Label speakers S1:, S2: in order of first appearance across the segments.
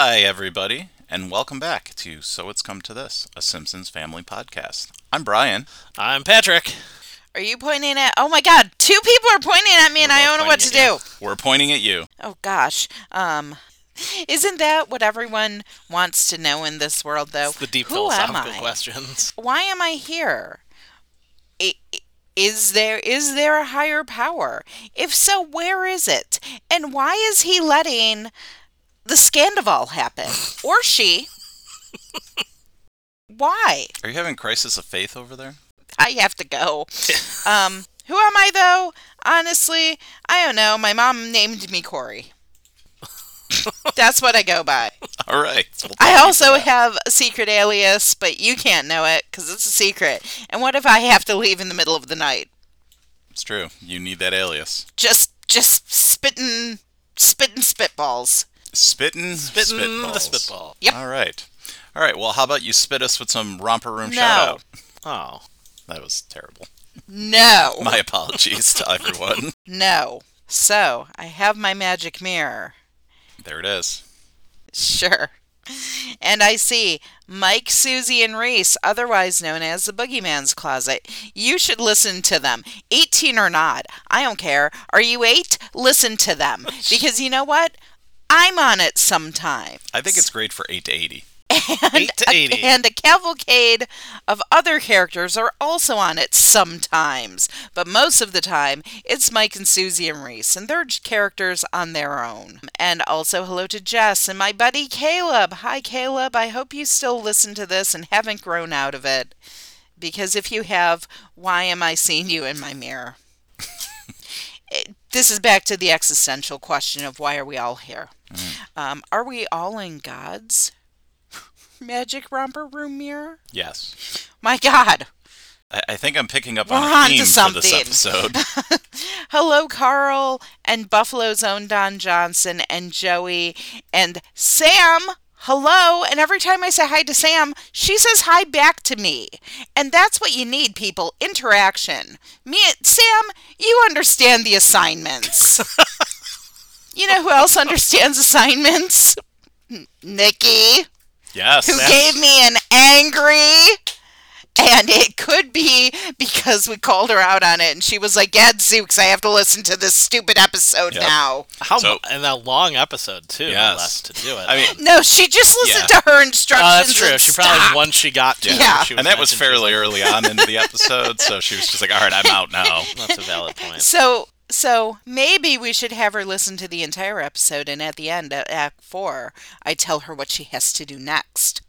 S1: everybody, and welcome back to So It's Come to This, a Simpsons family podcast. I'm Brian.
S2: I'm Patrick.
S3: Are you pointing at? Oh my God! Two people are pointing at me, and I don't know what to do.
S1: We're pointing at you.
S3: Oh gosh. Um, isn't that what everyone wants to know in this world, though?
S2: It's the deep
S3: Who am
S2: philosophical
S3: I?
S2: questions.
S3: Why am I here? I- i- Is there is there a higher power? If so, where is it? And why is he letting the Scandival happen or she? why?
S1: Are you having crisis of faith over there?
S3: I have to go. um, who am I though? Honestly, I don't know. My mom named me Corey. That's what I go by.
S1: All right. We'll talk
S3: I
S1: about
S3: also
S1: that.
S3: have a secret alias, but you can't know it because it's a secret. And what if I have to leave in the middle of the night?
S1: It's true. You need that alias.
S3: Just, just spitting, spitting spitballs.
S1: Spitting,
S2: Spitting the
S1: spitballs.
S2: spitball.
S3: Yep.
S1: All right. All right. Well, how about you spit us with some romper room
S3: No.
S1: shout out?
S2: Oh.
S1: That was terrible.
S3: No,
S1: My apologies to everyone.
S3: no. So I have my magic mirror.
S1: There it is.
S3: Sure. And I see Mike, Susie, and Reese, otherwise known as the Boogeyman's Closet. You should listen to them. 18 or not, I don't care. Are you eight? Listen to them. Because you know what? I'm on it sometime.
S1: I think it's great for 8 to 80.
S2: 8 to 80.
S3: And a cavalcade of other characters are also on it sometimes. But most of the time, it's Mike and Susie and Reese, and they're j- characters on their own. And also, hello to Jess and my buddy Caleb. Hi, Caleb. I hope you still listen to this and haven't grown out of it. Because if you have, why am I seeing you in my mirror? It- this is back to the existential question of why are we all here? Um, are we all in God's magic romper room mirror?
S1: Yes.
S3: My God.
S1: I, I think I'm picking up
S3: We're
S1: on a theme
S3: onto
S1: for this
S3: something.
S1: episode.
S3: Hello, Carl, and Buffalo's own Don Johnson, and Joey, and Sam. Hello. And every time I say hi to Sam, she says hi back to me. And that's what you need, people interaction. Me, Sam, you understand the assignments. you know who else understands assignments? Nikki.
S1: Yes.
S3: who
S1: that-
S3: gave me an angry and it could be because we called her out on it and she was like gadzooks i have to listen to this stupid episode
S1: Yep.
S3: now
S2: How
S1: So-
S2: mu- and that long episode too.
S1: Yes.
S2: Left to do it.
S1: I mean,
S3: no she just listened
S1: Yeah.
S3: to her instructions
S2: oh, that's true.
S3: and
S2: She probably
S3: stopped.
S2: once she got to. it,
S3: Yeah.
S2: she
S1: and that was
S2: mentioned
S1: fairly early on in the episode, so she was just like, "All right, I'm out now."
S2: she was- That's a valid point.
S3: so so maybe we should have her listen to the entire episode and at the end at act four i tell her what she has to do next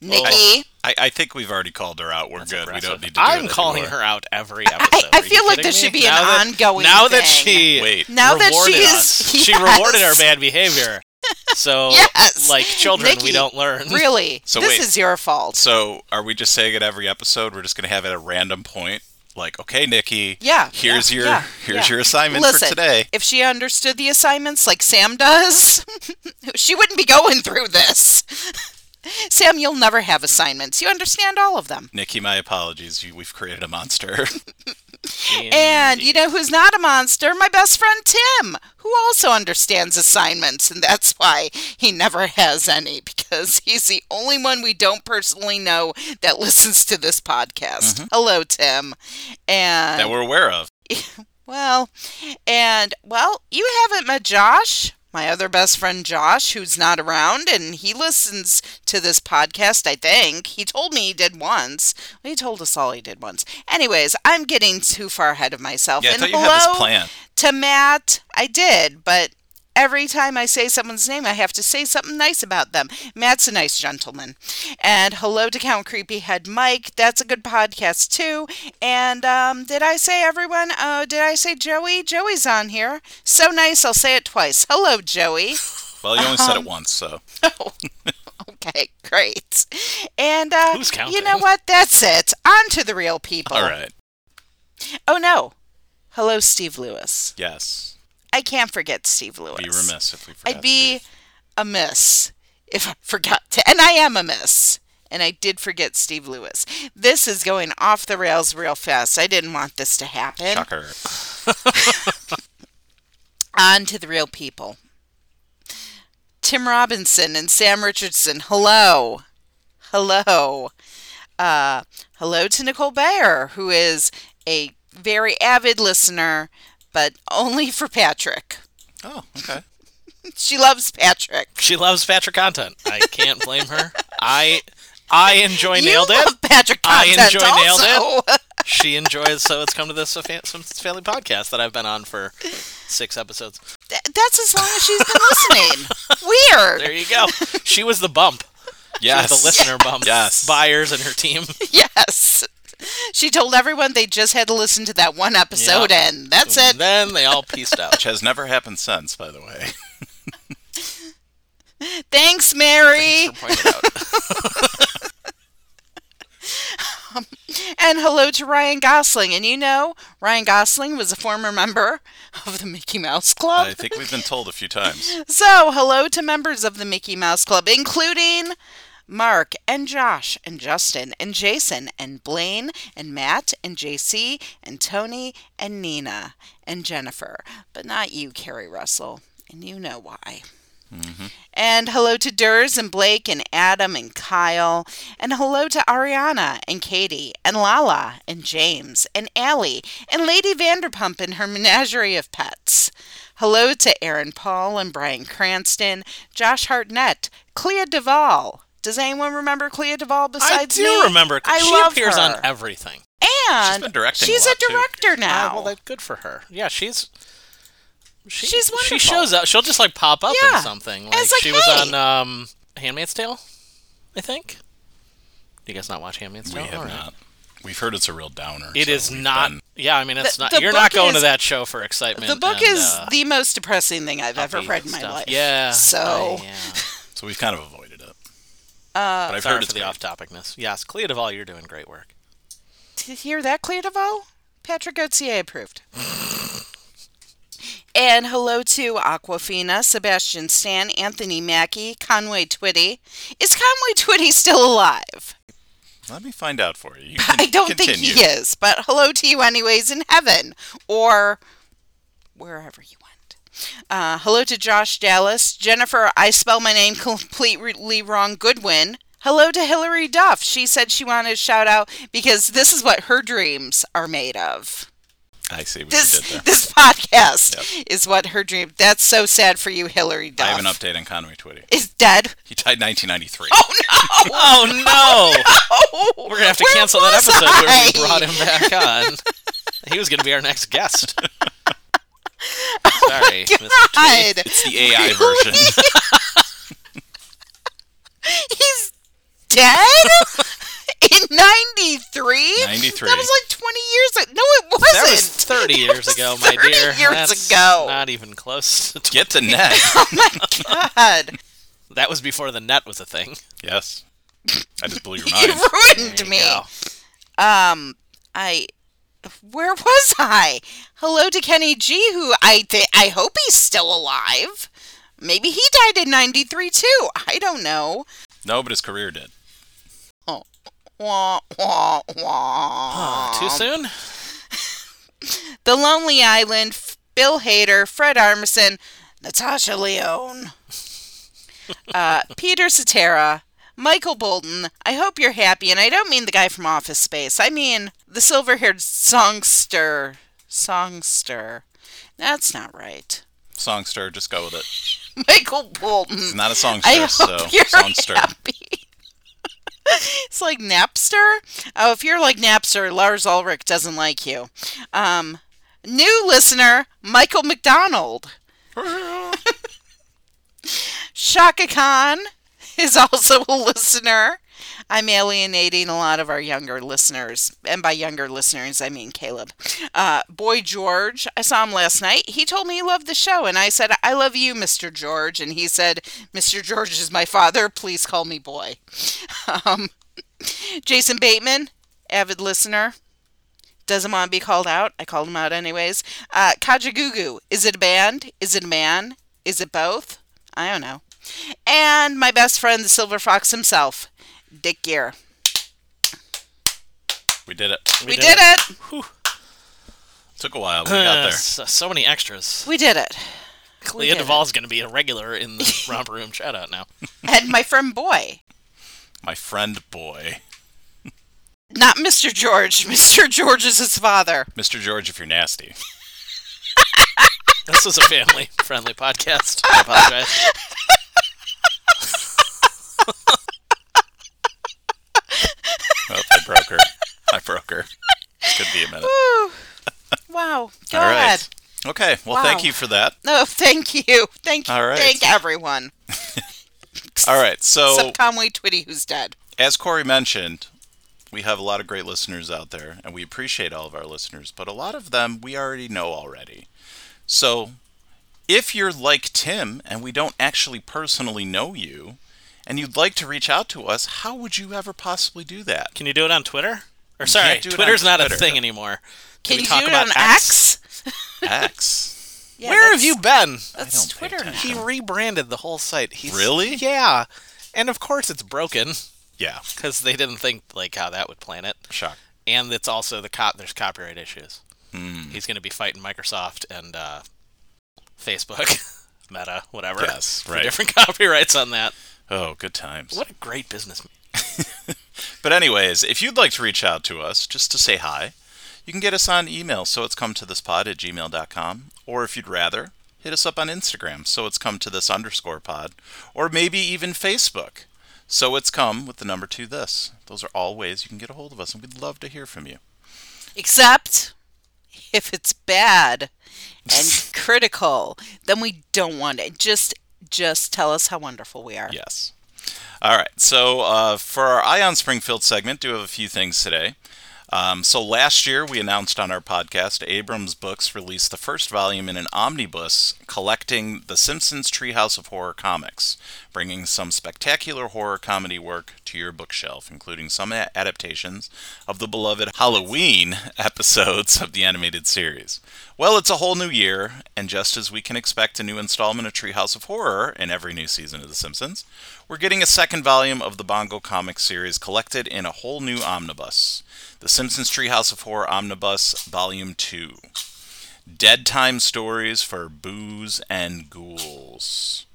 S3: nikki
S1: I, I think we've already called her out. We're good. We don't need to. Do
S2: I'm
S1: it
S2: calling
S1: anymore.
S2: her out every episode.
S3: I
S2: Are you
S3: feel like
S2: kidding
S3: this
S2: me?
S3: should be an
S2: Now that-
S3: ongoing
S2: Now that
S3: thing.
S2: she
S1: Wait.
S3: now that
S2: rewarded
S3: she
S2: us.
S3: is
S2: She rewarded our
S3: Yes.
S2: bad behavior. So,
S3: Yes.
S2: like children, we
S3: Nikki,
S2: don't learn.
S3: really
S1: So
S3: this
S1: wait.
S3: is your fault
S1: So, are we just saying at every episode we're just going to have it at a random point? Like, okay, Nikki.
S3: Yeah,
S1: Here's
S3: yeah,
S1: your
S3: yeah,
S1: here's
S3: yeah.
S1: your assignment
S3: Listen,
S1: for today.
S3: if she understood the assignments like Sam does, she wouldn't be going through this. Sam, you'll never have assignments. You understand all of them.
S1: Nikki, my apologies. You, we've created a monster.
S3: And you know who's not a monster? My best friend Tim, who also understands assignments, and that's why he never has any, because he's the only one we don't personally know that listens to this podcast. Hello, Tim. And
S1: Mm-hmm. that we're aware of.
S3: Well, and well, you haven't met Josh, my other best friend Josh, who's not around, and he listens to this podcast, I think. He told me he did once. He told us all he did once. Anyways, I'm getting too far ahead of myself.
S1: Yeah, I
S3: and
S1: thought you
S3: hello
S1: had this plan.
S3: to Matt. I did, but every time I say someone's name, I have to say something nice about them. Matt's a nice gentleman. And hello to Count Creepyhead Mike. That's a good podcast too. And um, did I say everyone? Oh, did I say Joey? Joey's on here. So nice. I'll say it twice. Hello, Joey. Oh,
S1: Well, you only said
S3: Um,
S1: it once, so
S3: Okay, great. And uh,
S2: Who's
S3: you
S2: counting?
S3: know what? That's it. On to the real people.
S1: all right.
S3: Oh no. Hello, Steve Lewis.
S1: Yes.
S3: I can't forget Steve Lewis.
S1: Be remiss if we forgot.
S3: I'd be amiss if I forgot to, and I am amiss. And I did forget Steve Lewis. This is going off the rails real fast. I didn't want this to happen.
S1: Steve. shocker.
S3: On to the real people. Tim Robinson and Sam Richardson. Hello. Hello. Uh, hello to Nicole Bayer, who is a very avid listener, but only for Patrick.
S1: Oh, okay.
S3: She loves Patrick.
S2: She loves Patrick content. I can't blame her. I I enjoy nailed
S3: you
S2: it.
S3: Love Patrick
S2: I
S3: content
S2: enjoy Nailed It.
S3: also.
S2: She enjoys. So it's come to this a fa- some family podcast that I've been on for six episodes.
S3: Th- That's as long as she's been listening. Weird.
S2: There you go. She was the bump.
S1: Yes.
S2: The listener bump.
S1: Yes.
S2: Buyers and her team.
S3: Yes. She told everyone they just had to listen to that one episode
S2: Yeah.
S3: and that's it.
S2: And then they all pieced out.
S1: Which has never happened since, by the way.
S3: Thanks, Mary.
S2: Thanks for pointing it out.
S3: and hello to Ryan Gosling. And you know, Ryan Gosling was a former member of the Mickey Mouse Club.
S1: I think we've been told a few times.
S3: So, hello to members of the Mickey Mouse Club, including Mark and Josh and Justin and Jason and Blaine and Matt and JC and Tony and Nina and Jennifer, but not you, Carrie Russell. And you know why. And hello to Durs and Blake and Adam and Kyle. And hello to Ariana and Katie and Lala and James and Allie and Lady Vanderpump and her menagerie of pets. Hello to Aaron Paul and Brian Cranston, Josh Hartnett, Clea Duvall. Does anyone remember Clea Duvall
S2: I
S3: besides
S2: do
S3: me?
S2: remember.
S3: I
S2: she
S3: love
S2: appears
S3: her.
S2: on everything.
S3: And
S1: She's been directing a
S3: she's
S1: lot, too.
S3: director now.
S2: Ah, well, that, good for her. Yeah, she's. She,
S3: She's
S2: She
S3: wonderful.
S2: shows up. She'll just like pop up
S3: Yeah.
S2: in something.
S3: it's like,
S2: she was
S3: hey.
S2: on um, *Handmaid's Tale*, I think. Do you guys not watch *Handmaid's
S1: We
S2: Tale*?
S1: have
S2: All right.
S1: not. We've heard it's a real downer.
S2: It
S1: so
S2: is
S1: we've
S2: not.
S1: been-
S2: Yeah, I mean, it's
S3: The-
S2: not.
S3: the
S2: You're not
S3: book
S2: going to
S3: is-
S2: that show for excitement.
S3: the
S2: and,
S3: book is
S2: uh,
S3: the most depressing thing I've ever
S2: upbeat
S3: read in my
S2: stuff.
S3: life.
S2: Yeah.
S3: So
S2: I- uh, yeah.
S1: So we've kind of avoided it.
S3: uh,
S1: But I've
S2: Sorry
S1: heard
S2: for
S1: it's
S2: the
S1: great.
S2: off-topicness. Yes, Clea Duvall, you're doing great work.
S3: Did you hear that, Clea DeVoe? Patrick Gauthier approved. and hello to Aquafina, Sebastian Stan, Anthony Mackie, Conway Twitty. Is Conway Twitty still alive?
S1: Let me find out for you. you
S3: I
S1: can
S3: don't
S1: continue.
S3: think he is, but hello to you, anyways, in heaven or wherever you went. Uh, hello to Josh Dallas, Jennifer. I spell my name completely wrong. Goodwin. Hello to Hillary Duff. She said she wanted a shout out because this is what her dreams are made of.
S1: I see what you did
S3: This
S1: there.
S3: this podcast is what her dream. That's so sad for you, Hillary Duff.
S1: I have an update on Conway Twitty.
S3: Is dead.
S1: He died 1993.
S2: Oh no!
S3: Oh,
S2: We're gonna have to
S3: where
S2: cancel that
S3: was
S2: episode where we
S3: I?
S2: brought him back on. he was gonna be our next guest. Sorry, Mr. Tweet.
S3: Oh God.
S1: It's the AI version.
S3: He's dead in '93.
S1: 93.
S3: That was like 20 years ago. No, it wasn't.
S2: That was 30 years
S3: was
S2: ago, my
S3: 30
S2: dear.
S3: years
S2: That's
S3: ago.
S2: Not even close. To tw-
S1: Get the net.
S3: God,
S2: that was before the net was a thing.
S1: yes. I just blew your
S3: you
S1: mind.
S2: There
S3: ruined
S2: you
S3: me.
S2: go.
S3: Um, I. Where was I? Hello to Kenny G, who I thi- I hope he's still alive. Maybe he died in '93 too. I don't know.
S1: No, but his career did.
S3: Wah, wah, wah.
S2: Too soon?
S3: The Lonely Island, F- Bill Hader, Fred Armisen, Natasha Leone, uh, Peter Cetera, Michael Bolton. I hope you're happy, and I don't mean the guy from Office Space. I mean the silver-haired songster, songster. That's not right.
S1: Songster, just go with it.
S3: Michael Bolton.
S1: He's not a songster,
S3: I hope
S1: so
S3: you're
S1: songster.
S3: happy. it's like Napster. Oh, if you're like Napster, Lars Ulrich doesn't like you. Um, new listener, Michael McDonald. Shaka Khan is also a listener. I'm alienating a lot of our younger listeners. And by younger listeners, I mean Caleb. Uh, Boy George, I saw him last night. He told me he loved the show. And I said, I love you, Mr. George. And he said, Mr. George is my father. Please call me boy. Um, Jason Bateman, avid listener. Doesn't want to be called out. I called him out anyways. Uh, Kajagoogoo, is it a band? Is it a man? Is it both? I don't know. And my best friend, the Silver Fox himself, Dick Gear.
S1: We did it.
S3: We, did it.
S1: Took a while, but we got
S2: Uh,
S1: there.
S2: so, so many extras.
S3: We did it. Click
S2: Leah
S3: it.
S2: Duvall's going to be a regular in the romper room shout out now.
S3: and my friend Boy.
S1: My friend boy.
S3: Not Mr. George. Mr. George is his father.
S1: Mr. George, if you're nasty.
S2: This is a family friendly podcast. I apologize.
S1: Oh, I broke her. I broke her. This could be a minute.
S3: Whew. Wow. Go
S1: All
S3: ahead.
S1: right. Okay. Well, thank
S3: Wow.
S1: you for that.
S3: No, thank you. Thank you.
S1: All right.
S3: Thank everyone.
S1: All right. So,
S3: Except Conway Twitty, who's dead.
S1: as Corey mentioned, we have a lot of great listeners out there, and we appreciate all of our listeners, but a lot of them we already know already. So, if you're like Tim and we don't actually personally know you, and you'd like to reach out to us, how would you ever possibly do that?
S2: Can you do it on Twitter? Or sorry,
S1: can't do it on
S2: Twitter's not
S1: Twitter.
S2: a thing anymore.
S3: Can
S2: we
S3: you
S2: talk
S3: do it
S2: about
S3: on
S2: X?
S3: X?
S1: X.
S3: Yeah,
S2: Where have
S3: that's-
S2: you been?
S3: That's
S1: don't pay
S3: Twitter now.
S1: attention.
S2: He rebranded the whole site. He's,
S1: Really?
S2: Yeah. And of course it's broken
S1: Yeah.
S2: because they didn't think like how that would plan it.
S1: Shock.
S2: And it's also the cop. There's copyright issues.
S3: Hmm.
S2: He's going to be fighting Microsoft and uh, Facebook, Meta, whatever.
S1: Yes,
S2: for
S1: right.
S2: Different copyrights on that.
S1: Oh, good times.
S2: What a great businessman.
S1: But anyways, if you'd like to reach out to us just to say hi, you can get us on email, so it's come to this pod at gmail.com, or if you'd rather, hit us up on Instagram, so it's come to this underscore pod, or maybe even Facebook. So it's come with the number two this. Those are all ways you can get a hold of us, and we'd love to hear from you.
S3: Except if it's bad and critical, then we don't want it. Just just tell us how wonderful we are.
S1: Yes. All right. So uh, for our Ion Springfield segment, do have a few things today. Um, so last year, we announced on our podcast, Abrams Books released the first volume in an omnibus collecting the Simpsons Treehouse of Horror comics, bringing some spectacular horror comedy work to your bookshelf, including some a- adaptations of the beloved Halloween episodes of the animated series. Well, it's a whole new year, and just as we can expect a new installment of Treehouse of Horror in every new season of The Simpsons, we're getting a second volume of the Bongo comic series collected in a whole new omnibus. The Simpsons Treehouse of Horror Omnibus, Volume 2. Dead Time Stories for Booze and Ghouls.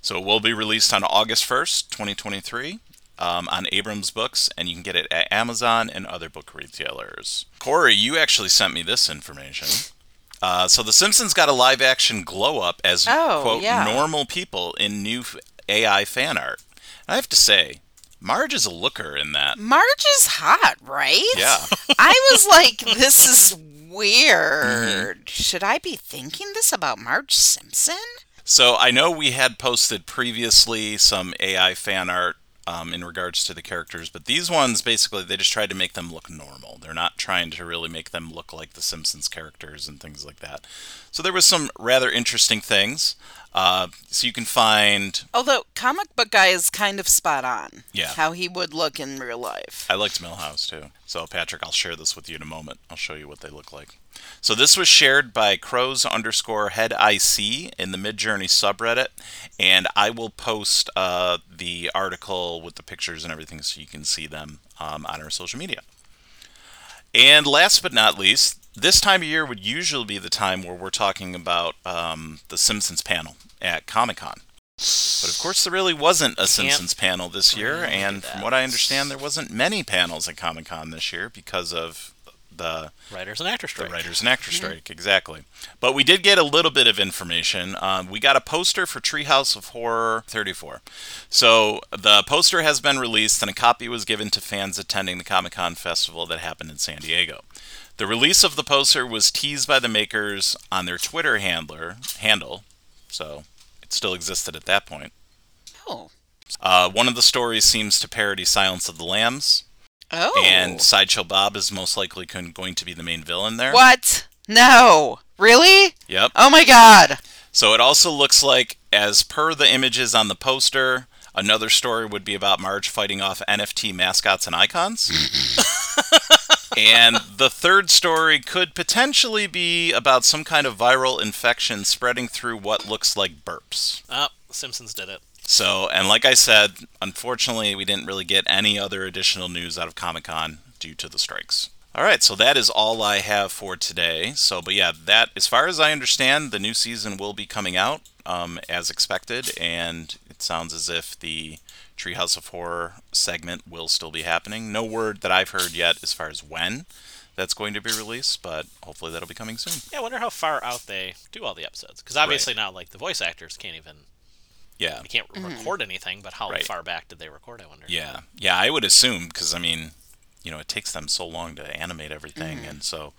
S1: So it will be released on August 1st, 2023, um, on Abrams Books, and you can get it at Amazon and other book retailers. Corey, you actually sent me this information. Uh, so The Simpsons got a live action glow up as,
S3: Oh,
S1: quote,
S3: yeah.
S1: normal people in new f- AI fan art. And I have to say, Marge is a looker in that.
S3: Marge is hot, right?
S1: Yeah.
S3: I was like, this is weird.
S1: Mm-hmm.
S3: Should I be thinking this about Marge Simpson?
S1: So I know we had posted previously some AI fan art um, in regards to the characters, but these ones basically they just tried to make them look normal. They're not trying to really make them look like the Simpsons characters and things like that. So there was some rather interesting things. Uh, so you can find.
S3: Although comic book guy is kind of spot on.
S1: Yeah. Uh,
S3: How he would look in real life.
S1: I liked Millhouse too. So Patrick, I'll share this with you in a moment. I'll show you what they look like. So this was shared by crows underscore head IC in the Midjourney subreddit, and I will post uh, the article with the pictures and everything so you can see them um, on our social media. And last but not least, this time of year would usually be the time where we're talking about um, the Simpsons panel at Comic Con. But of course, there really wasn't a Simpsons panel this year, and from what I understand, there wasn't many panels at Comic Con this year because of the
S2: Writers and actors strike.
S1: the writers and actors strike, exactly. But we did get a little bit of information. Um, we got a poster for Treehouse of Horror 34. So the poster has been released, and a copy was given to fans attending the Comic Con festival that happened in San Diego. The release of the poster was teased by the makers on their Twitter handler handle, so it still existed at that point.
S3: Oh.
S1: Uh, one of the stories seems to parody Silence of the Lambs,
S3: Oh.
S1: and Sideshow Bob is most likely con- going to be the main villain there.
S3: What? No. Really?
S1: Yep.
S3: Oh my god.
S1: So it also looks like, as per the images on the poster, another story would be about Marge fighting off NFT mascots and icons. and the third story could potentially be about some kind of viral infection spreading through what looks like burps.
S2: Oh, Simpsons did it.
S1: So, and like I said, unfortunately, we didn't really get any other additional news out of Comic Con due to the strikes. All right, so that is all I have for today. So, but yeah, that as far as I understand, the new season will be coming out um, as expected, and it sounds as if the Treehouse of Horror segment will still be happening. No word that I've heard yet as far as when that's going to be released, but hopefully that'll be coming soon.
S2: Yeah, I wonder how far out they do all the episodes. Because obviously now, like, the voice actors can't even,
S1: Yeah,
S2: they can't
S3: Mm-hmm.
S2: record anything, but how
S1: Right.
S2: far back did they record, I wonder?
S1: yeah, yeah. I would assume because I mean, you know, it takes them so long to animate everything, and so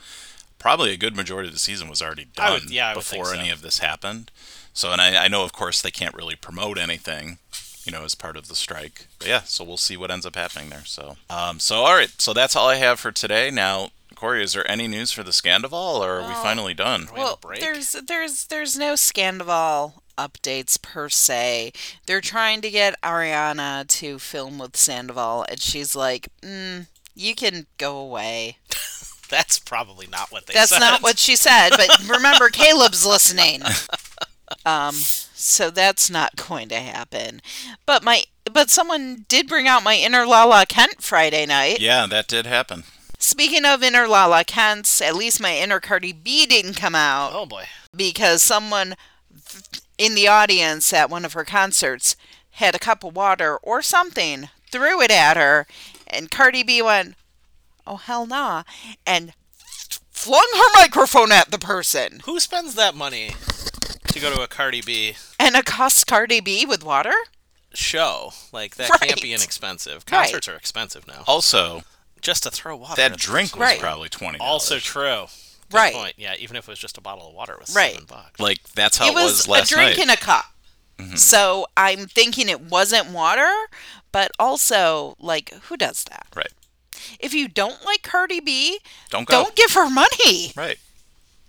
S1: probably a good majority of the season was already
S2: Mm-hmm. I
S1: done
S2: would- yeah, I would think
S1: before any
S2: so.
S1: of this happened. So, and I, I know, of course, they can't really promote anything, you know, as part of the strike. But yeah, so we'll see what ends up happening there. So, um, so all right, so that's all I have for today. Now, Corey, is there any news for the Scandival, or are we finally done?
S2: we have a break?
S3: there's there's there's no Scandival updates per se. They're trying to get Ariana to film with Sandoval, and she's like, mm, "You can go away."
S2: That's probably not what they
S3: That's
S2: said.
S3: not what she said, but remember, Caleb's listening. Um, so that's not going to happen. But my but someone did bring out my inner Lala Kent Friday night.
S1: Yeah, that did happen.
S3: Speaking of inner Lala Kents, at least my inner Cardi B didn't come out
S2: Oh, boy.
S3: because someone th- in the audience at one of her concerts had a cup of water or something, threw it at her, and Cardi B went, "Oh hell nah," and flung her microphone at the person
S2: Who spends that money to go to a Cardi B
S3: and accosts Cardi B with water.
S2: show? Like, that can't be
S3: Right.
S2: inexpensive. Concerts are expensive now.
S1: Also,
S2: Just to throw water.
S1: that
S2: at
S1: drink was
S3: Right.
S1: probably twenty.
S2: Also true. Good
S3: Right.
S2: Point. Yeah, even if it was just a bottle of water, it was
S3: Right.
S2: seven bucks.
S1: like that's how
S3: it was,
S1: last
S3: a drink
S1: night. Mm-hmm.
S3: in a cup. So I'm thinking it wasn't water, but also like who does that?
S1: right.
S3: If you don't like Cardi B,
S1: Don't go.
S3: don't give her money.
S1: Right.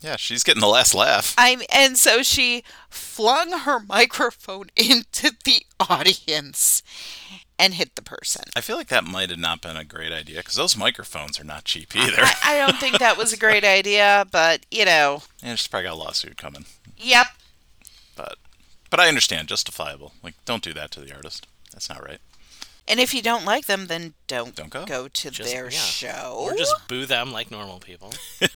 S1: Yeah, she's getting the last laugh.
S3: I'm and so she flung her microphone into the audience and hit the person.
S1: I feel like that might have not been a great idea because those microphones are not cheap either.
S3: I, I don't think that was a great idea, but you know,
S1: yeah, she's probably got a lawsuit coming,
S3: yep.
S1: but but I understand, justifiable. Like, don't do that to the artist. That's not right.
S3: And if you don't like them, then don't,
S1: Don't go.
S3: to
S2: Just-
S3: their
S2: yeah.
S3: show.
S2: Or just boo them like normal people.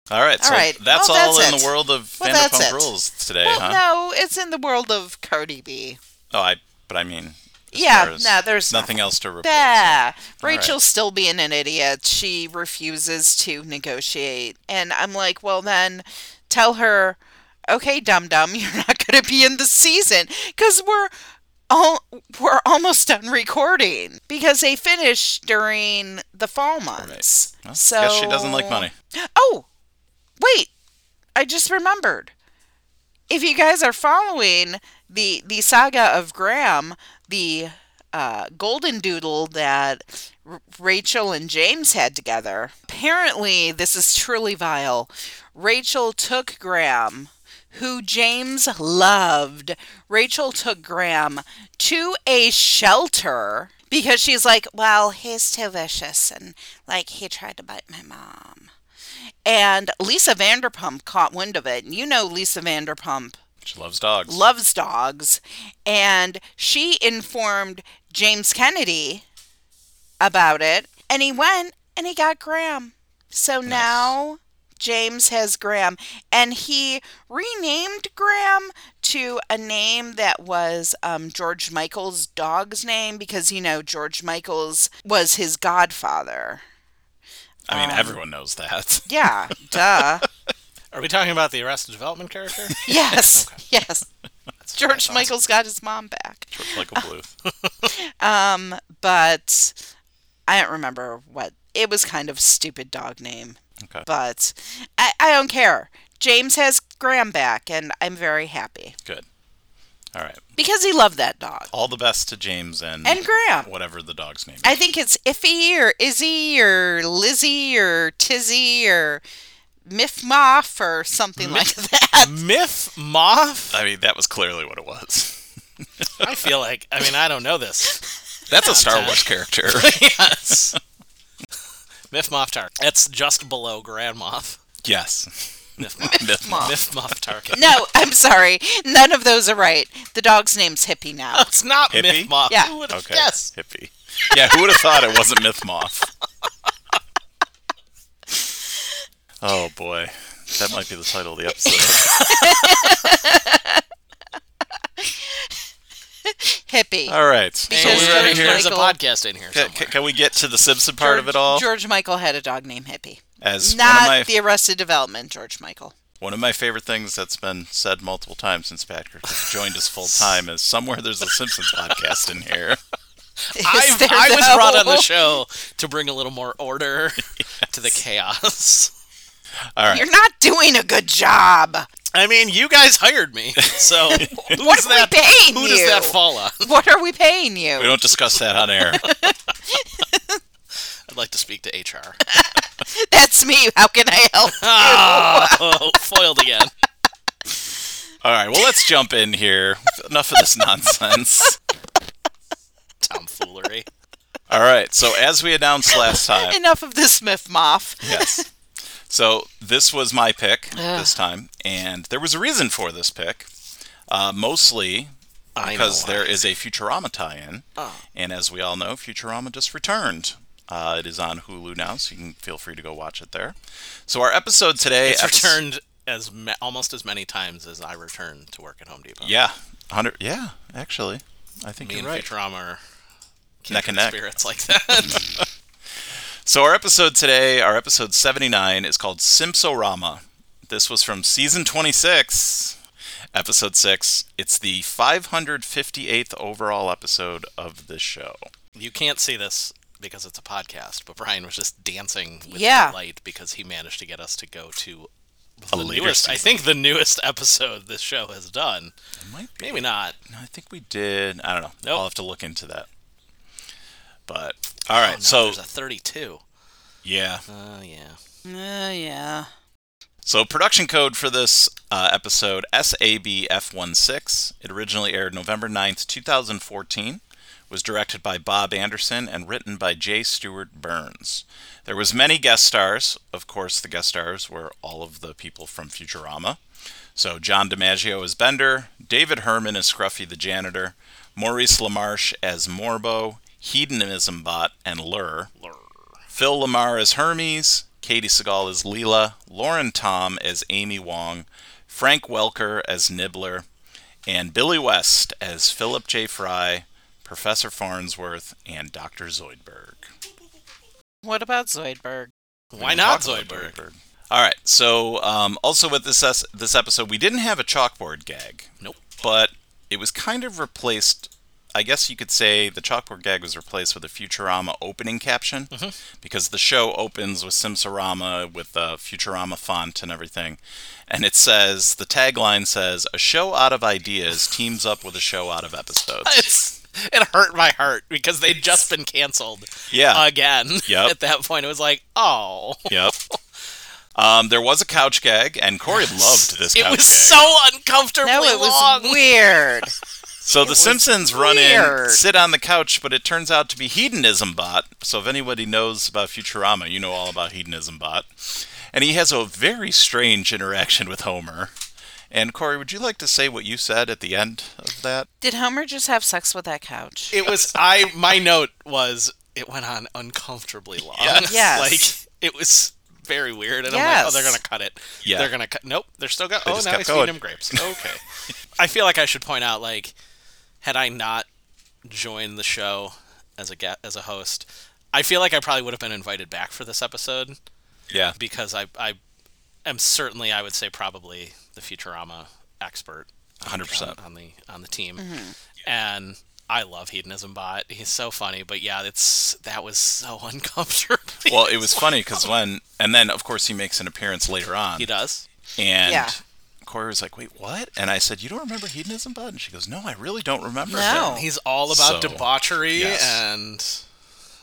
S1: All right,
S3: All
S1: so
S3: right.
S1: that's
S3: Well,
S1: all
S3: that's
S1: in
S3: it.
S1: the world of
S3: Well,
S1: Vanderpump
S3: that's it.
S1: Rules today,
S3: well,
S1: huh?
S3: no, it's in the world of Cardi B.
S1: Oh, I. But I mean, as
S3: Yeah,
S1: far as
S3: no, there's
S1: nothing
S3: nothing.
S1: else to report.
S3: Yeah, Rachel's still being an idiot. She refuses to negotiate, and I'm like, well, then tell her, okay, dum dum, you're not going to be in the season because we're all we're almost done recording because they finish during the fall months.
S1: Well,
S3: so
S1: guess she doesn't like money.
S3: Oh, wait. I just remembered. If you guys are following the the saga of Graham, the uh, golden doodle that R- Rachel and James had together, apparently this is truly vile. Rachel took Graham, who James loved. Rachel took Graham to a shelter because she's like, well, he's too vicious and like he tried to bite my mom. And Lisa Vanderpump caught wind of it. And you know Lisa Vanderpump
S1: She loves dogs.
S3: loves dogs. And she informed James Kennedy about it. And he went and he got Graham. So now James has Graham. And he renamed Graham to a name that was um, George Michael's dog's name because, you know, George Michael's was his godfather.
S1: I
S3: um,
S1: mean, everyone knows that.
S3: Yeah, duh.
S2: Are we talking about the Arrested Development character?
S3: Yes. Yes. George Michael's got his mom back.
S1: like a
S3: uh,
S1: Bluth.
S3: Um, but I don't remember what it was kind of stupid dog name.
S1: Okay.
S3: But I, I don't care. James has Graham back and I'm very happy.
S1: Good. All right.
S3: Because he loved that dog.
S1: All the best to James and
S3: And Graham.
S1: whatever the dog's name. is.
S3: I think it's Iffy or Izzy or Lizzie or Tizzy or Miff Moff or something like that.
S2: Miff Moff?
S1: I mean, that was clearly what it was.
S2: I feel like, I mean, I don't know this.
S1: That's a Star
S2: Content.
S1: Wars character.
S2: yes. Miff Moff Tarkin. That's just below Grand Moff.
S1: yes.
S2: Miff Moff.
S1: Myth Moth.
S2: Miff Moff Tarkin.
S3: No, I'm sorry. None of those are right. The dog's name's Hippie now.
S2: It's not
S1: Hippie?
S2: Miff Moff.
S3: Yeah.
S2: Who would've
S1: Okay.
S2: guessed?
S1: Hippie. Yeah, who would have thought it wasn't Myth Moth? Oh boy, that might be the title of the episode.
S3: Hippie.
S1: All right, so
S3: Because
S1: we're out of
S3: George
S1: here.
S2: There's a
S3: Michael-
S2: podcast in here.
S1: Ca- ca-
S2: somewhere.
S1: Can, we get to the Simpson part
S3: George,
S1: of it all?
S3: George Michael had a dog named Hippie.
S1: As one
S3: Not
S1: of my
S3: the Arrested Development George Michael.
S1: one of my favorite things that's been said multiple times since Patrick has joined us full time is somewhere there's a Simpsons podcast in here.
S2: I've-
S3: Is there,
S2: I was brought on
S3: though?
S2: the show to bring a little more order to the chaos.
S1: All right.
S3: You're not doing a good job.
S2: I mean, you guys hired me, so
S3: What are we paying
S2: who
S3: you?
S2: does that fall on?
S3: What are we paying
S1: We
S3: you?
S1: don't discuss that on air.
S2: I'd like to speak to HR.
S3: That's me. How can I help?
S2: Oh, foiled again.
S1: All right. Well, let's jump in here. Enough of this nonsense.
S2: Tomfoolery.
S1: All right. So, as we announced last time,
S3: Enough of this Smith Moth.
S1: yes. So this was my pick this time, and there was a reason for this pick, uh, mostly
S2: I know
S1: because
S2: why. Oh.
S1: there is a Futurama tie-in, and as we all know, Futurama just returned. Uh, it is on Hulu now, so you can feel free to go watch it there. So our episode today,
S2: It's
S1: episode-
S2: returned as ma- almost as many times as I return to work at Home Depot.
S1: Yeah, hundred. Yeah, actually, I think
S2: me
S1: you're
S2: and
S1: right.
S2: Futurama are
S1: Neck and neck.
S2: spirits like that.
S1: So our episode today, our episode 79, is called Simpsorama. This was from season 26, episode 6. It's the 558th overall episode of the show.
S2: you can't see this because it's a podcast, but Brian was just dancing with
S3: Yeah.
S2: delight because he managed to get us to go to
S1: A
S2: the
S1: later
S2: newest. I
S1: season.
S2: think the newest episode this show has done.
S1: Might be-
S2: Maybe not.
S1: No, I think we did. I don't know.
S2: Nope.
S1: I'll have to look into that. But all right,
S2: Oh, No,
S1: so
S2: there's a 32.
S1: yeah.
S2: Oh yeah.
S3: Uh, yeah.
S1: So production code for this uh, episode SABF16. It originally aired November 9th, 2014. Was directed by Bob Anderson and written by J. Stewart Burns. There was many guest stars. Of course, the guest stars were all of the people from Futurama. So John DiMaggio as Bender, David Herman as Scruffy the janitor, Maurice LaMarche as Morbo, Hedonism Bot, and Lur. Phil Lamar as Hermes, Katie Segal as Leela, Lauren Tom as Amy Wong, Frank Welker as Nibbler, and Billy West as Philip J. Fry, Professor Farnsworth, and Dr. Zoidberg.
S3: What about Zoidberg?
S2: Why not
S1: Talk about
S2: Zoidberg?
S1: All right. So, um, also with this es- this episode, we didn't have a chalkboard gag,
S2: Nope.
S1: but it was kind of replaced. I guess you could say the chalkboard gag was replaced with a Futurama opening caption
S2: Mm-hmm.
S1: because the show opens with Simsorama with the Futurama font and everything. And it says, the tagline says, a show out of ideas teams up with a show out of episodes.
S2: It's, it hurt my heart because they'd just been canceled
S1: Yeah.
S2: again.
S1: Yep.
S2: At that point, it was like, oh.
S1: yep. Um, there was a couch gag, and Corey loved this
S2: It
S1: couch
S2: was
S1: gag.
S2: so uncomfortably
S3: No, it was
S2: long.
S3: weird.
S1: So the Simpsons run in,
S3: weird.
S1: sit on the couch, but it turns out to be Hedonism Bot. So if anybody knows about Futurama, you know all about Hedonism Bot. And he has a very strange interaction with Homer. And Corey, would you like to say what you said at the end of that?
S3: Did Homer just have sex with that couch?
S2: It was. I. My note was. It went on uncomfortably long.
S1: Yes.
S3: Yes.
S2: Like it was very weird, and I'm like, oh,
S3: Yes.
S2: they're gonna cut it.
S1: Yeah.
S2: They're gonna cut. Nope. They're still got.
S1: They
S2: Oh,
S1: just
S2: now
S1: kept
S2: he's
S1: going.
S2: feeding him grapes. Okay. I feel like I should point out, like, had I not joined the show as a ge- as a host, I feel like I probably would have been invited back for this episode
S1: Yeah.
S2: because I I am certainly I would say probably the Futurama expert
S1: 100%.
S2: on, on the on the team. And I love Hedonism Bot. He's so funny, but yeah, it's that was so uncomfortable.
S1: Well, it was funny because when, and then of course he makes an appearance later on.
S2: he does.
S1: And
S3: Yeah.
S1: Corey was like, wait, what? And I said, you don't remember Hedonism Bot? And she goes, no, I really don't remember.
S3: No.
S1: him."
S2: He's all
S1: So,
S2: about debauchery
S1: yes.
S2: and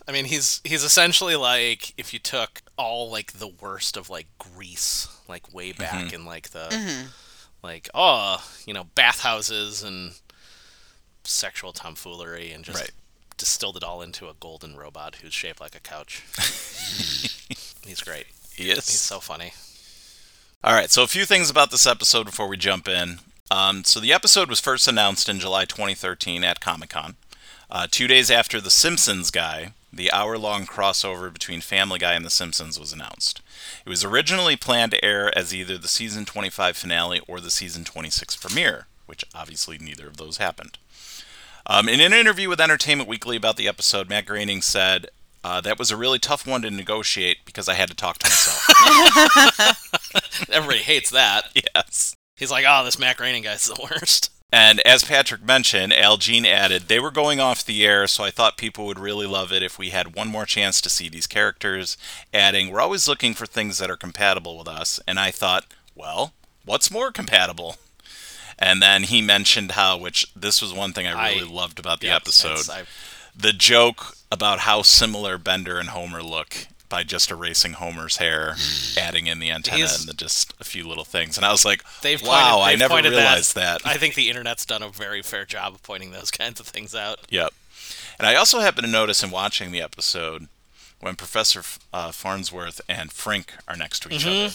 S2: I mean, he's he's essentially like if you took all like the worst of like Greece, like way
S1: Mm-hmm.
S2: back in like the like oh, you know, bathhouses and sexual tomfoolery and just
S1: Right.
S2: distilled it all into a golden robot who's shaped like a couch. he's great.
S1: He is.
S2: He's so funny.
S1: All right, so a few things about this episode before we jump in. Um, so the episode was first announced in July 2013 at Comic Con, uh, two days after The Simpsons guy the hour long crossover between Family Guy and The Simpsons was announced. It was originally planned to air as either the season 25 finale or the season 26 premiere, which obviously neither of those happened. Um, in an interview with Entertainment Weekly about the episode, Matt Groening said, uh, That was a really tough one to negotiate because I had to talk to myself.
S2: Everybody hates that.
S1: yes.
S2: He's like, oh, this Mac Raining guy's the worst.
S1: And as Patrick mentioned, Al Jean added, they were going off the air, so I thought people would really love it if we had one more chance to see these characters, adding, we're always looking for things that are compatible with us. And I thought, well, what's more compatible? And then he mentioned how, which this was one thing I really
S2: I-
S1: loved about the
S2: Yeah,
S1: episode
S2: that's- I-
S1: the joke about how similar Bender and Homer look by just erasing Homer's hair, adding in the antenna
S2: He's-
S1: and the, just a few little things. And I was like,
S2: they've
S1: wow,
S2: pointed,
S1: I
S2: they've
S1: never
S2: pointed
S1: realized that.
S2: I think the internet's done a very fair job of pointing those kinds of things out.
S1: Yep. And I also happened to notice in watching the episode when Professor uh, Farnsworth and Frink are next to each other,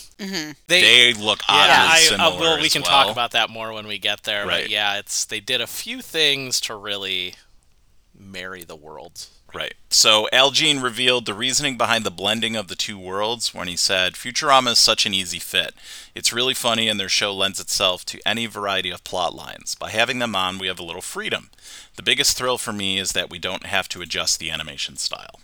S1: they look oddly
S2: Mm-hmm. yeah, I,
S1: similar.
S2: uh, well, we
S1: as
S2: can
S1: well.
S2: talk about that more when we get there.
S1: Right.
S2: But yeah, it's they did a few things to really marry the worlds.
S1: Right. So Al Jean revealed the reasoning behind the blending of the two worlds when he said, Futurama is such an easy fit. It's really funny, and their show lends itself to any variety of plot lines. By having them on, we have a little freedom. The biggest thrill for me is that we don't have to adjust the animation style.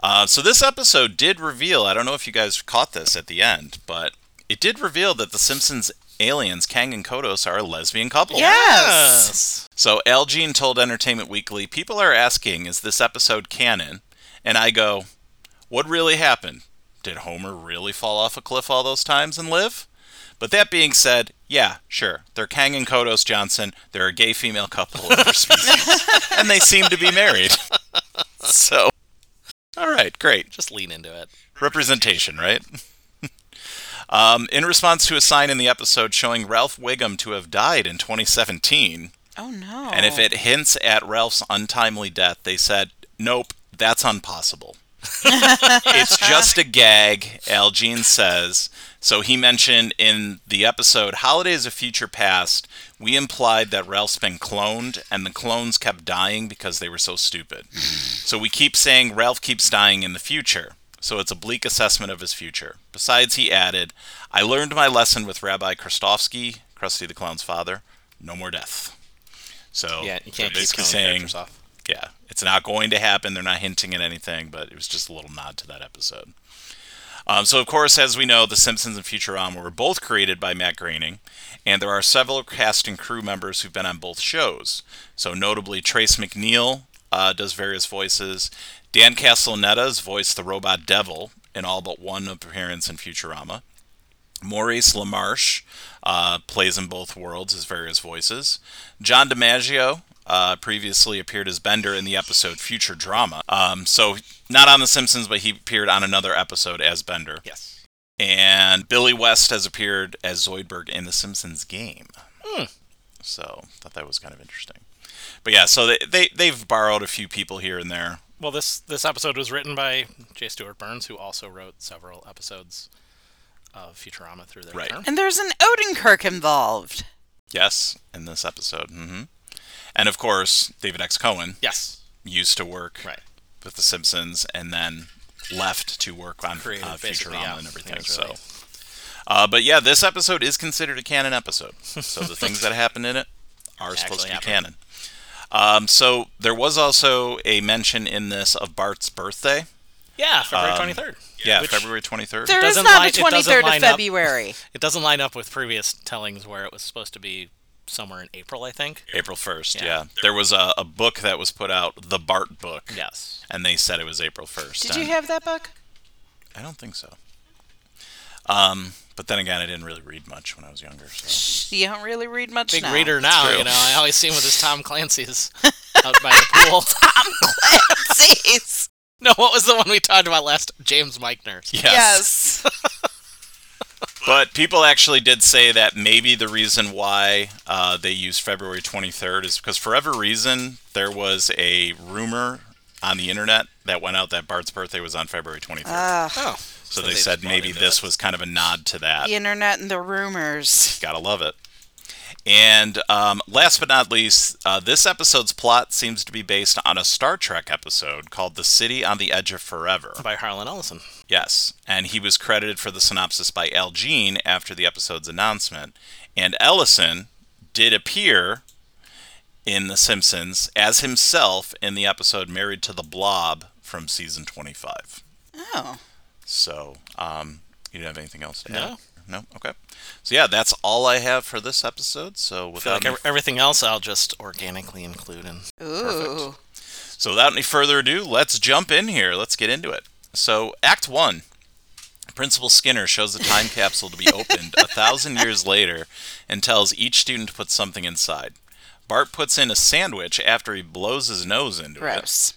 S1: Uh, so this episode did reveal, I don't know if you guys caught this at the end, but it did reveal that The Simpsons aliens, Kang and Kodos, are a lesbian couple.
S3: Yes.
S1: So Al Jean told Entertainment Weekly, people are asking, is this episode canon? And I go, what really happened? Did Homer really fall off a cliff all those times and live? But that being said, yeah, sure. They're Kang and Kodos Johnson. They're a gay female couple of their species. and they seem to be married. So, all right, great
S2: Just lean into it.
S1: representation, right? um, in response to a sign in the episode showing Ralph Wiggum to have died in 2017,
S3: Oh no.
S1: and if it hints at Ralph's untimely death, they said, "Nope, that's impossible." it's just a gag, Al Jean says. So he mentioned in the episode "Holidays of Future Past," we implied that Ralph's been cloned, and the clones kept dying because they were so stupid. so we keep saying Ralph keeps dying in the future. So it's a bleak assessment of his future. Besides, he added, "I learned my lesson with Rabbi Kristofsky, Krusty the Clown's father. No more death." So
S2: Yeah, you can't
S1: Oh, they're
S2: keep
S1: basically
S2: killing
S1: saying,
S2: characters off.
S1: yeah, it's not going to happen. They're not hinting at anything, but it was just a little nod to that episode. Um, so, of course, as we know, The Simpsons and Futurama were both created by Matt Groening, and there are several cast and crew members who've been on both shows. So, notably, Trace McNeil uh, does various voices. Dan Castellaneta's voiced the robot Devil in all but one appearance in Futurama. Maurice LaMarche uh, plays in both worlds as various voices. John DiMaggio uh, previously appeared as Bender in the episode Future Drama. Um, so, not on The Simpsons, but he appeared on another episode as Bender.
S2: Yes.
S1: And Billy West has appeared as Zoidberg in The Simpsons game. So, thought that was kind of interesting. But yeah, so they, they, they've borrowed a few people here and there.
S2: Well, this this episode was written by J. Stewart Burns, who also wrote several episodes of Futurama through their
S1: Right.
S2: term.
S3: and there's an Odenkirk involved.
S1: Yes, in this episode. hmm And of course, David X. Cohen
S2: Yes.
S1: used to work
S2: Right.
S1: with The Simpsons and then left to work on uh,
S2: Created,
S1: Futurama
S2: basically, yeah.
S1: and everything.
S2: Things
S1: so,
S2: really-
S1: uh, but yeah, this episode is considered a canon episode. So the things that happen in it are supposed to be
S2: Actually
S1: canon. Um, so there was also a mention in this of Bart's birthday.
S2: Yeah, February twenty third.
S1: Um, Yeah,
S2: Which-
S1: February 23rd.
S3: There is
S2: doesn't
S3: not
S2: line-
S3: a
S2: it doesn't
S3: 23rd of
S2: line up.
S3: February.
S2: It doesn't line up with previous tellings where it was supposed to be somewhere in April, I think.
S1: April 1st, yeah.
S2: Yeah.
S1: There was a, a book that was put out, the Bart book.
S2: Yes.
S1: And they said it was April 1st.
S3: Did you
S1: and-
S3: have that book?
S1: I don't think so. Um, but then again, I didn't really read much when I was younger. So.
S3: You don't really read much
S2: Big
S3: now.
S2: reader now,
S1: true.
S2: you know. I always see him with his Tom Clancy's out by the pool.
S3: Jeez.
S2: No, what was the one we talked about last? James Michner.
S3: Yes.
S1: But people actually did say that maybe the reason why uh, they used February 23rd is because, for every reason, there was a rumor on the internet that went out that Bart's birthday was on February 23rd.
S3: Ugh,
S2: Oh.
S1: so,
S2: so
S1: they,
S2: they
S1: said
S2: just bought
S1: maybe
S2: into
S1: this
S2: it.
S1: was kind of a nod to that.
S3: the internet and the rumors.
S1: Gotta love it. And um, last but not least, uh, this episode's plot seems to be based on a Star Trek episode called The City on the Edge of Forever.
S2: by Harlan Ellison.
S1: Yes, and he was credited for the synopsis by Al Jean after the episode's announcement. And Ellison did appear in The Simpsons as himself in the episode Married to the Blob from season 25.
S3: Oh.
S1: So, um, you don't have anything else to
S2: No.
S1: add? No? Okay. So, yeah, that's all I have for this episode. So,
S2: I feel
S1: without
S2: like ev- everything else I'll just organically include in.
S3: Ooh.
S1: So, without any further ado, let's jump in here. Let's get into it. So, Act One Principal Skinner shows the time capsule to be opened a thousand years later and tells each student to put something inside. Bart puts in a sandwich after he blows his nose into it.
S3: Gross.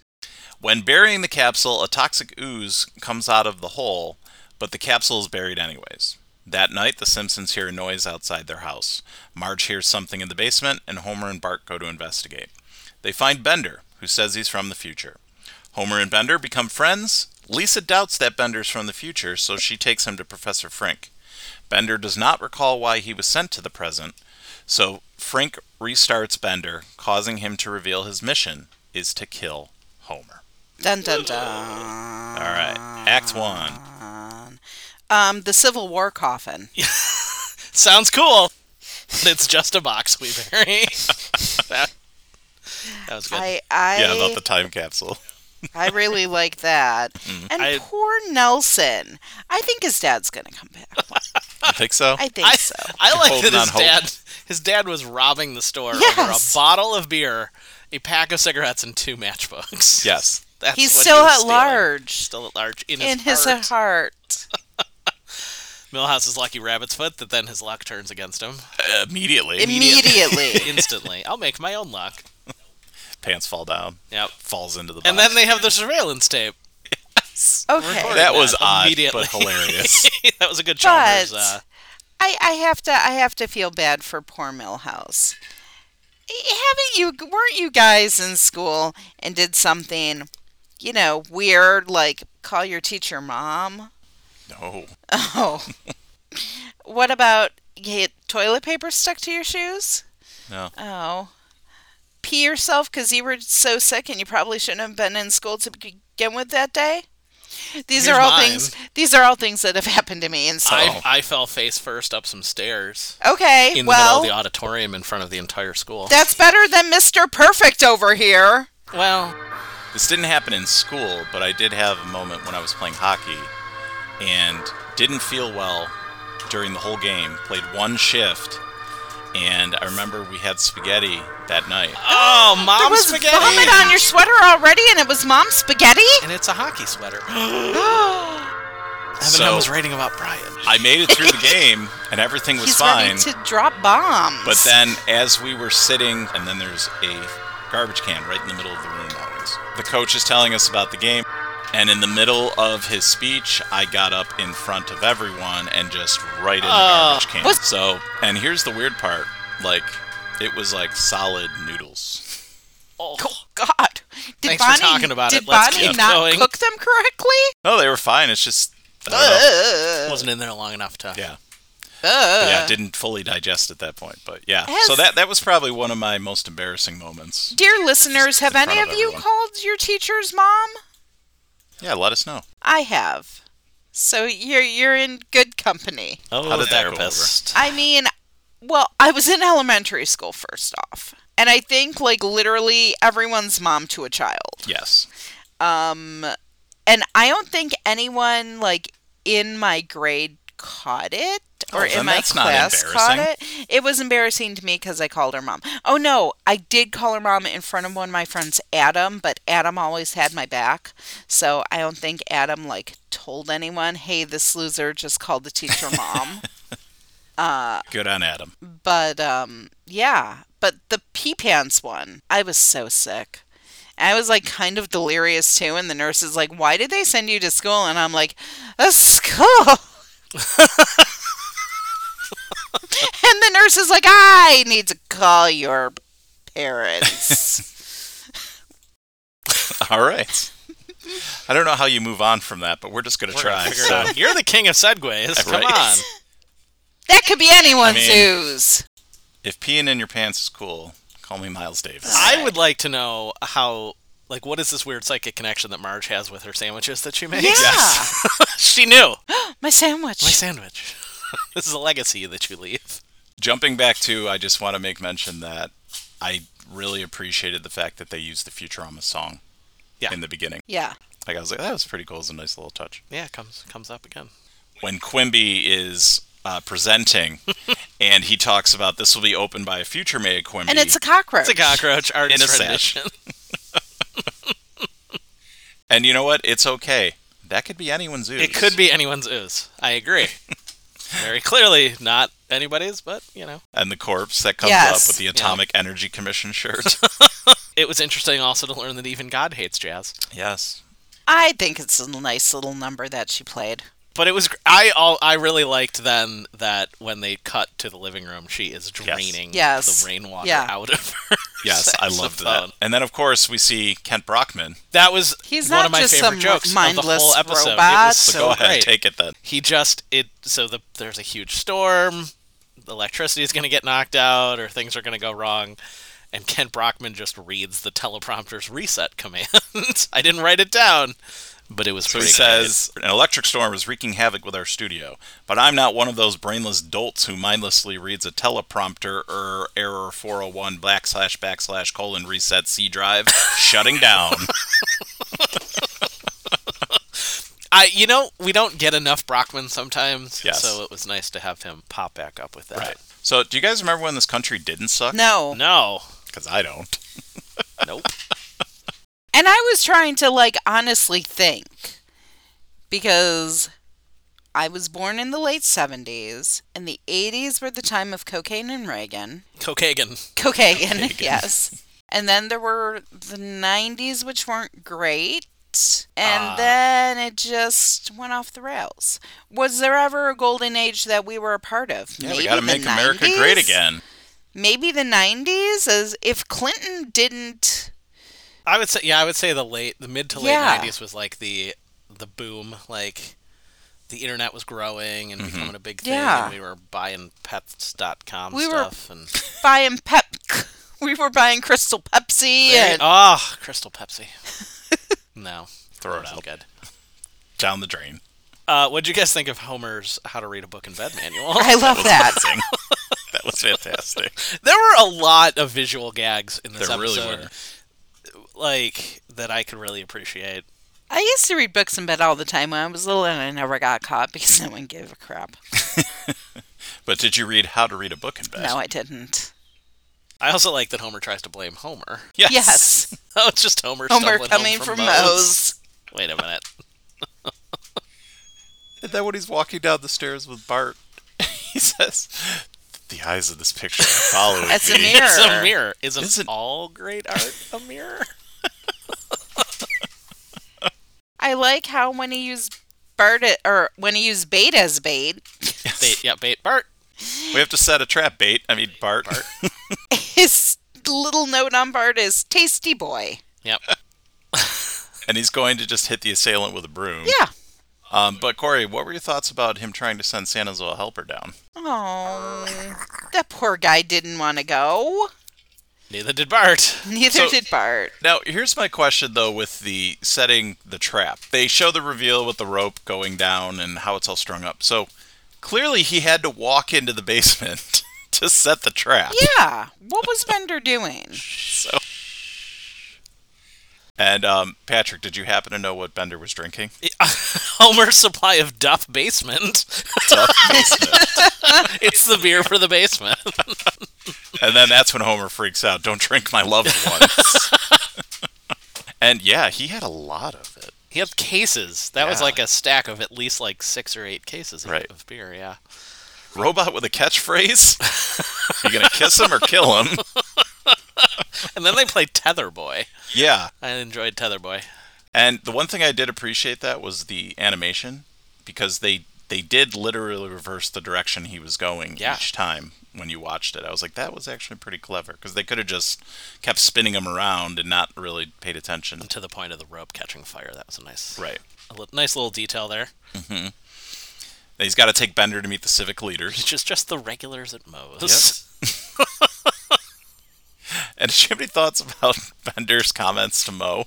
S1: When burying the capsule, a toxic ooze comes out of the hole, but the capsule is buried anyways. That night, the Simpsons hear a noise outside their house. Marge hears something in the basement, and Homer and Bart go to investigate. They find Bender, who says he's from the future. Homer and Bender become friends. Lisa doubts that Bender's from the future, so she takes him to Professor Frink. Bender does not recall why he was sent to the present, so Frink restarts Bender, causing him to reveal his mission is to kill Homer.
S3: Dun dun dun.
S1: All right, Act One.
S3: Um, the Civil War coffin.
S2: Sounds cool. But it's just a box we bury. that, that was good.
S3: I I
S1: Yeah, about the time capsule.
S3: I really like that. And
S2: Mm. I-
S3: poor Nelson. I think his dad's gonna come back.
S1: You think so?
S3: I think
S2: I,
S3: so.
S2: I like
S1: holding
S2: that
S1: on
S2: his
S1: hope.
S2: dad, his dad was robbing the store over a
S3: Yes.
S2: bottle of beer, a pack of cigarettes, and two matchbooks.
S1: yes.
S2: That's
S3: He's
S2: what he
S3: still
S2: was
S3: at
S2: stealing.
S3: large.
S2: Still at large in his,
S3: In his
S2: heart.
S3: heart.
S2: Millhouse's lucky rabbit's foot that then his luck turns against him
S1: Uh, Immediately,
S3: Immediately.
S2: instantly. I'll make my own luck.
S1: pants fall down.
S2: Yep.
S1: Falls into the. Box.
S2: And then they have the surveillance tape.
S3: okay.
S1: that was
S2: that
S1: odd,
S2: immediately.
S1: but hilarious.
S2: that was a good
S3: But-
S2: Chalmers. Uh,
S3: I, I have to I have to feel bad for poor Millhouse. Haven't you weren't you guys in school and did something, you know, weird like call your teacher mom?
S1: no.
S3: Oh. what about get toilet paper stuck to your shoes?
S1: No.
S3: Oh. Pee yourself because you were so sick and you probably shouldn't have been in school to begin with that day? These
S2: Here's
S3: are all
S2: mine.
S3: things these are all things that have happened to me in school.
S1: Oh.
S2: I, I fell face first up some stairs
S3: okay.
S2: in
S3: well,
S2: the middle of the auditorium in front of the entire school.
S3: That's better than Mr. Perfect over here.
S2: well,
S1: This didn't happen in school, but I did have a moment when I was playing hockey, and didn't feel well during the whole game. Played one shift, and I remember we had spaghetti that night.
S2: oh,
S3: There
S2: mom
S3: was
S2: spaghetti.
S3: vomit on your sweater already, and it was mom spaghetti.
S2: and it's a hockey sweater. Evan
S1: So-
S2: was writing about Brian.
S1: I made it through the game, and everything was
S3: He's
S1: fine.
S3: ready to drop bombs.
S1: But then, as we were sitting, and then there's a garbage can right in the middle of the room, always. The coach is telling us about the game, and in the middle of his speech, I got up in front of everyone and just right in the
S3: Ah.
S1: garbage can.
S3: What's-
S1: So, and here's the weird part like, it was like solid noodles.
S2: Oh.
S3: oh God, did
S2: Thanks for
S3: Bonnie,
S2: talking about it.
S3: did
S2: Let's
S3: Bonnie
S2: keep
S3: not
S2: going.
S3: cook them correctly?
S1: No, they were fine. It's just, I don't know.
S3: Ugh.
S2: Wasn't in there long enough to.
S1: yeah.
S3: Ugh.
S1: Yeah, didn't fully digest at that point, but yeah.
S3: Has-
S1: So that that was probably one of my most embarrassing moments.
S3: Dear listeners, have
S1: in
S3: any of
S1: front of
S3: you
S1: everyone.
S3: called your teacher's mom?
S1: Yeah, let us know.
S3: I have. So you're you're in good company.
S2: Oh,
S1: How did that go over?
S2: therapist.
S3: I mean, well, I was in elementary school first off. And I think like literally everyone's mom to a child.
S1: Yes.
S3: Um and I don't think anyone like in my grade caught it or
S1: Oh,
S3: in
S1: then
S3: my
S1: that's not
S3: class caught it.
S1: embarrassing.
S3: It was embarrassing to me cuz I called her mom. Oh no, I did call her mom in front of one of my friends Adam, but Adam always had my back. So I don't think Adam like told anyone, "Hey, this loser just called the teacher mom."
S1: Good on Adam.
S3: but um yeah but the pee pants one i was so sick i was like kind of delirious too and the nurse is like why did they send you to school and i'm like a school and the nurse is like i need to call your parents
S1: All right. I don't know how you move on from that, but we're just going to
S2: We're gonna
S1: try.
S2: figure it
S1: So,
S2: out. You're the king of segues. Come
S1: Right.
S2: on.
S3: that could be anyone's
S1: I mean-
S3: ooze
S1: If peeing in your pants is cool, call me Miles Davis.
S2: I would like to know how, like, what is this weird psychic connection that Marge has with her sandwiches that she makes?
S1: Yes.
S2: she knew.
S3: My sandwich.
S2: My sandwich. this is a legacy that you leave.
S1: Jumping back to, I just want to make mention that I really appreciated the fact that they used the Futurama song
S2: Yeah.
S1: in the beginning.
S3: yeah.
S1: Like I was like, that was pretty cool. It was a nice little touch.
S2: Yeah, it comes comes up again.
S1: When Quimby is uh, presenting, and he talks about this will be opened by a future Maya Quimby.
S3: And it's a cockroach.
S2: It's a cockroach artist
S1: In a sash.
S2: rendition.
S1: and you know what? It's okay. That could be anyone's ooze.
S2: It could be anyone's ooze. I agree. Very clearly not anybody's, but you know.
S1: And the corpse that comes
S3: Yes.
S1: up with the Atomic Energy Commission shirt.
S2: It was interesting also to learn that even God hates jazz.
S1: yes.
S3: I think it's a nice little number that she played.
S2: But it was gr- I all I really liked then that when they cut to the living room, she is draining
S3: Yes.
S2: the rainwater
S3: Yeah.
S2: out of her.
S1: Yes, I loved that.
S2: saxophone.
S1: And then, of course, we see Kent Brockman.
S2: That was
S3: He's
S2: one
S3: not
S2: of my
S3: just
S2: favorite
S3: some
S2: jokes of the
S3: mindless
S2: whole episode. It was
S3: robot.
S1: So,
S2: so
S1: go ahead,
S2: great.
S1: take it then.
S2: he just it so the there's a huge storm the electricity is going to get knocked out or things are going to go wrong and kent brockman just reads the teleprompter's reset command i didn't write it down but it was
S1: So he
S2: pretty
S1: says, an electric storm is wreaking havoc with our studio, but I'm not one of those brainless dolts who mindlessly reads a teleprompter or error 401 backslash backslash colon reset C drive shutting down.
S2: good. i you know we don't get enough brockman sometimes
S1: Yes.
S2: so it was nice to have him pop back up with that
S1: So, do you guys remember when this country didn't suck?
S3: No.
S2: no
S1: Because I don't.
S2: nope
S3: And I was trying to like honestly think because I was born in the late 70s and the 80s were the time of cocaine and Reagan.
S2: Cokagan.
S3: Cocaine, yes. And then there were the 90s which weren't great. And
S1: Ah.
S3: then it just went off the rails. Was there ever a golden age that we were a part of?
S1: Yeah,
S3: Maybe
S1: we got to
S3: the
S1: make America great
S3: 90s?
S1: again.
S3: Maybe the 90s as if Clinton didn't
S2: i would say yeah i would say the late the mid to late
S3: Yeah.
S2: 90s was like the the boom like the internet was growing
S1: Mm-hmm.
S2: and becoming a big thing
S3: Yeah.
S2: and we were buying pets.com
S3: We were-
S2: stuff and
S3: buying pep we were buying crystal pepsi and
S2: oh crystal pepsi no
S1: Throw it
S2: wasn't
S1: out.
S2: good
S1: Down the drain.
S2: uh, what'd you guys think of homer's how to read a book in bed manual
S3: i love that
S1: That was fantastic.
S2: there were a lot of visual gags in this
S1: there really
S2: episode
S1: were.
S2: like that i could really appreciate
S3: i used to read books in bed all the time when i was little and i never got caught because no one gave a crap
S1: But did you read How to Read a Book in Bed?
S3: no i didn't
S2: i also like that homer tries to blame homer
S1: Yes.
S3: yes
S2: oh it's just homer
S3: homer
S2: stumbling home
S3: coming from,
S2: from,
S3: moe's
S2: wait a minute
S1: And then when he's walking down the stairs with Bart, he says, The eyes of this picture are following
S3: That's a
S1: me."
S3: mirror.
S2: It's a mirror. Isn't
S1: Isn't-
S2: all great art a mirror?
S3: i like how when he used Bart or when he used bait as bait
S2: bait, yeah, bait. Bart.
S1: We have to set a trap, bait. I mean, Bart.
S3: his little note on Bart is tasty boy
S2: Yep.
S1: and he's going to just hit the assailant with a broom.
S3: yeah
S1: Um, but Corey, what were your thoughts about him trying to send Santa's little helper down?
S3: oh that poor guy didn't want to go
S2: Neither did Bart.
S3: neither
S1: So-
S3: did bart
S1: Now, here's my question though, with the setting the trap. They show the reveal with the rope going down and how it's all strung up. So clearly, he had to walk into the basement to set the trap.
S3: yeah what was bender doing
S1: So. And um, Patrick, did you happen to know what Bender was drinking?
S2: Homer's supply of Duff Basement. it's the beer for the basement.
S1: And then that's when Homer freaks out. Don't drink my loved ones. and yeah, he had a lot of it.
S2: He had cases. That was
S1: Yeah.
S2: like a stack of at least like six or eight cases of-
S1: Right.
S2: of beer. Yeah.
S1: Robot with a catchphrase? you gonna kiss him or kill him?
S2: And then they played Tether Boy.
S1: Yeah.
S2: I enjoyed Tether Boy.
S1: And the one thing I did appreciate that was the animation because they they did literally reverse the direction he was going
S2: Yeah.
S1: each time when you watched it. I was like, that was actually pretty clever because they could have just kept spinning him around and not really paid attention.
S2: And to the point of the rope catching fire. That was a nice,
S1: Right.
S2: a li- nice little detail there.
S1: He's got to take Bender to meet the civic leaders.
S2: Which is just the regulars at Moe's.
S1: And did you have any thoughts about Bender's comments to Mo?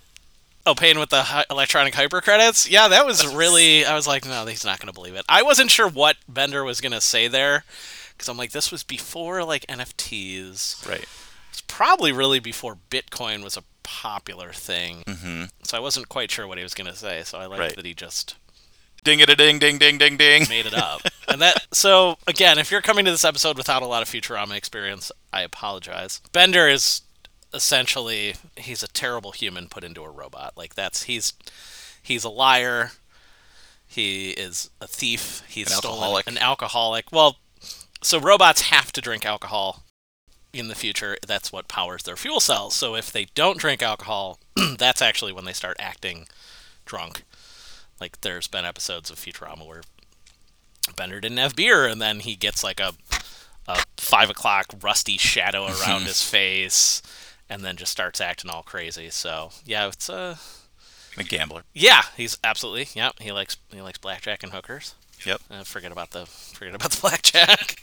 S2: Oh, paying with the hi- electronic hyper credits? Yeah, that was really. I was like, no, he's not going to believe it. I wasn't sure what Bender was going to say there because I'm like, this was before like NFTs.
S1: Right.
S2: It's probably really before Bitcoin was a popular thing. Mm-hmm. So I wasn't quite sure what he was going to say. So I liked
S1: Right.
S2: that he just
S1: Ding it a ding ding ding ding ding.
S2: made it up. and that so again, if you're coming to this episode without a lot of Futurama experience, I apologize. Bender is essentially he's a terrible human put into a robot. Like that's he's he's a liar. He is a thief. He's
S1: An
S2: stolen
S1: alcoholic.
S2: an alcoholic. Well, so robots have to drink alcohol in the future. That's what powers their fuel cells. So if they don't drink alcohol, that's actually when they start acting drunk. Like there's been episodes of Futurama where Bender didn't have beer, and then he gets like a a five o'clock rusty shadow around his face, and then just starts acting all crazy. So yeah, it's uh,
S1: A gambler.
S2: yeah, he's absolutely yeah. He likes he likes blackjack and hookers.
S1: Yep.
S2: Uh, forget about the forget about the blackjack.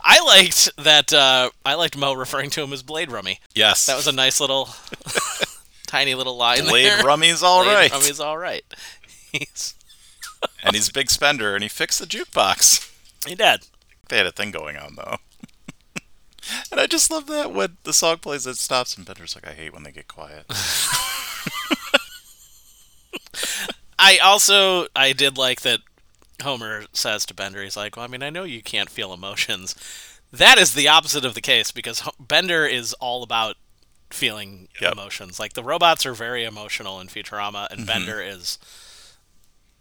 S2: I liked that. Uh, I liked Mo referring to him as Blade Rummy.
S1: Yes.
S2: That was a nice little, tiny little line there.
S1: Blade Rummy's all
S2: Blade
S1: right.
S2: Rummy's all right. He's
S1: And he's a big spender and he fixed the jukebox.
S2: he did.
S1: They had a thing going on though. and I just love that when the song plays it stops and Bender's like, I hate when they get quiet.
S2: I also I did like that Homer says to Bender, he's like, "Well, I mean, I know you can't feel emotions." That is the opposite of the case because Ho- Bender is all about feeling
S1: Yep. Mm-hmm.
S2: emotions. Like the robots are very emotional in Futurama, and Bender is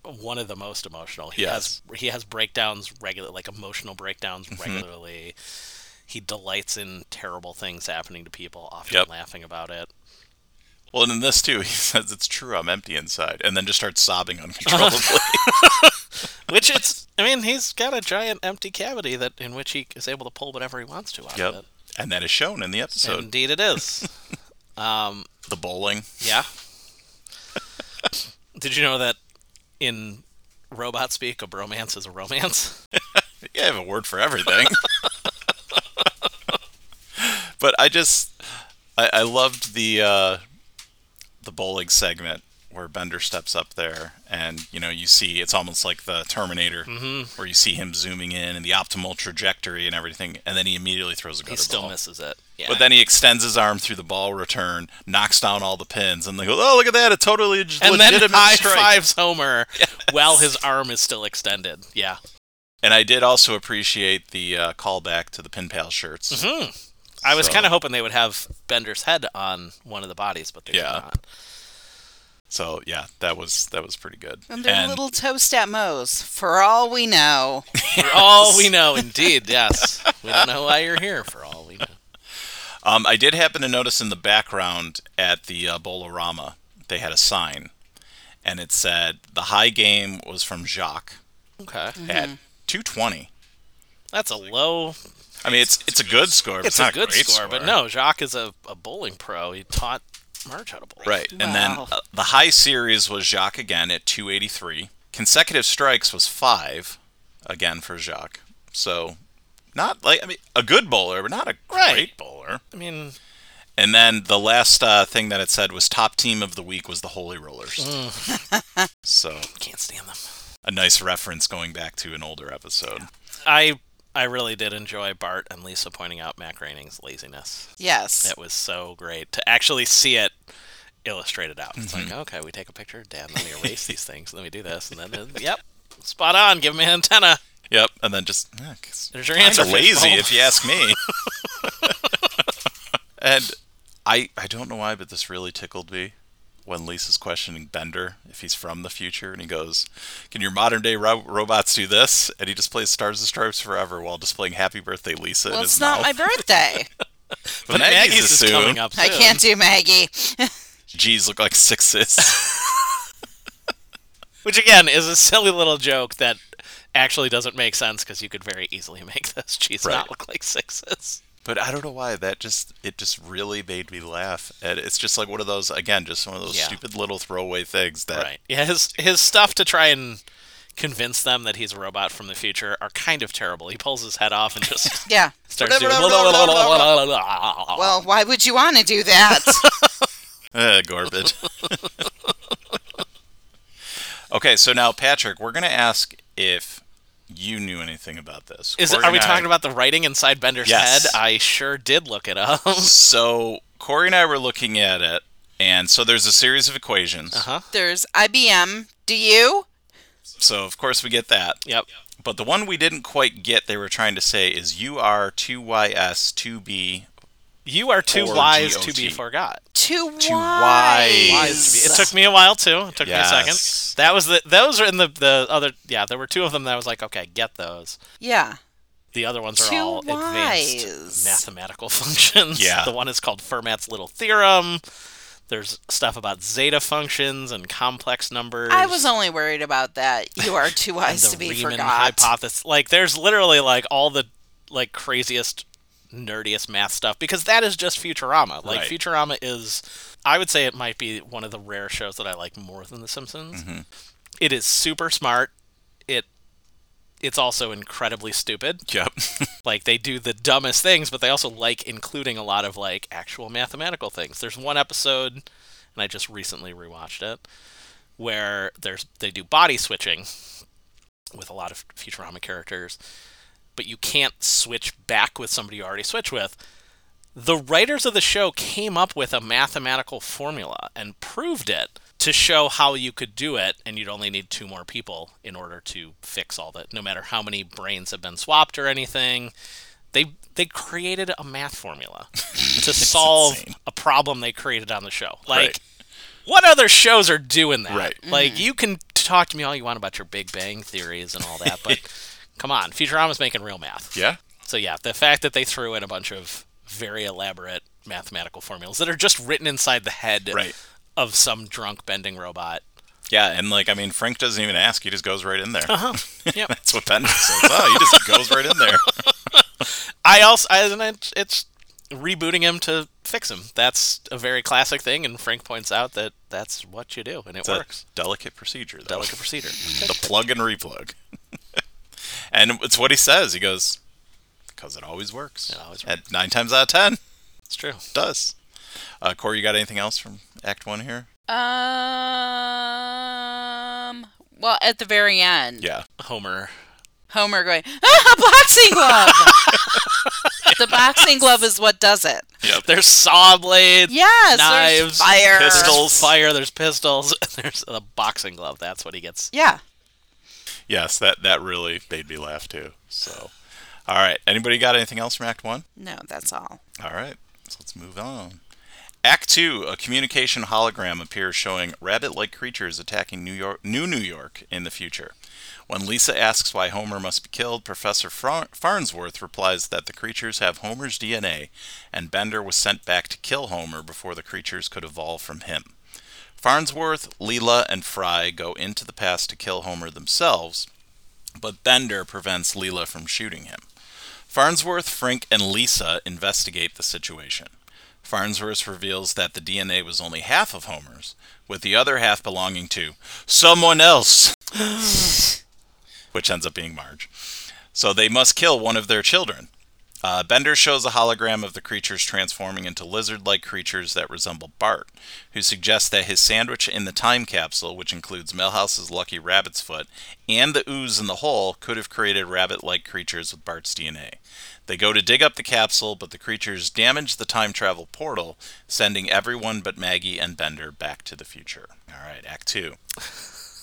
S2: one of the most emotional. He has he has breakdowns regular, like emotional breakdowns
S1: Mm-hmm.
S2: regularly. He delights in terrible things happening to people, often
S1: Yep.
S2: laughing about it.
S1: well and in this too, he says it's true, I'm empty inside, and then just starts sobbing uncontrollably.
S2: Which it's, I mean, he's got a giant empty cavity that in which he is able to pull whatever he wants to out of
S1: yep.
S2: it.
S1: And that is shown in the episode.
S2: Indeed, it is. um,
S1: the bowling.
S2: yeah. Did you know that in robot speak, a bromance is a romance?
S1: Yeah, I have a word for everything. but I just, I, I loved the uh, the bowling segment where Bender steps up there, and you know, you see it's almost like the Terminator,
S2: Mm.
S1: where you see him zooming in and the optimal trajectory and everything, and then he immediately throws a gutter
S2: He still
S1: ball.
S2: misses it. Yeah.
S1: But then he extends his arm through the ball return, knocks down all the pins, and they go, "Oh, look at that! A totally leg-
S2: and then
S1: legitimate
S2: high
S1: strike."
S2: fives Homer while his arm is still extended. Yeah.
S1: And I did also appreciate the uh, callback to the pin pal shirts.
S2: Hmm. I was
S1: So-
S2: kind of hoping they would have Bender's head on one of the bodies, but they
S1: Yeah.
S2: did not.
S1: So yeah, that was that was pretty good.
S3: And they're little toast at Moe's, for all we know.
S2: For all we know, indeed, yes. We don't know why you're here, for all we know.
S1: Um, I did happen to notice in the background at the uh, Bolorama, they had a sign, and it said the high game was from Jacques
S2: Okay.
S3: Mm-hmm.
S1: at 220.
S2: That's a low
S1: I mean, it's it's a good score. But
S2: It's,
S1: it's,
S2: a
S1: not
S2: good
S1: great
S2: score, but no, Jacques is a, a bowling pro. He taught Marge how to bowl.
S1: Right, and then
S3: Wow.
S1: uh, the high series was Jacques again at 283. Consecutive strikes was five, again for Jacques. So, not like I mean, a good bowler, but not a great
S2: Right.
S1: bowler.
S2: I mean,
S1: And then the last uh, thing that it said was top team of the week was the Holy Rollers.
S2: Mm.
S1: so
S2: can't stand them.
S1: a nice reference going back to an older episode.
S2: I I really did enjoy Bart and Lisa pointing out Mac Raining's laziness.
S3: Yes.
S2: That was so great to actually see it illustrated out. It's like, okay, we take a picture of Dad, and then we erase these things, and then we do this, and then, uh, yep, spot on. Give him an antenna.
S1: Yep, and then just eh, 'cause
S2: There's your
S1: kinda
S2: answer,
S1: lazy
S2: fishbowl.
S1: if you ask me. and I I don't know why, but this really tickled me when Lisa's questioning Bender if he's from the future, and he goes, "Can your modern day ro- robots do this?" And he just plays Stars and Stripes Forever while displaying Happy Birthday, Lisa.
S3: Well,
S1: in his
S3: it's not
S1: mouth.
S3: my birthday.
S1: But
S2: Maggie's,
S1: Maggie's
S2: Oh, is coming
S1: assumed-
S2: up.
S3: I
S2: soon.
S3: can't do Maggie.
S1: G's look like sixes.
S2: Which again is a silly little joke that actually doesn't make sense because you could very easily make those cheese
S1: Right.
S2: not look like sixes.
S1: but I don't know why that just it just really made me laugh. And it's just like one of those again, just one of those
S2: Yeah.
S1: stupid little throwaway things that
S2: Right. Yeah, his his stuff to try and convince them that he's a robot from the future are kind of terrible. He pulls his head off and just
S3: Yeah.
S2: starts doing.
S3: Well, why would you want to do that?
S1: Uh, Gorbid. okay, so now Patrick, we're gonna ask if you knew anything about this.
S2: Is
S1: Corey
S2: are we
S1: and I-
S2: talking about the writing inside Bender's
S1: Yes.
S2: head? I sure did look it up. Uh-huh.
S1: So Corey and I were looking at it, and so there's a series of equations.
S2: Uh-huh.
S3: There's IBM. Do you?
S1: So of course we get that.
S2: Yep.
S1: But the one we didn't quite get, they were trying to say, is UR2YS2B.
S2: You are too
S1: Or
S2: wise to
S1: GOT.
S2: be forgot.
S3: Too
S1: Too
S3: wise.
S1: wise
S2: It took me a while too. It took me a
S1: Yes.
S2: second. That was the those are in the the other yeah, there were two of them that I was like, okay, get those.
S3: Yeah.
S2: The other ones are
S3: Too
S2: all
S3: wise.
S2: advanced mathematical functions.
S1: Yeah.
S2: The one is called Fermat's little theorem. There's stuff about zeta functions and complex numbers.
S3: I was only worried about that. You are too
S2: and
S3: wise
S2: the
S3: to be
S2: Riemann
S3: forgot.
S2: hypothesis. Like there's literally like all the like craziest nerdiest math stuff because that is just Futurama. Like
S1: Right.
S2: Futurama is I would say it might be one of the rare shows that I like more than The Simpsons. It is super smart. It it's also incredibly stupid.
S1: Yep.
S2: Like they do the dumbest things, but they also like including a lot of like actual mathematical things. There's one episode and I just recently rewatched it where there's they do body switching with a lot of Futurama characters, but you can't switch back with somebody you already switched with. The writers of the show came up with a mathematical formula and proved it to show how you could do it, and you'd only need two more people in order to fix all that. No matter how many brains have been swapped or anything, they they created a math formula to solve
S1: insane.
S2: a problem they created on the show. Like
S1: Right.
S2: what other shows are doing that?
S1: Right.
S2: Like you can talk to me all you want about your Big Bang theories and all that, but come on, Futurama's making real math.
S1: yeah.
S2: So yeah, the fact that they threw in a bunch of very elaborate mathematical formulas that are just written inside the head
S1: Right.
S2: of some drunk bending robot.
S1: Yeah, and like I mean, Frank doesn't even ask; he just goes right in there.
S2: Uh-huh. Yep.
S1: That's what Bender says. Oh, he just goes right in there.
S2: I also I, and it- it's rebooting him to fix him. That's a very classic thing, and Frank points out that that's what you do, and it
S1: It's a
S2: works.
S1: delicate procedure, though.
S2: Delicate procedure.
S1: the plug and replug. and it's what he says. He goes, because it always works.
S2: It always
S1: And nine times out of ten, it
S2: It's true.
S1: does. Uh, Corey, you got anything else from Act One here?
S3: Um. Well, at the very end,
S1: Yeah.
S2: Homer.
S3: Homer going, ah, a boxing glove. the boxing glove is what does it.
S2: There's saw blades.
S3: Yes.
S2: Knives,
S3: There's fire.
S1: pistols.
S2: There's fire. There's pistols. There's a boxing glove. That's what he gets.
S3: Yeah.
S1: Yes, that that really made me laugh too. So, all right. Anybody got anything else from Act One?
S3: No, that's all.
S1: All right. So let's move on. Act Two: A communication hologram appears showing rabbit-like creatures attacking New York, New New York, in the future. When Lisa asks why Homer must be killed, Professor Far- Farnsworth replies that the creatures have Homer's DNA, and Bender was sent back to kill Homer before the creatures could evolve from him. Farnsworth, Leela, and Fry go into the past to kill Homer themselves, but Bender prevents Leela from shooting him. Farnsworth, Frank, and Lisa investigate the situation. Farnsworth reveals that the DNA was only half of Homer's, with the other half belonging to someone else, which ends up being Marge. So they must kill one of their children. Uh, Bender shows a hologram of the creatures transforming into lizard like creatures that resemble Bart, who suggests that his sandwich in the time capsule, which includes Melhouse's lucky rabbit's foot and the ooze in the hole, could have created rabbit like creatures with Bart's DNA. They go to dig up the capsule, but the creatures damage the time travel portal, sending everyone but Maggie and Bender back to the future. All right, Act Two.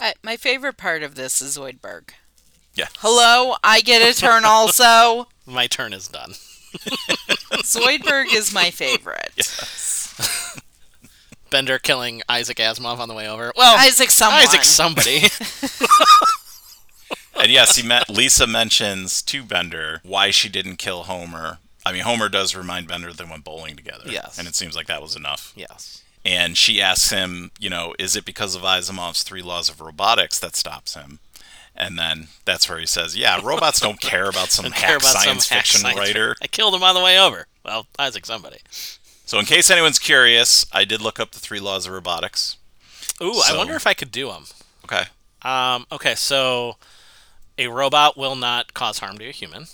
S3: I, my favorite part of this is Zoidberg.
S1: Yeah.
S3: Hello, I get a turn also.
S2: My turn is done.
S3: Zoidberg is my favorite.
S2: Bender killing Isaac Asimov on the way over. Well,
S3: Isaac someone.
S2: Isaac somebody.
S1: and yes, he met Lisa mentions to Bender why she didn't kill Homer. I mean, Homer does remind Bender they went bowling together.
S2: Yes.
S1: And it seems like that was enough.
S2: yes.
S1: And she asks him, you know, is it because of Asimov's three laws of robotics that stops him? And then that's where he says, yeah, robots don't care about some
S2: Don't
S1: hack
S2: care about
S1: science
S2: some hack
S1: fiction
S2: science-
S1: writer.
S2: I killed him on the way over. Well, Isaac somebody.
S1: So, in case anyone's curious, I did look up the three laws of robotics.
S2: Ooh,
S1: So-
S2: I wonder if I could do him.
S1: Okay.
S2: Um, okay, so a robot will not cause harm to a human.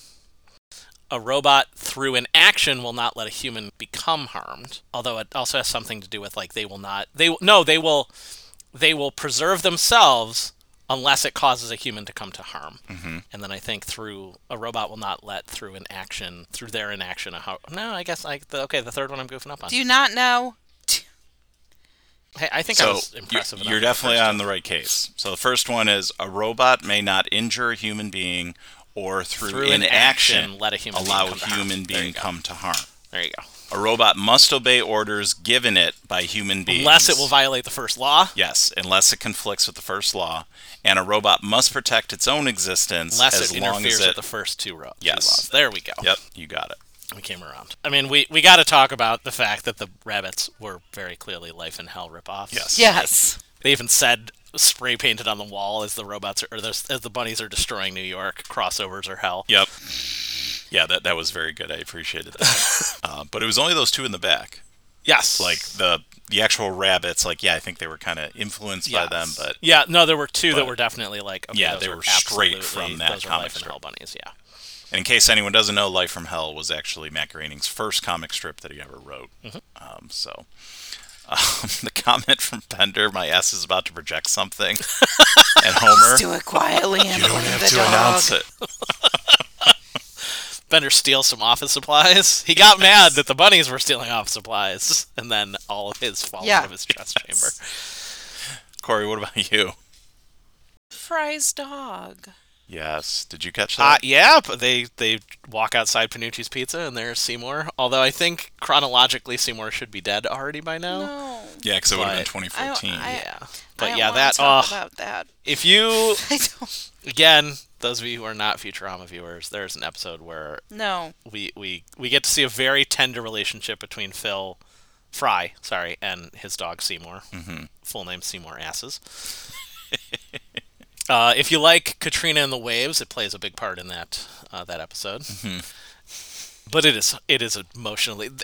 S2: A robot through an action will not let a human become harmed. Although it also has something to do with like they will not they no they will they will preserve themselves unless it causes a human to come to harm. And then I think through a robot will not let through an action through their inaction a har no I guess like the, okay the third one I'm goofing up on.
S3: Do you not know?
S2: hey, I think I
S1: So
S2: was
S1: you're,
S2: impressive. enough
S1: you're
S2: with the
S1: definitely
S2: first
S1: on the right case. So the first one is a robot may not injure a human being or through,
S2: Through an
S1: inaction
S2: action, let a human being
S1: allow
S2: come to
S1: a
S2: harm.
S1: human
S2: There you
S1: being
S2: go.
S1: come to harm.
S2: There you go.
S1: A robot must obey orders given it by human beings.
S2: Unless it will violate the first law.
S1: Yes, unless it conflicts with the first law, and a robot must protect its own existence
S2: unless
S1: as
S2: it
S1: long
S2: interferes
S1: as it.
S2: with the first two, ro- two
S1: Yes.
S2: laws. There we go.
S1: yep, you got it.
S2: We came around. I mean, we, we got to talk about the fact that the rabbits were very clearly life and hell ripoffs.
S1: Yes.
S3: Yes.
S2: They even said spray painted on the wall as the robots are, or those, as the bunnies are destroying New York, crossovers are hell.
S1: Yep. Yeah, that that was very good. I appreciated that. uh, but it was only those two in the back,
S2: Yes.
S1: like the the actual rabbits. Like, yeah, I think they were kind of influenced by them,
S2: Yes.
S1: but
S2: yeah, no, there were two that
S1: but-
S2: were definitely like okay,
S1: Yeah,
S2: those
S1: they
S2: are
S1: were straight
S2: absolutely-
S1: from that
S2: those are
S1: comic
S2: life and
S1: strip.
S2: hell bunnies. Yeah.
S1: And in case anyone doesn't know, Life from Hell was actually Matt Groening's first comic strip that he ever wrote. Um, so, um, the comment from Bender, my ass is about to project something, and Homer,
S3: Just do it quietly and
S1: you don't
S3: leave
S1: have
S3: the
S1: to
S3: dog.
S1: announce it.
S2: Bender steals some office supplies. He got mad that the bunnies were stealing office supplies, and then all of his falls
S3: Yeah.
S2: out of his chest chamber.
S1: Corey, what about you?
S3: Fry's dog.
S1: Yes, did you catch
S2: Uh,
S1: that?
S2: yeah, but they they walk outside Panucci's Pizza and there's Seymour. Although I think chronologically Seymour should be dead already by now.
S3: No.
S1: yeah, because it would have been
S2: but-
S1: 2014.
S3: I-
S2: Yeah,
S3: I
S2: but
S3: don't
S2: yeah,
S3: wanna
S2: that.
S3: talk
S2: ugh.
S3: about that.
S2: if you
S3: I don't.
S2: again, those of you who are not Futurama viewers, there's an episode where
S3: No.
S2: we we we get to see a very tender relationship between Phil Fry, sorry, and his dog Seymour. Mm-hmm. Full name Seymour Asses. uh, if you like Katrina and the Waves, it plays a big part in that uh, that episode. But it is it is emotionally. th-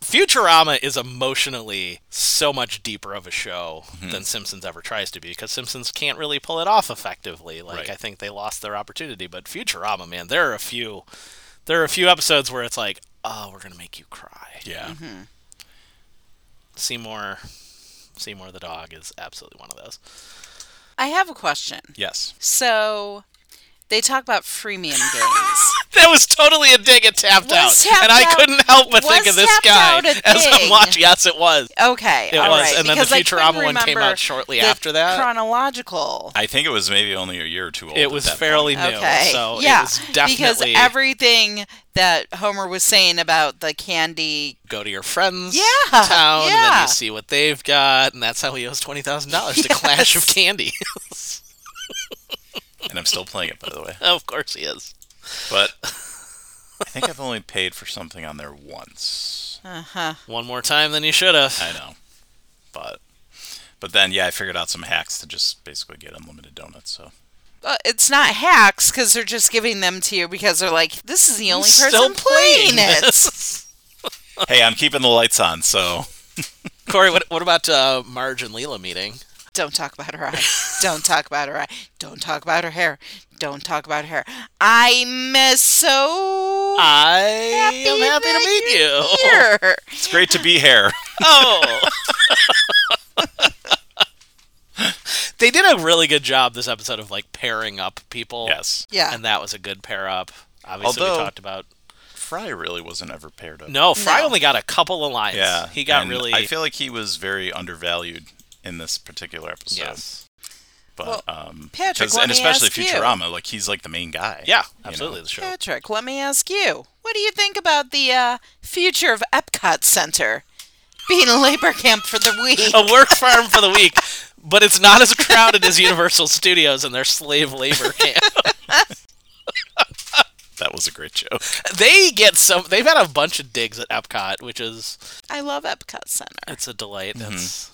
S2: Futurama is emotionally so much deeper of a show than Simpsons ever tries to be because Simpsons can't really pull it off effectively. Like
S1: Right.
S2: I think they lost their opportunity, but Futurama, man, there are a few there are a few episodes where it's like, "Oh, we're going to make you cry."
S1: yeah,
S2: Seymour Seymour the dog is absolutely one of those.
S3: I have a question.
S1: yes.
S3: So, they talk about freemium games.
S2: That was totally a dig at Tapped
S3: Was
S2: Out.
S3: Tapped
S2: and I
S3: Out-
S2: couldn't help but
S3: was
S2: think of this
S3: Tapped
S2: guy
S3: Out a
S2: as I'm
S3: thing?
S2: watching. Yes, it was.
S3: Okay,
S2: It
S3: all
S2: was,
S3: right,
S2: and then the
S3: because I couldn't
S2: Futurama one came
S3: remember
S2: out shortly
S3: the
S2: after that.
S3: Chronological.
S1: I think it was maybe only a year or two old.
S2: It
S1: at
S2: was
S1: that point.
S2: fairly new,
S3: okay,
S2: so
S3: yeah,
S2: it was definitely
S3: because everything that Homer was saying about the candy,
S2: go to your friends'
S3: Yeah,
S2: town, and then
S3: yeah.
S2: you see what they've got, and that's how he owes twenty thousand dollars to Clash of
S3: Yes.
S2: Candy.
S1: and I'm still playing it by the way.
S2: of course he is.
S1: But I think I've only paid for something on there once.
S3: uh-huh.
S2: One more time than you should have.
S1: I know, but but then yeah, I figured out some hacks to just basically get unlimited donuts. So
S3: uh, it's not hacks because they're just giving them to you because they're like, this is the only person
S2: Still
S3: playing, it.
S2: this.
S1: hey, I'm keeping the lights on. So
S2: Corey, what, what about uh, Marge and Leela meeting?
S3: Don't talk about her eye. Don't talk about her eye. Don't talk about her hair. Don't talk about her hair. I miss so
S2: I
S3: happy
S2: am happy to
S3: that
S2: meet
S3: you're
S2: you.
S3: here.
S1: it's great to be here.
S2: Oh. they did a really good job this episode of like pairing up people.
S1: yes,
S3: Yeah.
S2: And that was a good pair up. Obviously we
S1: Although-
S2: talked about
S1: Fry really wasn't ever paired up.
S2: No, Fry
S3: No.
S2: only got a couple of lines.
S1: yeah,
S2: He got
S1: and
S2: really
S1: I feel like he was very undervalued in this particular episode.
S2: Yes.
S1: but
S3: Well,
S1: um,
S3: Patrick,
S1: 'cause-
S3: let
S1: and
S3: me
S1: especially
S3: ask you.
S1: Futurama, like he's like the main guy. you
S2: Yeah,
S1: know?
S2: absolutely the show.
S3: Patrick, let me ask you, what do you think about the uh, future of Epcot Center being a labor camp for the week?
S2: A work farm for the week, but it's not as crowded as Universal Studios and their slave labor camp.
S1: That was a great joke.
S2: they get some they've had a bunch of digs at Epcot, which is
S3: I love Epcot Center.
S2: it's a delight.
S1: Mm-hmm.
S2: It's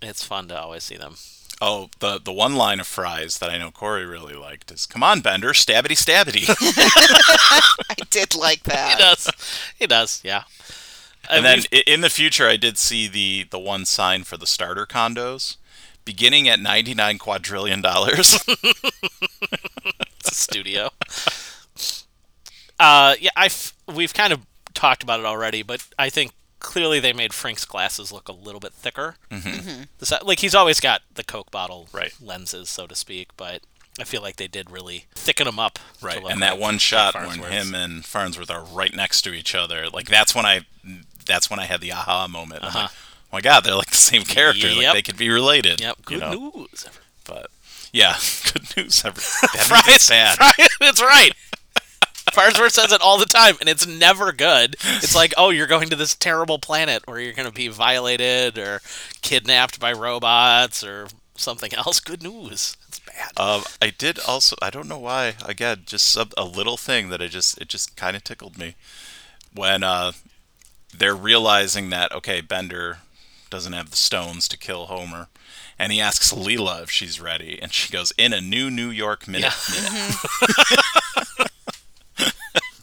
S2: it's fun to always see them.
S1: Oh, the the one line of fries that I know Corey really liked is "Come on, Bender, stabbity stabbity,"
S3: I did like
S2: He
S3: that.
S2: does. He does. Yeah.
S1: and then i- in the future I did see the the one sign for the starter condos beginning at 99 quadrillion dollars.
S2: It's a studio. uh, yeah, I f- we've kind of talked about it already, but I think clearly they made Frank's glasses look a little bit thicker. The si- like he's always got the Coke bottle
S1: Mm-hmm. Right.
S2: lenses, so to speak, but I feel like they did really thicken them up. to
S1: right.
S2: look
S1: And that
S2: like
S1: one shot when
S2: Farnsworth's.
S1: him and Farnsworth are right next to each other, like that's when I that's when I had the aha moment. I'm like, oh my god, they're like the same character.
S2: Uh-huh.
S1: Like
S2: Yep.
S1: they could be related.
S2: Yep. Good
S1: you know?
S2: news. everyone.
S1: But yeah, good news. Every- that
S2: Fries,
S1: music's bad.
S2: fries- That's right. Farnsworth says it all the time, and it's never good. It's like, oh, you're going to this terrible planet where you're going to be violated or kidnapped by robots or something else. Good news. It's bad.
S1: Uh, I did also. I don't know why. Again, just sub, a little thing that I just it just kind of tickled me when uh, they're realizing that okay, Bender doesn't have the stones to kill Homer, and he asks Leela if she's ready, and she goes in a new New York minute.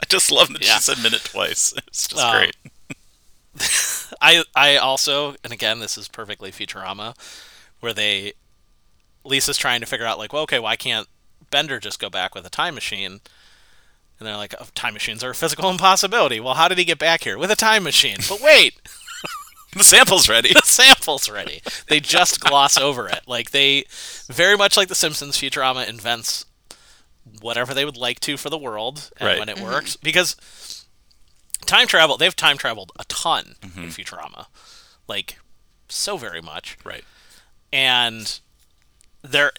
S1: I just love that
S2: Yeah.
S1: she said minute twice. It's just
S2: Um,
S1: great.
S2: I I also, and again, this is perfectly Futurama, where they Lisa's trying to figure out like, well, okay, why can't Bender just go back with a time machine? And they're like, oh, time machines are a physical impossibility. Well, how did he get back here with a time machine? But wait,
S1: The sample's ready.
S2: the sample's ready. They just gloss over it. Like they very much like the Simpsons Futurama invents whatever they would like to for the world and
S1: Right.
S2: when it works because time travel they've time traveled a ton in Futurama. Like so very much
S1: right.
S2: and there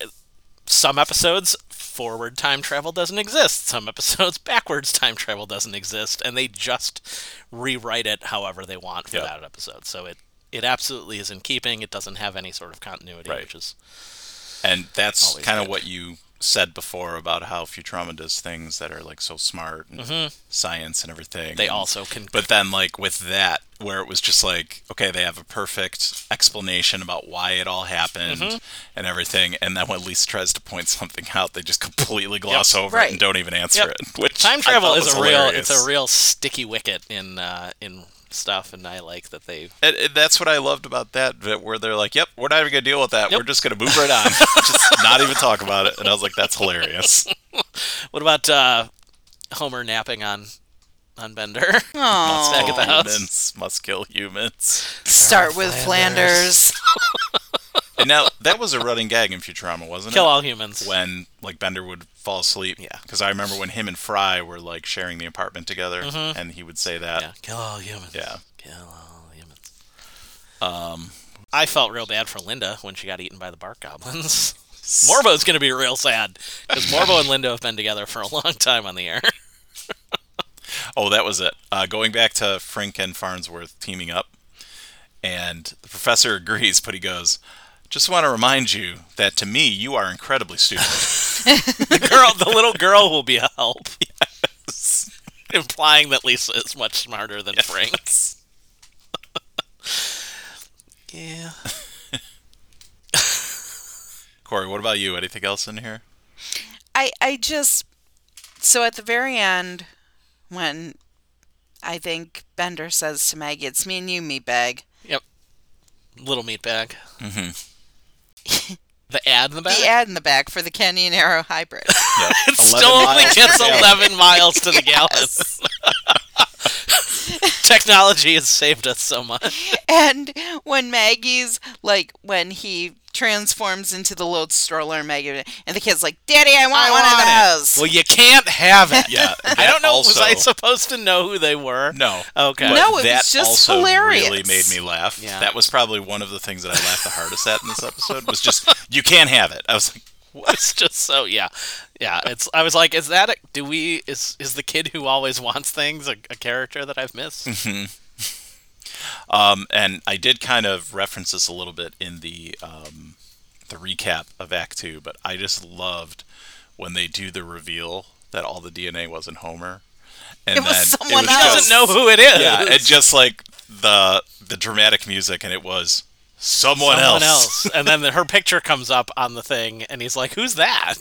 S2: some episodes forward time travel doesn't exist some episodes backwards time travel doesn't exist and they just rewrite it however they want for
S1: Yeah.
S2: that episode so it it absolutely is in keeping it doesn't have any sort of continuity
S1: Right.
S2: which is
S1: And that's
S2: Always
S1: kind of
S2: good.
S1: what you said before about how Futurama does things that are like so smart and science and everything.
S2: Mm-hmm. they
S1: And-
S2: also can
S1: But then, like with that, where it was just like, okay, they have a perfect explanation about why it all happened
S2: Mm-hmm.
S1: and everything, and then when Lisa tries to point something out, they just completely gloss over it
S3: Right.
S1: and don't even answer
S2: Yep.
S1: it. Which
S2: time
S1: I
S2: travel
S1: thought
S2: is
S1: was
S2: a real
S1: hilarious.
S2: it's a real sticky wicket in uh in stuff and i like that they
S1: And- and that's what I loved about that, that where they're like, "Yep, we're not even gonna deal with that.
S2: Yep.
S1: We're just gonna move right on, just not even talk about it." And I was like, "That's hilarious."
S2: what about uh homer napping on on bender
S3: Aw.
S2: back at the house
S1: humans must kill humans.
S3: Start with Flanders.
S1: And now that was a running gag in Futurama, wasn't
S2: kill
S1: it?
S2: all humans
S1: when like Bender would fall asleep.
S2: Yeah.
S1: Because I remember when him and Fry were like sharing the apartment together, and he would say that.
S2: Mm-hmm. Yeah, kill all humans.
S1: Yeah.
S2: Kill all humans. Um, I felt real bad for Linda when she got eaten by the bark goblins. Morbo's gonna be real sad because Morbo and Linda have been together for a long time on the air.
S1: Oh, that was it. Uh, going back to Frink and Farnsworth teaming up, and the professor agrees, but he goes. Just want to remind you that to me, you are incredibly stupid.
S2: The girl, the little girl, will be a help. implying that Lisa is much smarter than Frank. Yeah.
S1: Corey, what about you? Anything else in here?
S3: I I just so at the very end when I think Bender says to Maggie, "It's me and you, me bag."
S2: Yep. Little meatbag. Mm-hmm. the ad in the back.
S3: The ad in the back for the Canyon Arrow hybrid.
S1: Yep.
S2: It still only gets 11 miles to the gallon. Technology has saved us so much.
S3: and when Maggie's like when he transforms into the little stroller, and Maggie and the kid's like, "Daddy, I want one
S2: want it."
S3: of those."
S2: Well, you can't have it.
S1: Yeah.
S2: I don't know. was
S1: Also,
S2: I supposed to know who they were?
S1: No.
S2: Okay.
S1: But
S3: No, it was
S1: that
S3: just
S1: also
S3: hilarious.
S1: really made me laugh.
S2: Yeah.
S1: That was probably one of the things that I laughed the hardest at in this episode was just you can't have it. I was like,
S2: It's just so yeah, yeah. It's. I was like, is that? A, do we? Is is the kid who always wants things a, a character that I've missed?
S1: um, and I did kind of reference this a little bit in the um, the recap of Act Two, but I just loved when they do the reveal that all the DNA wasn't Homer, and
S3: It was someone
S2: he
S3: else.
S1: just-
S2: doesn't know who it is.
S1: Yeah, and just like the the dramatic music, and it was someone,
S2: Someone else. and then her picture comes up on the thing, and he's like, "Who's that?"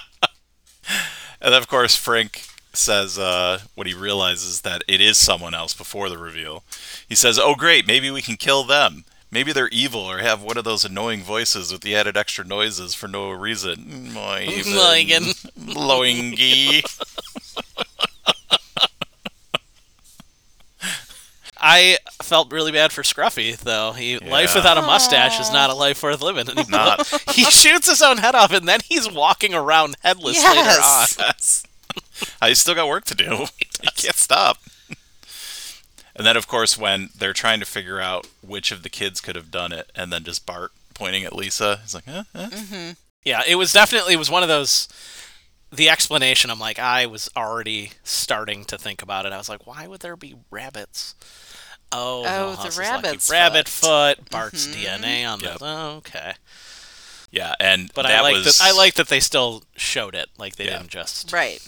S1: And then, of course, Frank says uh, when he realizes that it is someone else before the reveal, he says, "Oh, great! Maybe we can kill them." Maybe they're evil or have one of those annoying voices with the added extra noises for no reason. Moiven. Loingy.
S2: I felt really bad for Scruffy, though. He, Life without a mustache is not a life worth living. And he,
S1: Not.
S2: he shoots his own head off, and then he's walking around headless later on.
S3: Yes.
S1: That's- I still got work to do. I can't stop. And then, of course, when they're trying to figure out which of the kids could have done it, and then just Bart pointing at Lisa, he's like, huh? huh?
S2: Mm-hmm. Yeah, it was definitely it was one of those. The explanation, I'm like, I was already starting to think about it. I was like, why would there be rabbits? Oh,
S3: Oh, the
S2: Milhouse's
S3: rabbit's Mm-hmm.
S2: lucky. rabbit foot, Bart's DNA on
S1: Yep.
S2: the oh, okay.
S1: Yeah, and
S2: But
S1: that
S2: I like
S1: was,
S2: that. I like that they still showed it. Like they
S1: Yeah.
S2: didn't just
S3: Right.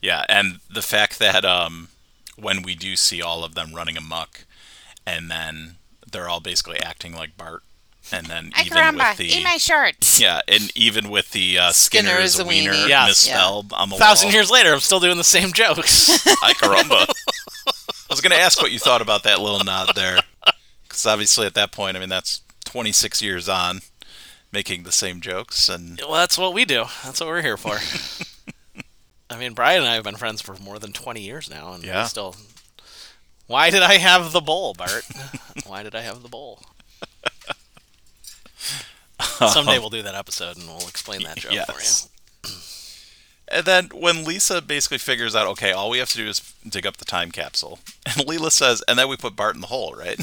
S1: Yeah, and the fact that um, when we do see all of them running amok, and then they're all basically acting like Bart, and then even with the
S3: shorts.
S1: yeah, and even with the uh, Skinner, is a wiener
S2: Yeah.
S1: misspelled on the
S2: thousand
S1: wall.
S2: years later. I'm still doing the same jokes.
S1: Ay, caramba. I was going to ask what you thought about that little nod there. Because obviously, at that point, I mean, that's 26 years on making the same jokes. And
S2: well, that's what we do. That's what we're here for. I mean, Brian and I have been friends for more than 20 years now, and we
S1: Yeah.
S2: still. Why did I have the bowl, Bart? Why did I have the bowl? Someday we'll do that episode and we'll explain that joke
S1: Uh-huh. Yes. and then when Lisa basically figures out, okay, all we have to do is dig up the time capsule. And Leela says, and then we put Bart in the hole, right?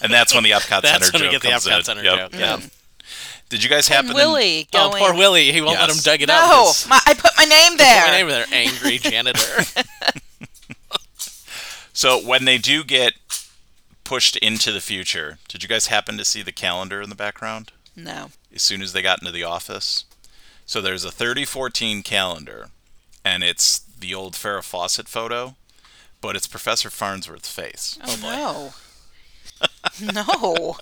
S1: and that's when the Epcot
S2: That's
S1: Center
S2: when we
S1: joke
S2: get the
S1: comes
S2: Epcot
S1: in.
S2: Center
S1: Yep,
S2: joke,
S1: Yeah. Did you guys
S3: And
S1: happen to-
S3: Willie
S2: for you.
S3: going.
S2: Oh, poor Willie. He won't let him
S1: Yes.
S2: dig it out.
S3: No,
S2: 'cause-
S3: my, I put my name there.
S2: My name is their angry janitor.
S1: So when they do get pushed into the future, did you guys happen to see the calendar in the background?
S3: No.
S1: as soon as they got into the office. So there's a 3014 calendar, and it's the old Farrah Fawcett photo, but it's Professor Farnsworth's face.
S3: Oh, no. no.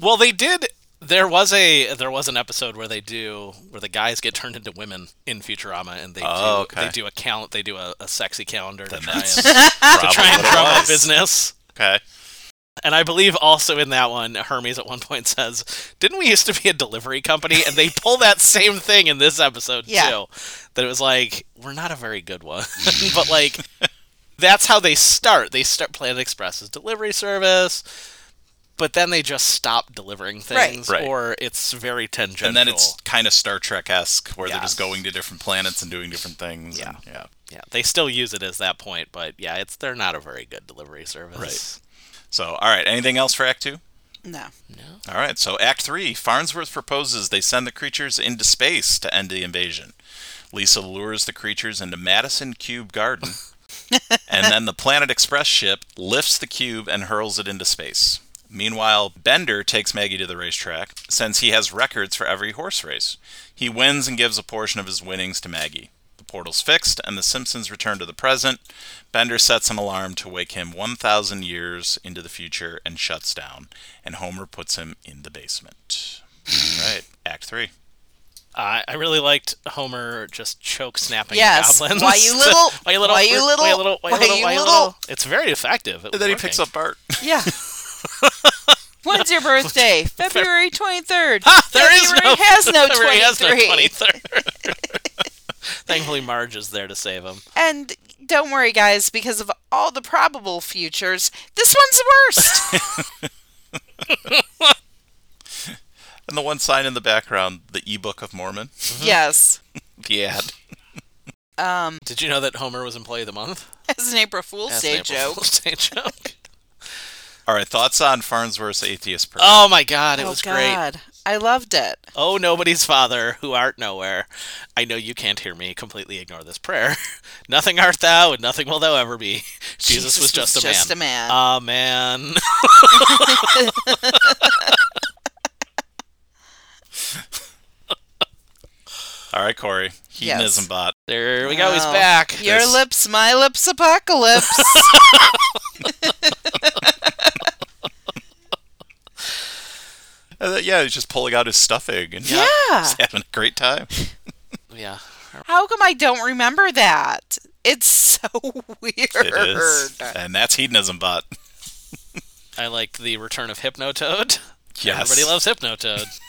S2: well, they did. There was a there was an episode where they do where the guys get turned into women in Futurama, and they
S1: Oh,
S2: do,
S1: okay.
S2: they do a count they do a, a sexy calendar to
S1: Then
S2: try
S1: that's
S2: and
S1: Probably
S2: try and
S1: what it
S2: drum up
S1: was.
S2: business.
S1: Okay.
S2: And I believe also in that one, Hermes at one point says, "Didn't we used to be a delivery company?" And they pull that same thing in this episode
S3: Yeah.
S2: too. That it was like we're not a very good one, but like that's how they start. They start Planet Express's delivery service, but then they just stop delivering
S3: Right.
S2: things,
S1: Right.
S2: or it's very tangential.
S1: And then it's kind of Star Trek esque, where they're just
S2: Yes.
S1: going to different planets and doing different things. and- yeah.
S2: yeah, they still use it as that point, but yeah, it's they're not a very good delivery service.
S1: So, all right. Anything else for Act Two?
S3: No.
S1: All right. So, Act Three Farnsworth proposes they send the creatures into space to end the invasion. Lisa lures the creatures into Madison Cube Garden. and then the Planet Express ship lifts the cube and hurls it into space. Meanwhile, Bender takes Maggie to the racetrack since he has records for every horse race. He wins and gives a portion of his winnings to Maggie. The portal's fixed, and the Simpsons return to the present. Bender sets an alarm to wake him 1,000 years into the future and shuts down, and Homer puts him in the basement. All right, Act 3.
S2: I I really liked Homer just choke snapping
S3: Yes.
S2: goblins.
S3: Why you little?
S2: why you little?
S3: Why you little?
S2: Why you little? Why you little? Why you little? It's very effective. It was
S1: And then he
S2: working.
S1: picks up Bart.
S3: Yeah. When's your birthday? February 23rd.
S2: Ah, there is
S3: February
S2: no.
S3: has no
S2: February
S3: 23.
S2: has no 23rd. Thankfully, Marge is there to save him.
S3: And don't worry, guys, because of all the probable futures, this one's the worst.
S1: And the one sign in the background, the ebook of Mormon,
S3: yes.
S1: the ad.
S3: Um,
S2: Did you know that Homer was Employee of the Month?
S3: as an April Fool's
S2: That's
S3: Day
S2: an April
S3: joke.
S2: Fool's Day joke.
S1: All right, thoughts on Farnsworth's atheist person?
S2: Oh my God, it was
S3: oh,
S2: great.
S3: God. I loved it.
S2: Oh, nobody's father, who art nowhere. I know you can't hear me. Completely ignore this prayer. nothing art thou, and nothing will thou ever be. Jesus, was just a
S3: just
S2: man.
S3: a man.
S2: Ah, man.
S1: All right, Corey, hedonism
S3: Yes.
S1: bot.
S2: There we go. He's
S3: Oh,
S2: back.
S3: Your
S1: This-
S3: lips, my lips, apocalypse.
S1: And then, Uh, yeah, he's just pulling out his stuffing and
S3: yeah.
S1: he's having a great time.
S2: Yeah.
S3: How come I don't remember that? It's so weird.
S1: It is, and that's hedonism bot.
S2: I like the return of Hypnotoad.
S1: Yes.
S2: Everybody loves Hypnotoad.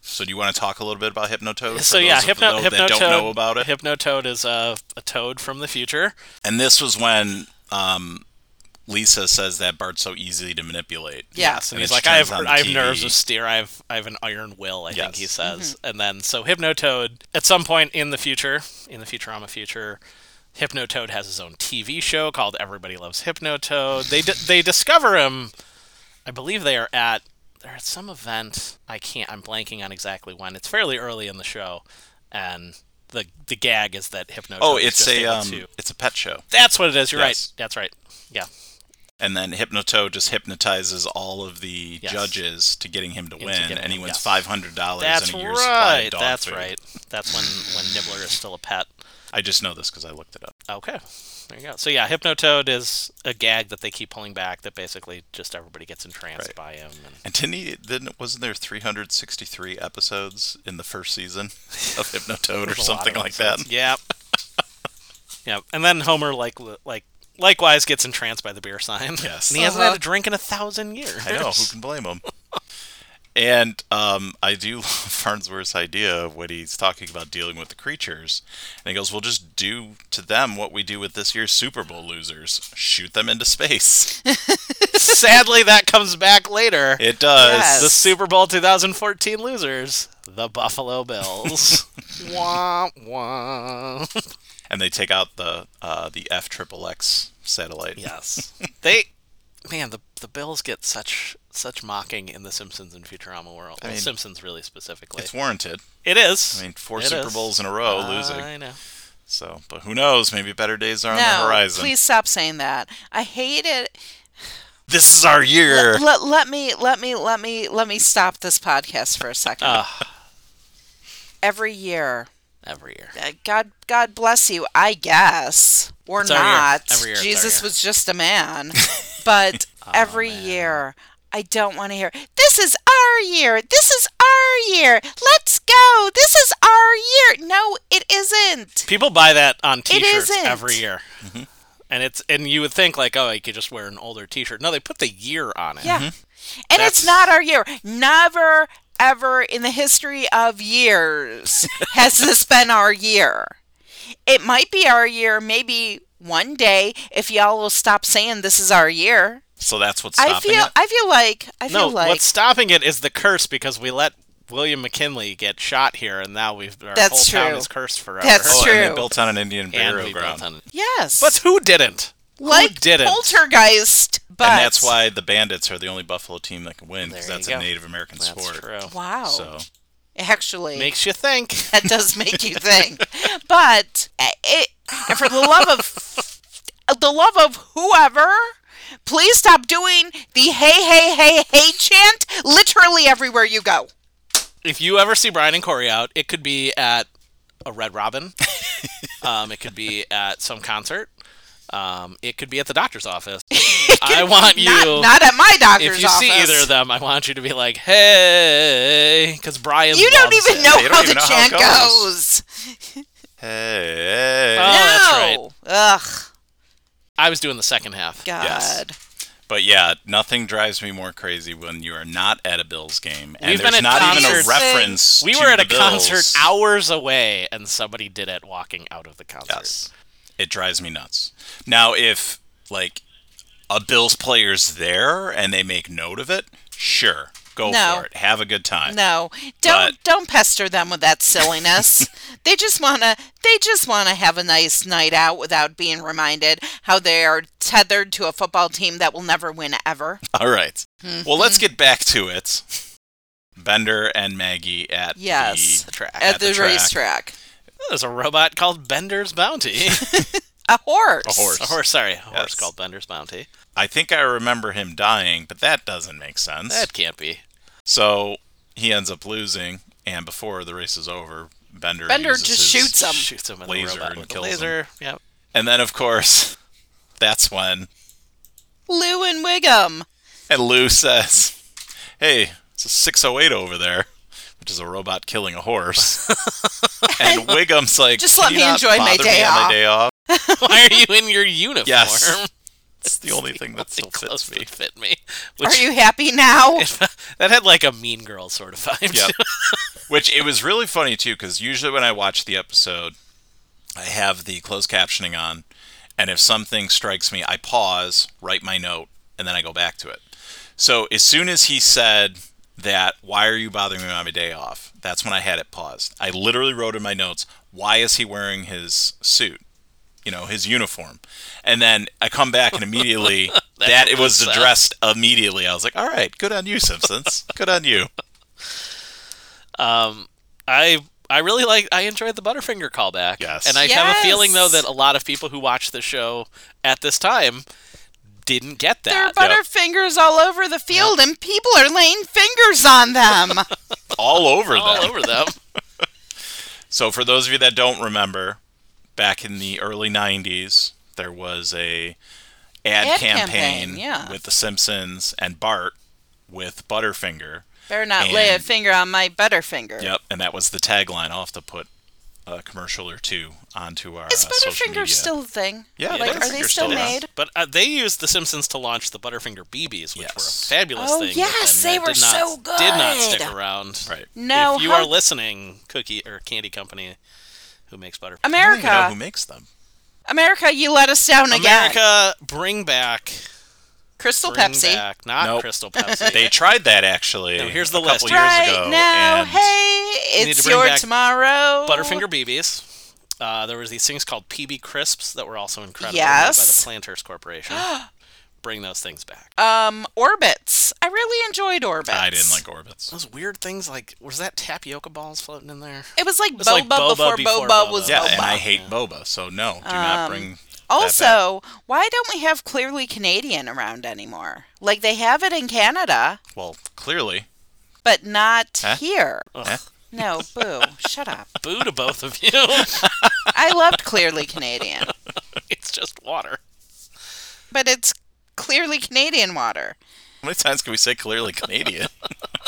S1: So do you want to talk a little bit about Hypnotoad?
S2: so
S1: for
S2: yeah,
S1: those of
S2: Hypno-
S1: tho- that
S2: Hypnotoad.
S1: don't know about it.
S2: Hypnotoad is a, a toad from the future.
S1: and this was when um, Lisa says that Bart's so easy to manipulate.
S3: Yeah.
S2: Yes, and
S1: And
S2: he's
S1: it
S2: like,
S1: turns
S2: I have,
S1: on the
S2: I have
S1: TV.
S2: nerves of steer. I have, I have an iron will. I think he
S1: Yes.
S2: says. And then so Hypnotoad, at some point in the future, in the Futurama future, Hypnotoad has his own TV show called Everybody Loves Hypnotoad. They d- they discover him. I believe they are at they're at some event. I can't. I'm blanking on exactly when. It's fairly early in the show, and the the gag is that Hypnotoad.
S1: Oh,
S2: is
S1: it's
S2: just
S1: a
S2: able
S1: um,
S2: to-
S1: it's a pet show,
S2: That's what it is. You're
S1: Yes.
S2: right. That's right. Yeah.
S1: and then Hypnotoad just hypnotizes all of the
S2: Yes.
S1: judges to getting him to win,
S2: getting
S1: and he
S2: him-
S1: wins
S2: yes.
S1: five hundred dollars
S2: That's
S1: and a year's supply of
S2: right.
S1: dog
S2: That's
S1: food.
S2: right. That's when when Nibbler is still a pet.
S1: I just know this because I looked it up.
S2: Okay. There you go. So yeah, Hypnotoad is a gag that they keep pulling back that basically just everybody gets entranced
S1: Right.
S2: by him. And
S1: And didn't he? Didn't wasn't there three hundred sixty three episodes in the first season of Hypnotoad or
S2: there's a lot
S1: something
S2: of
S1: like that?
S2: episodes. Yep. yep. And then Homer like li- like likewise gets entranced by the beer sign.
S1: Yes.
S2: and he hasn't had
S3: Uh-huh.
S2: a drink in a thousand years.
S1: I know. Who can blame him? And um, I do love Farnsworth's idea of when he's talking about dealing with the creatures. And he goes, We'll just do to them what we do with this year's Super Bowl losers shoot them into space.
S2: Sadly, that comes back later.
S1: It does.
S3: Yes.
S2: the Super Bowl 2014 losers, the Buffalo Bills. wah wah.
S1: And they take out the uh, the F triple X satellite.
S2: Yes. they man, the the Bills get such such mocking in the Simpsons and Futurama world. Well,
S1: mean,
S2: Simpsons really specifically.
S1: It's warranted.
S2: It is.
S1: I mean, four
S2: It
S1: Super
S2: is.
S1: Bowls in a row losing.
S2: I know.
S1: So, but who knows? Maybe better days are on
S3: no,
S1: the horizon.
S3: please stop saying that. I hate it.
S1: This is our year.
S3: Uh, Let, let me let me let me let me stop this podcast for a second. Every year,
S2: Every year.
S3: uh, God God bless you, I guess or
S2: It's our year.
S3: not.
S2: Every year, it's our
S3: Jesus
S2: year. Oh,
S3: was just a man, but every year I don't want to hear. This is our year. This is our year. Let's go. This is our year. No, it isn't.
S2: People buy that on t-shirts
S3: isn't.
S2: every year. And it's and you would think like, oh, you could just wear an older t-shirt. No, they put the year on it.
S3: Yeah. And
S2: That's-
S3: it's not our year. Never, ever in the history of years has this been our year. It might be our year, maybe one day, if y'all will stop saying this is our year.
S1: so that's what's stopping
S3: I feel
S1: it.
S3: I feel like I
S2: No,
S3: feel like
S2: what's stopping it is the curse because we let William McKinley get shot here, and now we've our
S3: That's
S2: whole town
S3: true.
S2: is cursed forever.
S3: That's
S1: Oh, and they
S3: true.
S1: built on an Indian
S2: and
S1: burial
S2: we
S1: ground.
S2: built on it.
S3: yes.
S2: But who didn't?
S3: like
S2: who didn't?
S3: poltergeist. But
S1: and that's why the Bandits are the only Buffalo team that can win because
S2: There you
S1: that's
S2: go.
S1: a Native American
S2: That's
S1: sport.
S2: true.
S3: Wow.
S1: So
S3: Actually
S2: Makes you think.
S3: that does make you think. But eh, it, and for the love of the love of whoever, please stop doing the hey hey hey hey chant literally everywhere you go.
S2: If you ever see Brian and Corey out, it could be at a Red Robin. um, it could be at some concert. Um, it could be at the doctor's office. I want you.
S3: Not, not at my doctor's
S2: if you see
S3: office.
S2: either of them, I want you to be like, "Hey," because Brian.
S3: you don't
S2: loves
S3: even
S2: it.
S3: know
S1: They don't
S3: how
S1: even
S3: the
S1: know how it
S3: chant
S1: goes.
S3: goes.
S1: hey,
S2: Oh, that's right.
S3: no. Ugh.
S2: I was doing the second half.
S3: God.
S1: Yes. but yeah, nothing drives me more crazy when you are not at a Bills game and
S2: We've been
S1: there's
S2: at
S1: not even
S2: concerts.
S1: a reference.
S2: We
S1: to
S2: were at
S1: the
S2: a concert
S1: Bills.
S2: hours away, and somebody did it walking out of the concert.
S1: Yes, it drives me nuts. Now, if like a Bills player's there and they make note of it, sure, go
S3: No.
S1: for it. Have a good time.
S3: No, don't
S1: But-
S3: don't pester them with that silliness. they just wanna they just wanna have a nice night out without being reminded how they are tethered to a football team that will never win ever.
S1: All right. Well, let's
S3: Mm-hmm.
S1: get back to it. Bender and Maggie at
S3: Yes.
S1: the
S2: track.
S3: At,
S1: At the
S3: the,
S1: track.
S3: racetrack,
S2: There's a robot called Bender's Bounty.
S3: a horse.
S1: A horse.
S2: a horse, sorry, a horse
S1: Yes.
S2: called Bender's Bounty.
S1: I think I remember him dying, but that doesn't make sense.
S2: That can't be.
S1: So he ends up losing, and before the race is over, Bender
S3: Bender
S1: uses
S3: just
S1: his-
S3: shoots him.
S2: Shoots him with
S1: laser
S2: a robot
S1: and
S2: with
S1: kills
S2: a laser. Yep.
S1: And then, of course, that's when
S3: Lou and Wiggum.
S1: and Lou says, "Hey, it's a 608 over there." Which is a robot killing a horse. and Wiggum's like,
S3: Just
S1: "Can
S3: let
S1: you
S3: me
S1: not
S3: enjoy my
S1: bother
S3: day
S1: me on
S3: off."
S1: day off.
S2: Why are you in your uniform?
S1: Yes. It's the only thing that still fits me.
S2: fit me.
S3: Are
S2: Which-
S3: you happy now?
S2: that had like a Mean Girl sort of vibe.
S1: Yep.
S2: to it.
S1: Which it was really funny too, because usually when I watch the episode, I have the closed captioning on, and if something strikes me, I pause, write my note, and then I go back to it. So as soon as he said that, why are you bothering me on my day off? That's when I had it paused. I literally wrote in my notes, why is he wearing his suit? You know, his uniform. And then I come back and immediately that it was
S2: sense.
S1: addressed immediately. I was like, all right, good on you, Simpsons. Good on you.
S2: Um, I I really like I enjoyed the Butterfinger callback.
S1: Yes.
S2: And I have a
S3: Yes.
S2: feeling though that a lot of people who watched the show at this time didn't get
S3: There are
S2: that.
S3: butterfingers all over the field, and people are laying fingers on them.
S1: All over them.
S2: all over them.
S1: So, for those of you that don't remember, back in the early '90s, there was a ad,
S3: Ad
S1: campaign,
S3: campaign, yeah.
S1: with The Simpsons and Bart with Butterfinger.
S3: Better not lay a
S1: And-
S3: finger on my butterfinger.
S1: Yep, and that was the tagline. I'll have to put a commercial or two onto our
S3: Is
S1: uh, social media.
S3: Butterfinger still a thing?
S1: Yeah,
S3: like are they
S1: Butterfinger's
S3: still
S1: still around.
S3: made?
S2: But uh, they used the Simpsons to launch the Butterfinger BBs, which were
S1: Yes.
S2: a fabulous
S3: Oh,
S2: thing. but
S3: yes,
S2: then
S3: they
S2: that
S3: were
S2: did not,
S3: so
S2: Did not stick
S3: good.
S2: around.
S1: right?
S3: No,
S2: if you
S3: how-
S2: are listening, Cookie or Candy Company, who makes Butterfinger?
S1: I don't even know who
S3: America,
S1: makes them.
S3: America, you let us down again.
S2: America, bring back,
S3: Crystal
S2: bring
S3: Pepsi,
S2: back, not
S1: Nope.
S2: Crystal Pepsi.
S1: They tried that actually.
S2: No, here's the
S1: a couple
S2: list.
S1: years
S3: right
S1: ago,
S3: now.
S1: and
S3: Hey,
S2: need to
S3: it's
S2: bring
S3: your
S2: back
S3: tomorrow.
S2: Butterfinger BBs. Uh, there was these things called PB crisps that were also incredible made by
S3: Yes.
S2: the Planters Corporation. Bring those things back.
S3: Um, orbits. I really enjoyed orbits.
S1: I didn't like orbits.
S2: Those weird things like was that tapioca balls floating in there?
S3: It was like,
S2: was
S3: Boba,
S2: like Boba
S3: before,
S2: before
S3: Boba,
S2: Boba.
S3: was
S1: Yeah,
S3: Boba.
S1: and I hate boba, so no, do
S3: Um,
S1: not bring. that back.
S3: also, why don't we have clearly Canadian around anymore? Like they have it in Canada,
S1: well, clearly,
S3: but not
S1: Huh?
S3: here.
S1: eh?
S3: No, boo. Shut up.
S2: Boo to both of you.
S3: I loved clearly Canadian,
S2: it's just water.
S3: but it's clearly Canadian water.
S1: how many times can we say clearly Canadian?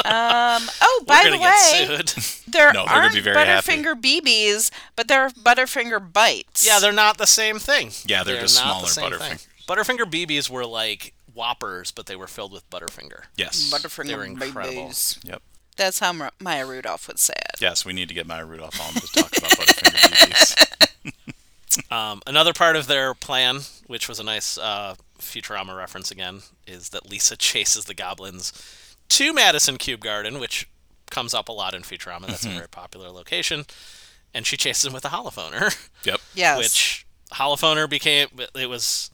S3: Um. Oh,
S2: We're
S3: by
S2: gonna
S3: the way,
S2: get sued.
S3: there
S1: No, they're gonna
S3: aren't
S1: be very happy.
S3: Butterfinger BBs, but there are Butterfinger bites.
S2: Yeah, they're not the same thing.
S1: Yeah, they're just
S2: not the
S1: smaller
S2: same thing. Butterfinger BBs were like Whoppers, but they were filled with Butterfinger.
S1: yes.
S2: They were
S3: Butterfinger
S2: incredible.
S3: BBs.
S1: Yep.
S3: That's how Ma- Maya Rudolph would say it.
S1: Yes, we need to get Maya Rudolph on to talk about Butterfinger BBs.
S2: Um, another part of their plan, which was a nice uh, Futurama reference again, is that Lisa chases the goblins to Madison Cube Garden, which comes up a lot in Futurama. That's
S1: Mm-hmm.
S2: a very popular location. And she chases them with a holophoner,
S1: Yep.
S3: Yes.
S2: which holophoner became, it was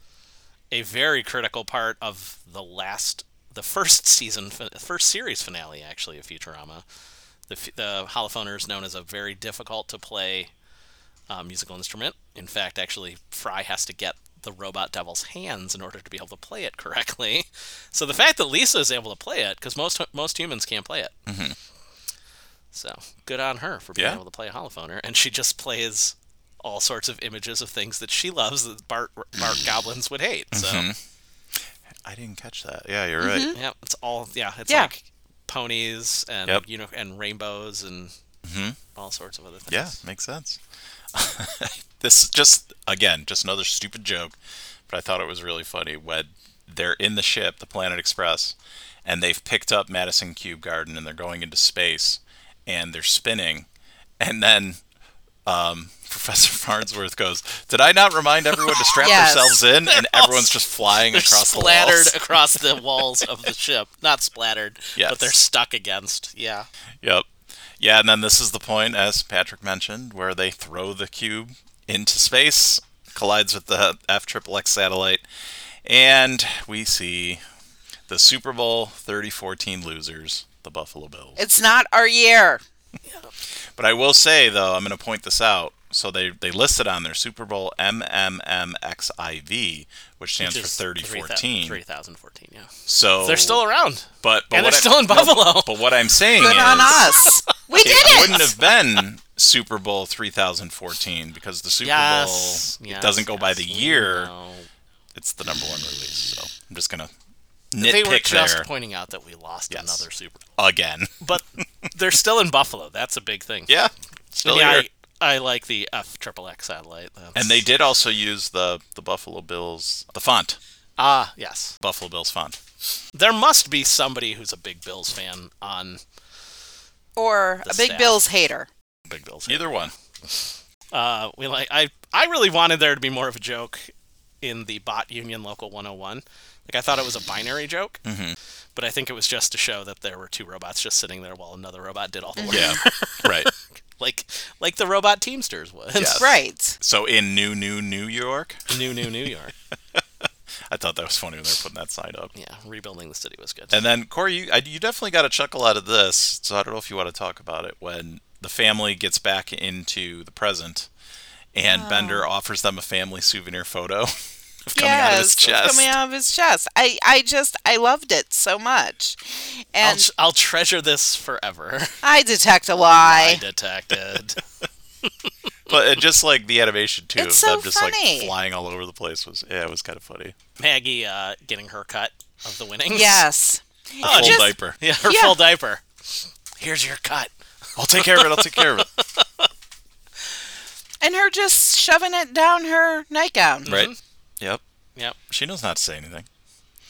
S2: a very critical part of the last, the first season, fi- first series finale, actually, of Futurama. The, f- the holophoner is known as a very difficult to play uh, musical instrument. In fact, actually, Fry has to get the robot devil's hands in order to be able to play it correctly. So the fact that Lisa is able to play it, because most most humans can't play it. So good on her for being
S1: Mm-hmm. Yeah.
S2: able to play a holophoner, and she just plays all sorts of images of things that she loves that Bart Bart goblins would hate. So
S1: Mm-hmm. I didn't catch that. Yeah, you're right.
S2: yeah, it's all yeah, it's
S3: Yeah.
S2: like ponies and
S1: Yep. Mm-hmm.
S2: you know and rainbows and all sorts of other things.
S1: Yeah, makes sense. this just again, just another stupid joke, but I thought it was really funny when they're in the ship, the Planet Express, and they've picked up Madison Cube Garden and they're going into space and they're spinning, and then um, Professor Farnsworth goes, "Did I not remind everyone to strap
S3: Yes.
S1: themselves in?" And
S2: all
S1: everyone's just flying
S2: They're
S1: across the
S2: splattered
S1: walls.
S2: across the walls of the ship. Not splattered,
S1: Yes.
S2: but they're stuck against. Yeah.
S1: Yep. Yeah, and then this is the point, as Patrick mentioned, where they throw the cube into space, collides with the F-XXX satellite, and we see the Super Bowl 3014 losers, the Buffalo Bills.
S3: It's not our year.
S1: But I will say, though, I'm going to point this out. So they, they listed on their Super Bowl MMMXIV, which stands
S2: Which
S1: for
S2: is
S1: 3014.
S2: 3014, yeah.
S1: So
S2: They're still around.
S1: but, but
S2: and
S1: what
S2: they're
S1: I-
S2: still in
S1: no,
S2: Buffalo.
S1: but what I'm saying
S3: Good
S1: is,
S3: on us. We did
S1: it
S3: it.
S1: wouldn't have been Super Bowl 3014 because the Super
S2: Yes,
S1: Bowl it
S2: yes,
S1: doesn't go by
S2: yes,
S1: the
S2: we
S1: year.
S2: know.
S1: It's the number one release. So I'm just gonna
S2: They were
S1: nitpick
S2: just
S1: there
S2: pointing out that we lost
S1: Yes.
S2: another Super Bowl.
S1: again.
S2: But they're still in Buffalo. That's a big thing.
S1: Yeah,
S2: And
S1: still
S2: yeah
S1: here.
S2: I, I like the F triple X satellite. That's,
S1: And they did also use the the Buffalo Bills the font
S2: Ah, yes.
S1: Buffalo Bills fond.
S2: There must be somebody who's a big Bills fan on
S3: Or
S2: The
S3: a big
S2: staff.
S3: Bills hater.
S2: Big Bills.
S1: Either one.
S2: Uh, we like I I really wanted there to be more of a joke in the bot union local 101. Like I thought it was a binary joke,
S1: Mm-hmm.
S2: but I think it was just to show that there were two robots just sitting there while another robot did all the work.
S1: Yeah. right.
S2: like like the robot Teamsters was.
S1: Yes.
S3: Right.
S1: So in New New New York,
S2: New New New York.
S1: I thought that was funny when they were putting that sign up.
S2: Yeah, rebuilding the city was good.
S1: And then Corey, you, I, you definitely got a chuckle out of this. So I don't know if you want to talk about it when the family gets back into the present, and Bender offers them a family souvenir photo of coming out of his
S3: Yes,
S1: chest.
S3: Coming out of his chest. I, I just, I loved it so much.
S2: I'll,
S3: And
S2: tr- I'll treasure this forever.
S3: I detect a
S2: I
S3: lie.
S2: detected.
S1: But it just like the animation too,
S3: It's
S1: of
S3: so
S1: them just like
S3: funny.
S1: flying all over the place was yeah, it was kind of funny.
S2: Maggie uh, getting her cut of the winnings.
S3: Yes.
S1: A full
S2: just-
S1: diaper.
S2: Yeah, her
S3: Oh, Yeah.
S2: full diaper. Here's your cut.
S1: I'll take care of it. I'll take care of it.
S3: And her just shoving it down her nightgown.
S1: Right. Mm-hmm. Yep.
S2: Yep.
S1: She knows not to say anything.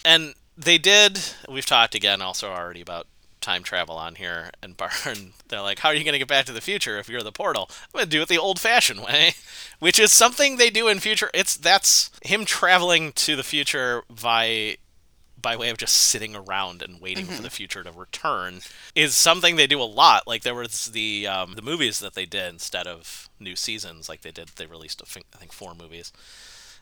S2: And they did. We've talked again also already about time travel on here. And Barn, they're like, how are you going to get back to the future if you're the portal? I'm going to do it the old fashioned way, which is something they do in future. It's that's him traveling to the future by. By way of just sitting around and waiting for the future to return, is something they do a lot. Like there was the um, the movies that they did instead of new seasons. Like they did, they released I think, I think four movies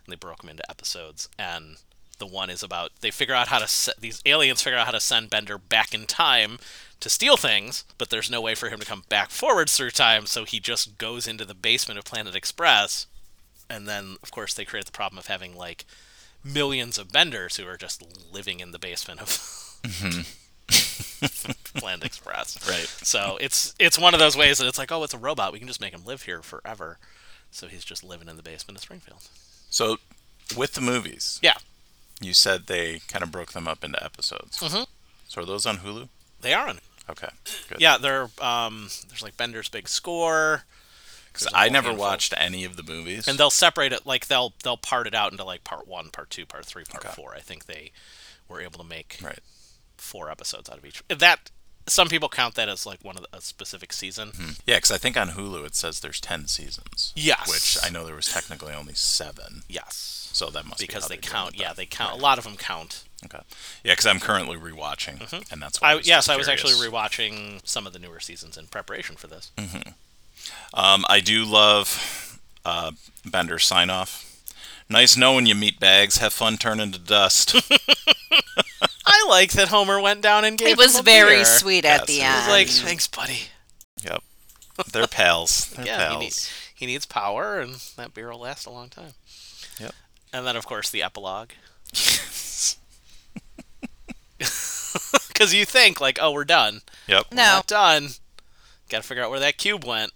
S2: and they broke them into episodes. And the one is about they figure out how to se- these aliens figure out how to send Bender back in time to steal things, but there's no way for him to come back forwards through time, so he just goes into the basement of Planet Express. And then, of course, they create the problem of having like millions of Benders who are just living in the basement of. Planet Express.
S1: Right.
S2: So it's it's one of those ways that it's like, oh, it's a robot. We can just make him live here forever. So he's just living in the basement of Springfield.
S1: So with the movies,
S2: Yeah.
S1: you said they kind of broke them up into episodes.
S2: Mhm.
S1: So are those on Hulu?
S2: They are on.
S1: Okay. Good.
S2: Yeah, they're um, there's like Bender's Big Score,
S1: 'Cause
S2: there's a
S1: I
S2: whole
S1: never
S2: handful.
S1: watched any of the movies.
S2: and they'll separate it like they'll they'll part it out into like part one, part two, part three, part
S1: Okay.
S2: four. I think they were able to make
S1: right.
S2: four episodes out of each. That some people count that as like one of the, a specific season.
S1: Yeah, because I think on Hulu it says there's ten seasons.
S2: Yes.
S1: Which I know there was technically only seven,
S2: Yes,
S1: so that must be
S2: because
S1: how
S2: they
S1: they're doing
S2: count.
S1: it
S2: Yeah,
S1: then.
S2: they count. A lot of them count.
S1: Okay. Yeah, because I'm currently rewatching, and that's why.
S2: Mm-hmm. I,
S1: I was
S2: yes,
S1: just
S2: I was
S1: curious. Hmm.
S2: actually rewatching some of the newer seasons in preparation for this.
S1: Um, I do love uh, Bender's sign off. Nice knowing you, meat bags. Have fun turning to dust.
S2: I like that Homer went down and gave.
S3: It was
S2: him a
S3: very
S2: beer.
S3: sweet
S1: Yes,
S3: at
S1: it was
S3: the
S2: It was
S3: end.
S2: like, thanks, buddy.
S1: yep. They're pals. They're
S2: yeah,
S1: pals.
S2: he, need, he needs power, and that beer will last a long time.
S1: Yep.
S2: And then, of course, the epilogue. Because you think, like, oh, we're done.
S1: Yep.
S2: We're
S3: no.
S2: not done. Got to figure out where that cube went.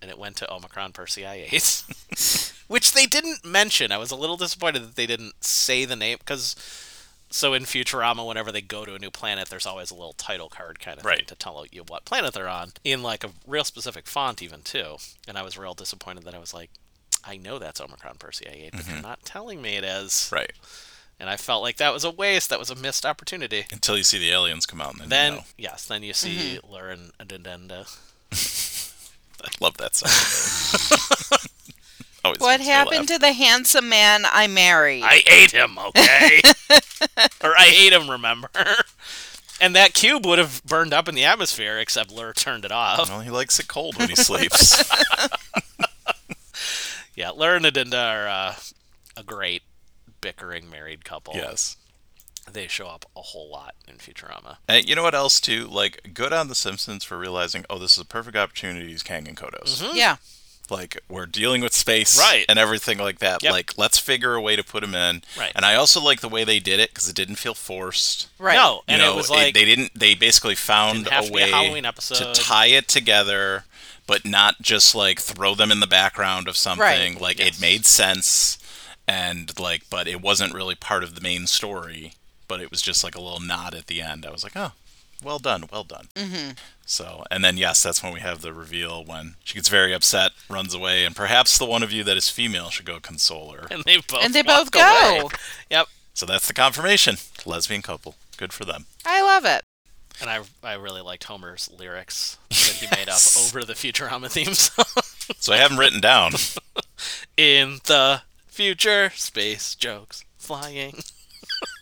S2: And it went to Omicron Perseiades, which they didn't mention. I was a little disappointed that they didn't say the name. Because, so in Futurama, whenever they go to a new planet, there's always a little title card kind of thing
S1: Right.
S2: to tell you what planet they're on, in like a real specific font, even too. And I was real disappointed that I was like, I know that's Omicron Perseiades, but they're not telling me it is.
S1: Mm-hmm. Right.
S2: And I felt like that was a waste. That was a missed opportunity.
S1: Until you see the aliens come out, and then,
S2: Then
S1: you know.
S2: yes, then you see Lauren Adendenda.
S1: I love that sign. Always
S3: What
S1: makes me laugh.
S3: happened to the handsome man I married?
S2: I ate him, okay? or I ate him, remember? And that cube would have burned up in the atmosphere, except Lur turned it off.
S1: Well, he likes it cold when he sleeps.
S2: Yeah, Lur and Adinda are uh, a great bickering married couple.
S1: yes.
S2: They show up a whole lot in Futurama.
S1: And you know what else too? Like, good on the Simpsons for realizing, oh, this is a perfect opportunity to use Kang and Kodos.
S2: Mm.
S3: yeah.
S1: Like, we're dealing with space
S2: Mm-hmm. Right.
S1: and everything like that.
S2: Yep.
S1: Like, let's figure a way to put him in.
S2: Right.
S1: And I also like the way they did it because it didn't feel forced.
S3: Right.
S2: No,
S1: You
S2: and
S1: know,
S2: it was like
S1: they didn't. They basically found
S2: Didn't have
S1: a
S2: to be a
S1: way
S2: Halloween episode.
S1: to tie it together, but not just like throw them in the background of something. Like
S2: Yes.
S1: it made sense, and like, but it wasn't really part of the main story. But it was just like a little nod at the end. I was like, oh, well done, well done. Mm-hmm. So, and then yes, that's when we have the reveal when she gets very upset, runs away, and perhaps the one of you that is female should go console her.
S2: and they both
S3: And they both
S2: walk away.
S3: go.
S2: Yep.
S1: So that's the confirmation. Lesbian couple. Good for them.
S3: I love it.
S2: And I, I really liked Homer's lyrics that he made up
S1: Yes.
S2: over the Futurama theme song.
S1: So I have them written down.
S2: In the future, space jokes flying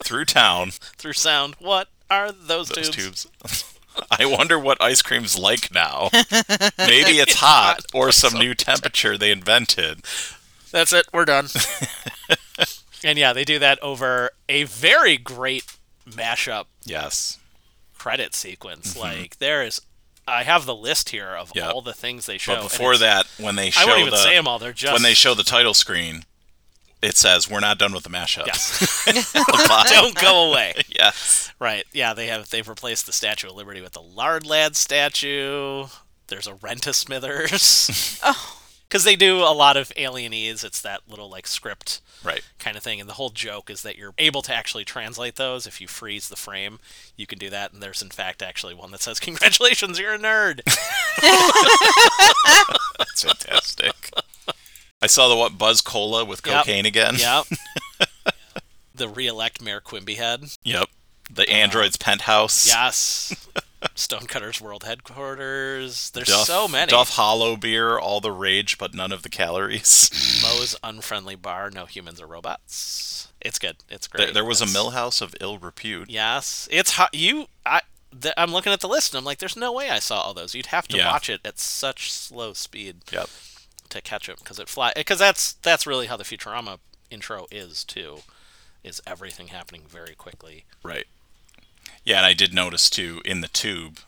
S1: Through town.
S2: through sound. What are those,
S1: Those
S2: tubes?
S1: tubes. I wonder what ice cream's like now. Maybe it's hot or some new temperature they invented.
S2: That's it. We're done. and yeah, they do that over a very great mashup
S1: Yes.
S2: credit sequence. Like there is, I have the list here of
S1: Mm-hmm. Yep.
S2: all the things they show.
S1: But
S2: and
S1: before
S2: it's-
S1: that, when they show
S2: I won't even
S1: the
S2: say them all. They're just
S1: when they show the title screen, it says we're not done with the mashup.
S2: Yes.
S1: The box.
S2: don't go away.
S1: yes.
S2: Right? Yeah, they have. They've replaced the Statue of Liberty with the Lard Lad statue. There's a Renta Smithers.
S3: Oh.
S2: Because they do a lot of alienese. It's that little like script
S1: Right.
S2: kind of thing. And the whole joke is that you're able to actually translate those. If you freeze the frame, you can do that. And there's, in fact, actually one that says, Congratulations, you're a nerd.
S1: That's fantastic. I saw the what Buzz Cola with
S2: Yep.
S1: cocaine again.
S2: yep. the re-elect Mayor Quimby head.
S1: Yep. The android's penthouse.
S2: Yes. Stonecutters World Headquarters. There's
S1: Duff,
S2: so many.
S1: Duff Hollow beer, all the rage, but none of the calories.
S2: Moe's Unfriendly Bar, No Humans or Robots. It's good. It's great.
S1: There, there was a
S2: It's-
S1: millhouse of ill repute.
S2: Yes. It's hot. You, I, th- I'm looking at the list and I'm like, there's no way I saw all those. You'd have to
S1: Yeah.
S2: watch it at such slow speed.
S1: Yep.
S2: to catch him because it fly because that's that's really how the Futurama intro is too, is everything happening very quickly.
S1: Right. Yeah, and I did notice too in the tube,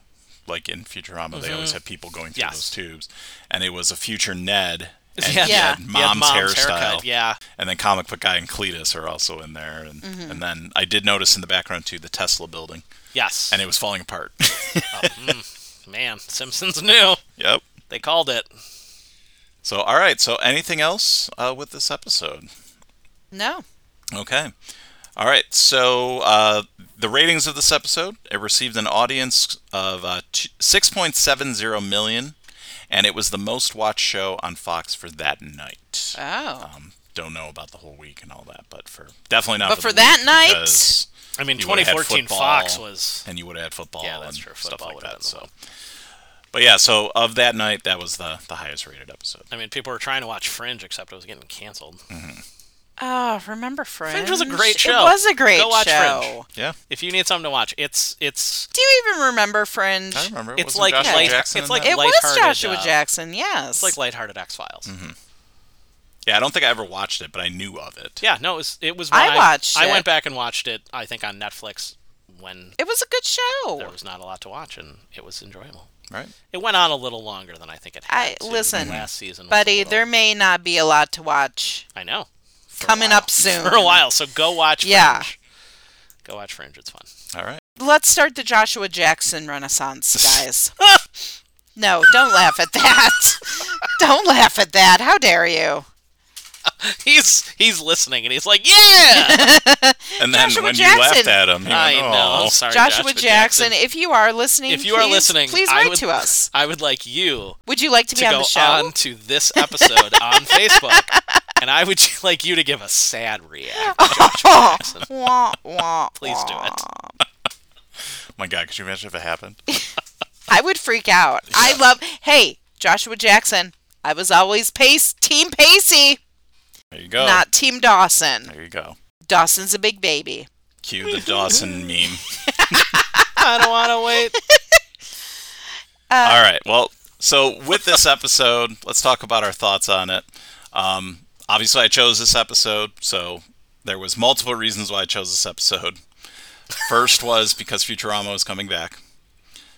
S1: like in Futurama, they always have people going through
S2: Mm-hmm. Yes.
S1: those tubes, and it was a future Ned and
S2: Yeah.
S1: he
S3: Yeah.
S1: had
S2: He had
S1: mom's, hairstyle,
S2: haircut, yeah,
S1: and then comic book guy and Cletus are also in there, and
S2: Mm-hmm.
S1: and then I did notice in the background too the Tesla building,
S2: yes,
S1: and it was falling apart.
S2: man, Simpsons knew
S1: yep.
S2: they called it.
S1: So all right, so anything else uh, with this episode?
S3: No.
S1: Okay. All right. So uh, the ratings of this episode it received an audience of uh, t- 6.70 million, and it was the most watched show on Fox for that night.
S3: Oh.
S1: Um, don't know about the whole week and all that, but for definitely not.
S3: But
S1: the
S3: for that
S1: week
S3: night?
S1: because-
S2: I mean,
S1: You would've had
S2: 2014
S1: football.
S2: Fox was
S1: and you would have had football
S2: Yeah, that's
S1: and
S2: true.
S1: stuff
S2: Football
S1: like
S2: would've
S1: that.
S2: been the
S1: So, but yeah, so of that night, that was the the highest rated episode.
S2: I mean, people were trying to watch Fringe, except it was getting canceled.
S1: Mm.
S3: Oh, remember Fringe?
S2: Fringe was a great show.
S3: It was a great
S2: Go watch
S3: show.
S2: Fringe.
S1: Yeah,
S2: If you need something to watch, it's it's
S3: Do you even remember Fringe?
S1: I remember.
S2: It's
S1: Wasn't
S2: like
S1: Joshua
S2: light-
S1: Jackson
S2: it's
S1: in
S2: like
S1: that?
S3: It was
S2: Lighthearted,
S3: Joshua
S2: uh,
S3: Jackson, yes.
S2: it's like lighthearted X Files.
S1: Mm-hmm. yeah. I don't think I ever watched it, but I knew of it.
S2: Yeah, no, it was it was. When
S3: I
S2: I
S3: watched
S2: I
S3: it.
S2: went back and watched it. I think on Netflix when
S3: it was a good
S2: there
S3: show.
S2: was not a lot to watch, and it was enjoyable.
S1: Right.
S2: It went on a little longer than I think it had.
S3: I-
S2: to.
S3: listen,
S2: The last season, was a
S3: Buddy,
S2: little-
S3: there may not be a lot to watch
S2: I know For a
S3: coming
S2: while.
S3: up soon.
S2: for a while. So go watch.
S3: Yeah.
S2: Fringe. Go watch Fringe. It's fun.
S1: All right.
S3: Let's start the Joshua Jackson Renaissance, guys. no, don't laugh at that. don't laugh at that. How dare you?
S2: He's he's listening and he's like, yeah.
S1: And then
S3: Joshua
S1: when
S3: Jackson.
S1: you laughed at him, he
S2: I
S1: went, "Oh,
S2: know.
S1: "Aw."
S2: Sorry,
S3: Joshua, Jackson, if you are listening,
S2: If you are
S3: please-
S2: listening,
S3: please
S2: I
S3: write
S2: would-
S3: to us.
S2: I would like you
S3: Would you like to be
S2: to
S3: on
S2: go
S3: the show?
S2: on to this episode on Facebook, and I would like you to give a sad react.
S3: Oh, wah, wah,
S2: Please do it.
S1: My God, could you imagine if it happened?
S3: I would freak out. I love. Hey, Joshua Jackson. I was always Pace Team Pacey,
S1: There you
S2: Oh.
S1: go.
S3: not Team Dawson.
S1: there you go.
S3: Dawson's a big baby.
S1: Cue the Dawson meme.
S2: I don't want to wait. Uh,
S1: All right. Well, so with this episode, let's talk about our thoughts on it. Um, obviously, I chose this episode, so there was multiple reasons why I chose this episode. First was because Futurama was coming back.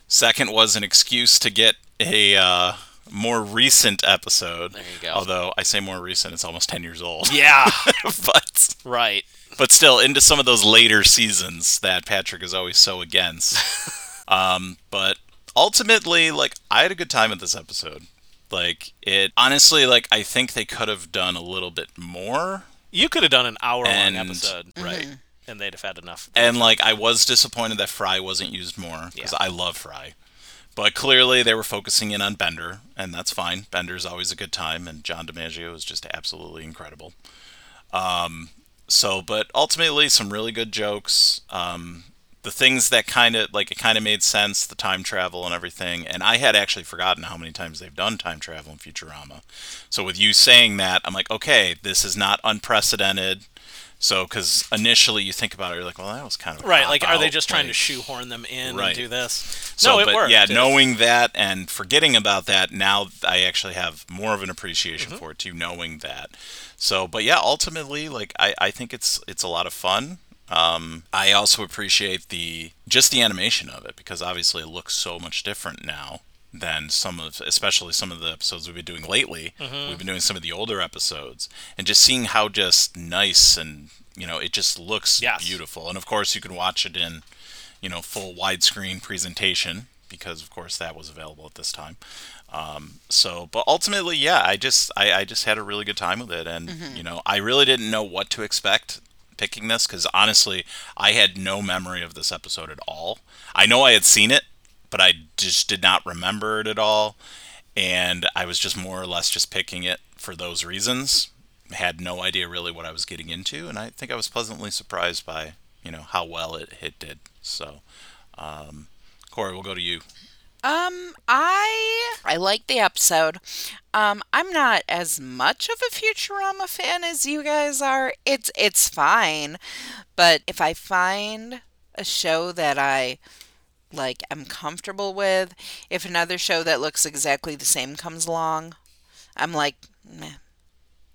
S1: Second was an excuse to get a uh, more recent episode. There
S2: you go.
S1: Although I say more recent, it's almost ten years old.
S2: Yeah.
S1: but
S2: Right.
S1: but still into some of those later seasons that Patrick is always so against. um, but ultimately, like I had a good time at this episode. Like it honestly, like I think they could have done a little bit more.
S2: You could have done an hour long
S1: And-
S2: episode,
S1: right.
S3: Mm-hmm.
S2: And they'd have had enough.
S1: And like I was disappointed that Fry wasn't used more because
S2: Yeah.
S1: I love Fry. But clearly they were focusing in on Bender, and that's fine. Bender's always a good time, and John DiMaggio is just absolutely incredible. Um, So, but ultimately, some really good jokes. Um, the things that kind of like it kind of made sense, the time travel and everything. And I had actually forgotten how many times they've done time travel in Futurama. So with you saying that, I'm like, okay, this is not unprecedented. So, because initially you think about it, you're like, well, that was kind of a
S2: Right, like are they
S1: cop-out,
S2: just trying to
S1: like-
S2: shoehorn them in
S1: Right.
S2: and do this?
S1: So,
S2: no, it
S1: but
S2: worked.
S1: yeah,
S2: It-
S1: knowing that and forgetting about that, now I actually have more of an appreciation
S2: Mm-hmm.
S1: for it too, knowing that. So, but yeah, ultimately, like I, I think it's it's a lot of fun. Um, I also appreciate the just the animation of it because obviously it looks so much different now than some of, especially some of the episodes we've been doing lately.
S2: Mm-hmm.
S1: We've been doing some of the older episodes and just seeing how just nice and you know it just looks
S2: Yes.
S1: beautiful. And of course, you can watch it in you know, full widescreen presentation because, of course, that was available at this time. Um, so, but ultimately, yeah, I just I, I just had a really good time with it, and you know, I really didn't know what to expect picking this because honestly, I had no memory of this episode at all. I know I had seen it, but I just did not remember it at all, and I was just more or less just picking it for those reasons. Had no idea really what I was getting into, and I think I was pleasantly surprised by you know how well it it did. So, um, Corey, we'll go to you.
S3: Um, I I like the episode. Um, I'm not as much of a Futurama fan as you guys are. It's it's fine, but if I find a show that I like, am comfortable with, if another show that looks exactly the same comes along, I'm like, meh,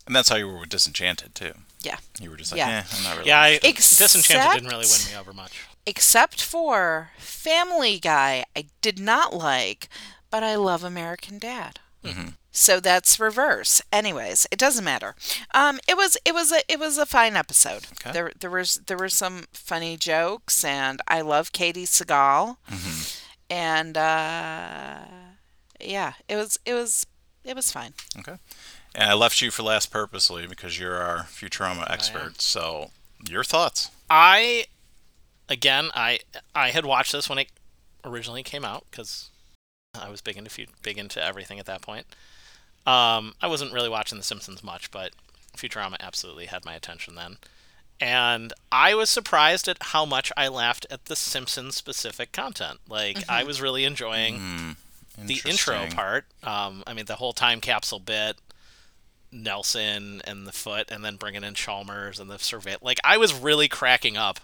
S1: And that's how you were with Disenchanted too.
S3: yeah.
S1: You were just like,
S3: Yeah.
S1: eh, I'm not really.
S2: Yeah, I,
S3: Except-
S2: Disenchanted didn't really win me over much.
S3: Except for Family Guy, I did not like, but I love American Dad.
S2: Mm-hmm.
S3: So that's reverse. Anyways, it doesn't matter. Um, it was it was a it was a fine episode.
S1: Okay.
S3: There there was there were some funny jokes, and I love Katie Seagal.
S2: Mm-hmm.
S3: And uh, yeah, it was it was it was fine.
S1: Okay. And I left you for last purposely because you're our
S3: Oh,
S1: Futurama expert. So, your thoughts?
S2: I again, I I had watched this when it originally came out because I was big into Fu- big into everything at that point. Um, I wasn't really watching The Simpsons much, but Futurama absolutely had my attention then, and I was surprised at how much I laughed at the Simpsons specific content. Like I was really enjoying Mm. the intro
S1: Hmm. Interesting.
S2: part. Um, I mean, the whole time capsule bit, Nelson and the foot, and then bringing in Chalmers and the survey. Like, I was really cracking up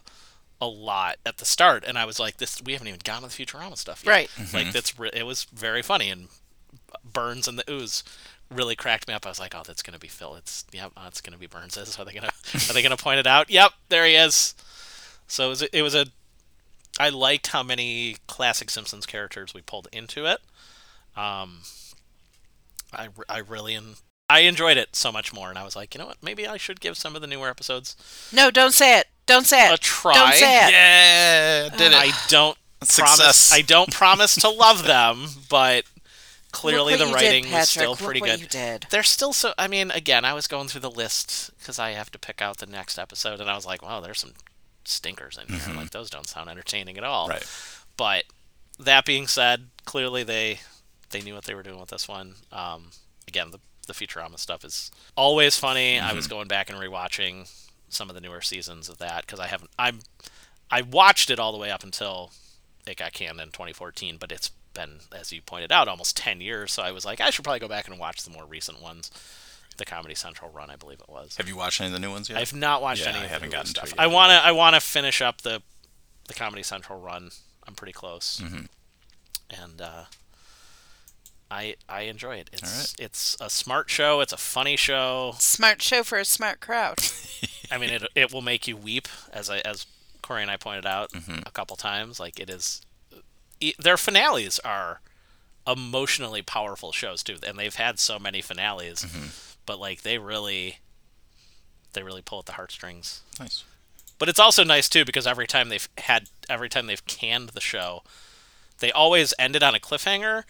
S2: a lot at the start, and I was like, "This, we haven't even gotten to the Futurama stuff yet."
S3: Right.
S2: Like, that's re- it was very funny, and Burns and the ooze really cracked me up. I was like, "Oh, that's gonna be Phil. It's yep, oh, it's gonna be Burns. Is are they gonna are they gonna point it out? Yep, there he is." So it was, it was a. I liked how many classic Simpsons characters we pulled into it. Um, I, re- I really en- I enjoyed it so much more, and I was like, you know what? Maybe I should give some of the newer episodes
S3: No, don't say it. Don't say it.
S2: a try.
S3: Don't say it.
S1: Yeah, did
S2: I don't promise.
S1: Success.
S2: I don't promise to love them, but clearly
S3: Look
S2: the
S3: what you did,
S2: writing was still
S3: Patrick. Look
S2: pretty
S3: what
S2: good.
S3: you did.
S2: They're still so. I mean, again, I was going through the list because I have to pick out the next episode, and I was like, wow, there's some stinkers in here. Like those don't sound entertaining at all.
S1: Mm-hmm. Right.
S2: But that being said, clearly they they knew what they were doing with this one. Um, again, the the Futurama stuff is always funny. I was going back and rewatching some of the newer seasons of that because I haven't. I'm I watched it all the way up until it got canned in 2014, but it's been, as you pointed out, almost 10 years. So I was like, I should probably go back and watch the more recent ones. The Comedy Central run, I believe it was.
S1: Have you watched any of the new ones yet?
S2: I've not watched
S1: Yeah,
S2: any
S1: I
S2: of the
S1: haven't
S2: newer
S1: gotten to
S2: stuff.
S1: it yet
S2: I wanna I wanna finish up the the Comedy Central run. I'm pretty close,
S1: Mm-hmm.
S2: and uh, I I enjoy it. It's it's a smart show. It's a funny show.
S3: Smart show for a smart crowd.
S2: I mean, it it will make you weep, as I as Corey and I pointed out
S1: Mm-hmm.
S2: a couple times. Like it is, e their finales are emotionally powerful shows too, and they've had so many finales,
S1: Mm-hmm.
S2: but like they really, they really pull at the heartstrings.
S1: nice.
S2: But it's also nice too because every time they've had, every time they've canned the show, they always ended on a cliffhanger,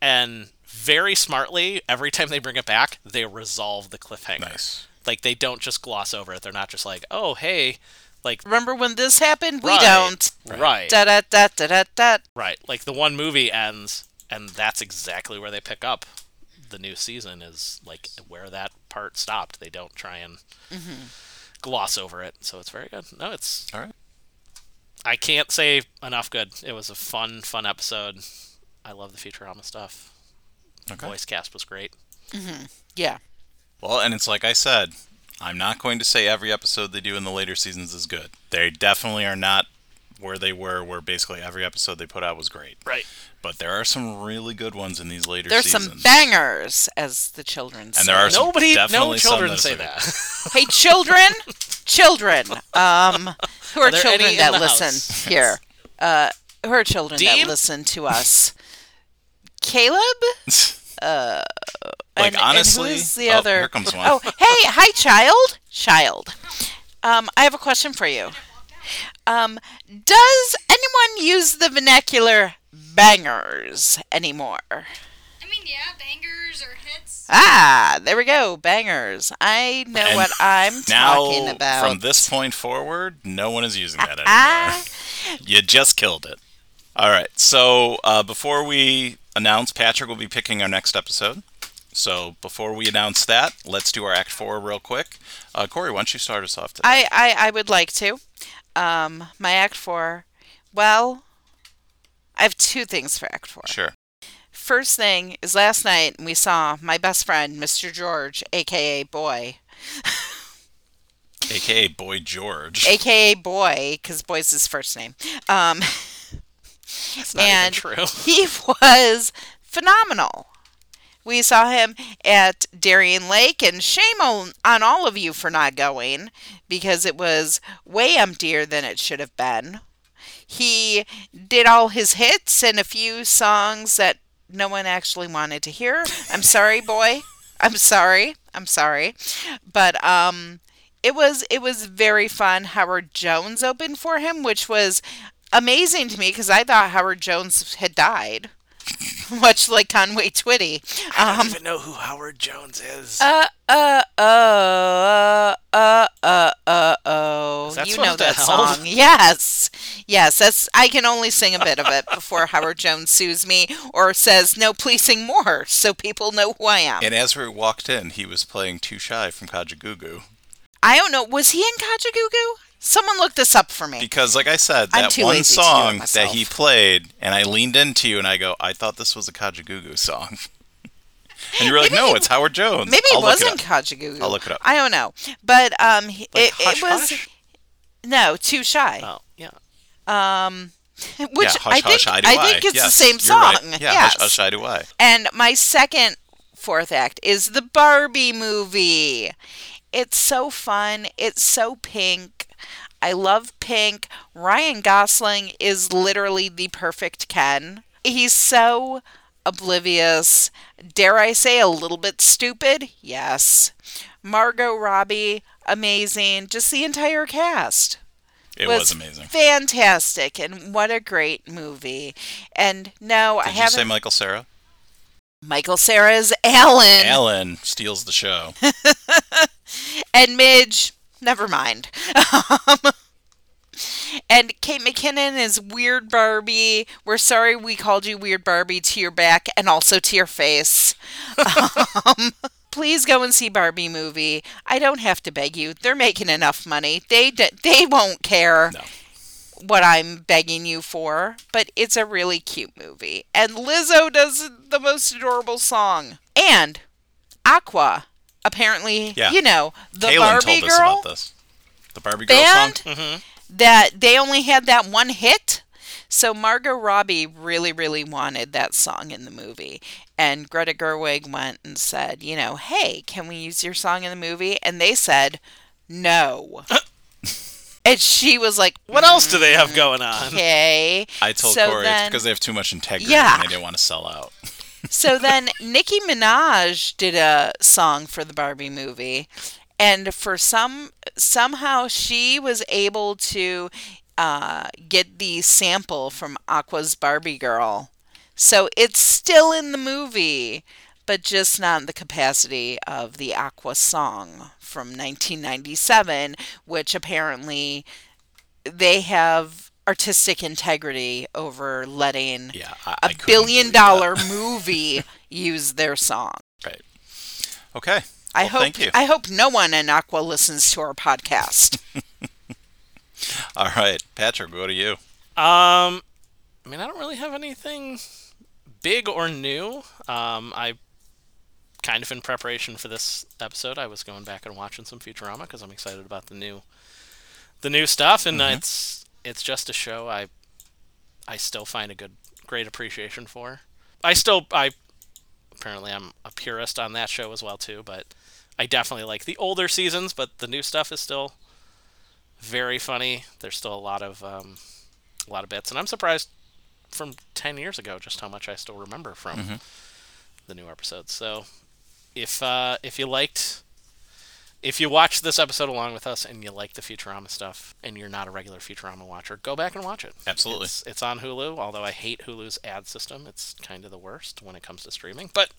S2: and very smartly, every time they bring it back, they resolve the cliffhanger
S1: Nice.
S2: like they don't just gloss over it. They're not just like, oh hey, like
S3: Remember when this happened? We
S2: right,
S3: don't.
S2: right,
S3: Da da da da da da.
S2: right. Like the one movie ends, and that's exactly where they pick up.
S3: Mm-hmm.
S2: The new season is like where that part stopped. They don't try and gloss over it. So it's very good. No, it's
S1: All right.
S2: I can't say enough good. It was a fun, fun episode. I love the Futurama stuff.
S1: Okay.
S2: Voice cast was great.
S3: Yeah.
S1: Well, and it's like I said, I'm not going to say every episode they do in the later seasons is good. They definitely are not where they were, where basically every episode they put out was great.
S2: Right.
S1: But there are some really good ones in these later
S3: There's
S1: seasons.
S3: some bangers, as the children say.
S1: and there are some-
S2: Nobody, no
S1: definitely some
S2: children
S1: that
S2: say
S1: are-
S2: that.
S3: hey, children, children, um, who are,
S2: there any
S3: children
S2: in
S3: that
S2: the
S3: listen
S2: house?
S3: here? Uh, who are children that
S2: Dean?
S3: listen to us? Caleb?
S1: like
S3: uh, and,
S1: honestly,
S3: and who's the
S1: oh,
S3: other?
S1: here comes one.
S3: Oh, hey, hi, child, child. Um, I have a question for you. Um, does anyone use the vernacular bangers anymore?
S4: I mean, yeah, bangers or hits.
S3: Ah, there we go, bangers. I know
S1: And
S3: what I'm
S1: now,
S3: talking about.
S1: from this point forward, no one is using that anymore.
S3: ah,
S1: You just killed it. All right. So uh, before we announce, Patrick will be picking our next episode. So before we announce that, let's do our Act Four real quick. Uh, Corey, why don't you start us off today?
S3: I, I, I would like to. Um, my act four. Well, I have two things for act four.
S1: sure.
S3: First thing is last night we saw my best friend, Mr. George, aka Boy,
S1: AKA Boy George.
S3: aka Boy, because Boy's his first name. Um,
S2: It's not
S3: and
S2: even true.
S3: he was phenomenal. We saw him at Darien Lake, and shame on, on all of you for not going because it was way emptier than it should have been. He did all his hits and a few songs that no one actually wanted to hear. I'm sorry, boy. I'm sorry. I'm sorry. But um it was it was very fun. Howard Jones opened for him, which was amazing to me because I thought Howard Jones had died, much like Conway Twitty. Um,
S2: I don't even know who Howard Jones is.
S3: Uh uh uh uh uh uh oh.
S2: Is that
S3: You know
S2: supposed to
S3: that
S2: help?
S3: song. Yes. Yes, that's I can only sing a bit of it before Howard Jones sues me or says, No, please sing more so people know who I am.
S1: And as we walked in, he was playing Too Shy from Kajagoogoo.
S3: I don't know, was he in Kajagoogoo? Someone look this up for me.
S1: Because, like I said,
S3: I'm
S1: that
S3: too
S1: one
S3: lazy to do it
S1: song that
S3: myself.
S1: he played, and I leaned into you and I go, I thought this was a Kajagoogoo song. and you were like,
S3: Maybe
S1: no,
S3: he-
S1: it's Howard Jones.
S3: Maybe
S1: I'll
S3: it
S1: look
S3: wasn't
S1: up.
S3: Kajagoogoo.
S1: I'll look it up.
S3: I don't know. But um he-
S2: like,
S3: it,
S2: hush,
S3: it was
S2: Hush?
S3: no, too shy.
S2: Oh, yeah.
S3: Um which
S1: Uh, yeah,
S3: I
S1: hush,
S3: think
S1: hush, I do
S3: I think it's the
S1: Yes,
S3: same
S1: you're right.
S3: song.
S1: Yeah,
S3: yes.
S1: hush, hush, I do I.
S3: And my second fourth act is the Barbie movie. It's so fun. It's so pink. I love pink. Ryan Gosling is literally the perfect Ken. He's so oblivious. Dare I say, a little bit stupid? Yes. Margot Robbie, amazing. Just the entire cast
S1: It was, amazing.
S3: fantastic, and what a great movie. And no, I
S1: Did you
S3: haven't.
S1: say Michael Sarah?
S3: Michael Sarah's Alan
S1: Alan steals the show.
S3: and Midge. Never mind. and Kate McKinnon is Weird Barbie. We're sorry we called you Weird Barbie to your back and also to your face. Um, please go and see Barbie movie. I don't have to beg you. They're making enough money. They d- they won't care.
S1: No.
S3: What I'm begging you for, but it's a really cute movie. And Lizzo does the most adorable song. And Aqua, apparently,
S1: Yeah.
S3: you know, the
S1: Kaylin
S3: Barbie
S1: told us
S3: girl
S1: about this. The Barbie girl
S3: band
S1: song?
S3: that they only had that one hit. So Margot Robbie really, really wanted that song in the movie. And Greta Gerwig went and said, you know, hey, can we use your song in the movie? And they said, no. and she was like,
S2: What else do they
S3: Mm.
S2: have going on?
S3: okay.
S1: I told
S3: So
S1: Corey
S3: then-
S1: it's because they have too much integrity
S3: Yeah.
S1: and they didn't want to sell out.
S3: So then Nicki Minaj did a song for the Barbie movie, and for some somehow she was able to uh, get the sample from Aqua's Barbie Girl. So it's still in the movie, but just not in the capacity of the Aqua song from 1997, which apparently they have artistic integrity over letting
S1: Yeah, I,
S3: a
S1: I couldn't
S3: billion
S1: believe that.
S3: dollar movie use their song.
S1: Right. Okay.
S3: I
S1: Well,
S3: hope
S1: thank you.
S3: I hope no one in Aqua listens to our podcast.
S1: All right, Patrick, go to you.
S2: Um, I mean, I don't really have anything big or new. Um, I kind of in preparation for this episode, I was going back and watching some Futurama because I'm excited about the new, the new stuff, and uh it's it's just a show I, I still find a good, great appreciation for. I still I, apparently I'm a purist on that show as well too, but I definitely like the older seasons, but the new stuff is still very funny. There's still a lot of um, a lot of bits, and I'm surprised from ten years ago just how much I still remember from
S1: Mm-hmm.
S2: the new episodes. So, if uh, if you liked, if you watched this episode along with us and you like the Futurama stuff, and you're not a regular Futurama watcher, go back and watch it.
S1: Absolutely.
S2: it's, it's on Hulu. Although I hate Hulu's ad system, it's kind of the worst when it comes to streaming. But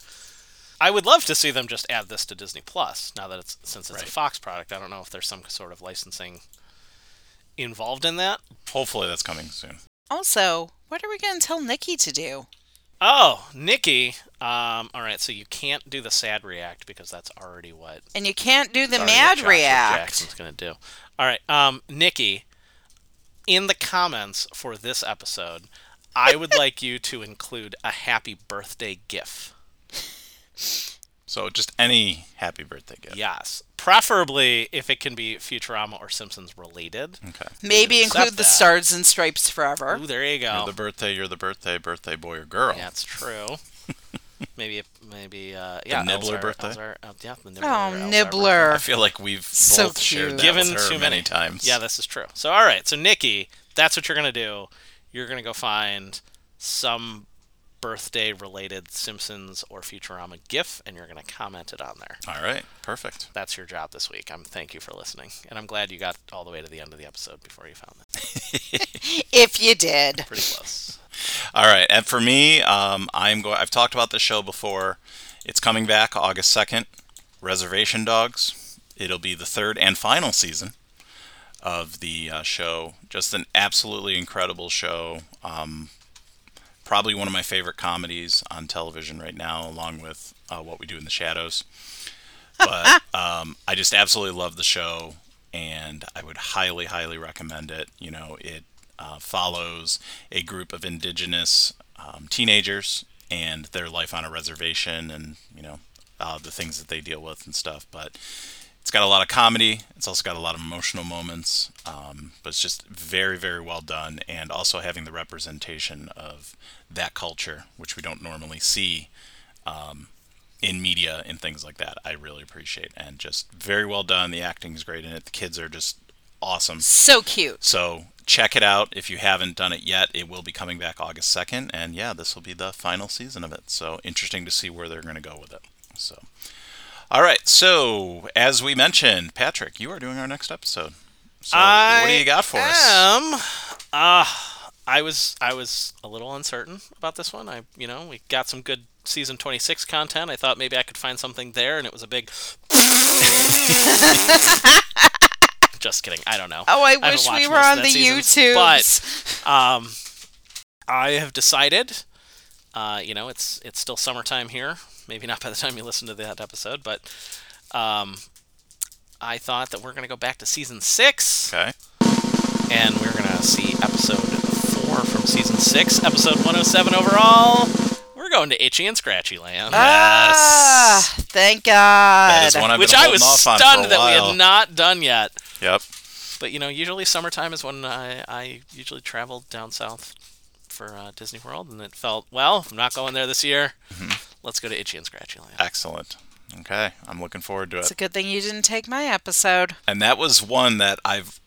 S2: I would love to see them just add this to Disney Plus now that it's since it's a
S1: Right.
S2: Fox product. I don't know if there's some sort of licensing involved in that.
S1: Hopefully that's coming soon.
S3: also, what are we going to tell Nikki to do?
S2: Oh, Nikki. Um, all right, so you can't do the sad react because that's already what
S3: And you can't do the
S2: already what
S3: mad
S2: Joshua
S3: react.
S2: Jackson's gonna do. All right, um, Nikki. In the comments for this episode, I would like you to include a happy birthday GIF.
S1: So just any happy birthday gift.
S2: Yes, preferably if it can be Futurama or Simpsons related.
S1: Okay.
S3: Maybe
S2: accept
S3: include the
S2: that.
S3: stars and stripes forever.
S2: Ooh, there you go.
S1: You're the birthday, you're the birthday, birthday boy or girl.
S2: That's true. maybe, maybe, uh, yeah.
S1: Nibbler
S2: Elzar-
S1: birthday?
S2: Elzar- El- yeah, the Nibbler.
S3: Oh,
S2: or Elzar birthday.
S1: I
S3: nibbler.
S1: feel like we've
S3: So
S1: both shared
S3: cute.
S1: that
S2: given
S1: with her
S2: too
S1: many times.
S2: Yeah, this is true. So all right, so Nikki, that's what you're gonna do. You're gonna go find some birthday related Simpsons or Futurama GIF, and you're gonna comment it on there.
S1: All right. Perfect.
S2: That's your job this week. I'm thank you for listening, and I'm glad you got all the way to the end of the episode before you found that.
S3: If you did.
S2: Pretty close.
S1: All right, and for me, um, I'm going. I've talked about this show before. It's coming back August second. Reservation Dogs. It'll be the third and final season of the uh, show. Just an absolutely incredible show. Um, probably one of my favorite comedies on television right now, along with uh, What We Do in the Shadows. But um, I just absolutely love the show, and I would highly, highly recommend it. You know, it uh, follows a group of indigenous um, teenagers and their life on a reservation, and you know uh, the things that they deal with and stuff. But it's got a lot of comedy. It's also got a lot of emotional moments, um, but it's just very, very well done. And also having the representation of that culture, which we don't normally see um, in media and things like that, I really appreciate. And just very well done. The acting's great in it. The kids are just awesome.
S3: So cute.
S1: So check it out if you haven't done it yet. It will be coming back August 2nd. And yeah, this will be the final season of it. So interesting to see where they're going to go with it. So, all right. So, as we mentioned, Patrick, you are doing our next episode. So, what do you got for us?
S2: Um, uh, I was I was a little uncertain about this one. I you know we got some good season 26 content. I thought maybe I could find something there, and it was a big. Just kidding. I don't know.
S3: Oh, I
S2: haven't
S3: wish we
S2: watched
S3: were
S2: most of
S3: on
S2: that
S3: the
S2: season,
S3: YouTubes.
S2: But um, I have decided. Uh, you know, it's it's still summertime here. Maybe not by the time you listen to that episode, but um, I thought that we're gonna go back to season six
S1: Okay.
S2: and we're gonna see episode four from season six, episode 107 overall. We're going to Itchy and Scratchy Land,
S3: Ah, thank God.
S1: That is one I've
S2: which
S1: been
S2: I
S1: holding off
S2: was
S1: on for
S2: stunned
S1: a
S2: that we
S1: while.
S2: had not done yet.
S1: Yep.
S2: But you know, usually summertime is when I, I usually travel down south for uh, Disney World, and it felt well. I'm not going there this year. Let's go to Itchy and Scratchy Land.
S1: Excellent. Okay. I'm looking forward to it.
S3: It's a good thing you didn't take my episode.
S1: And that was one that I've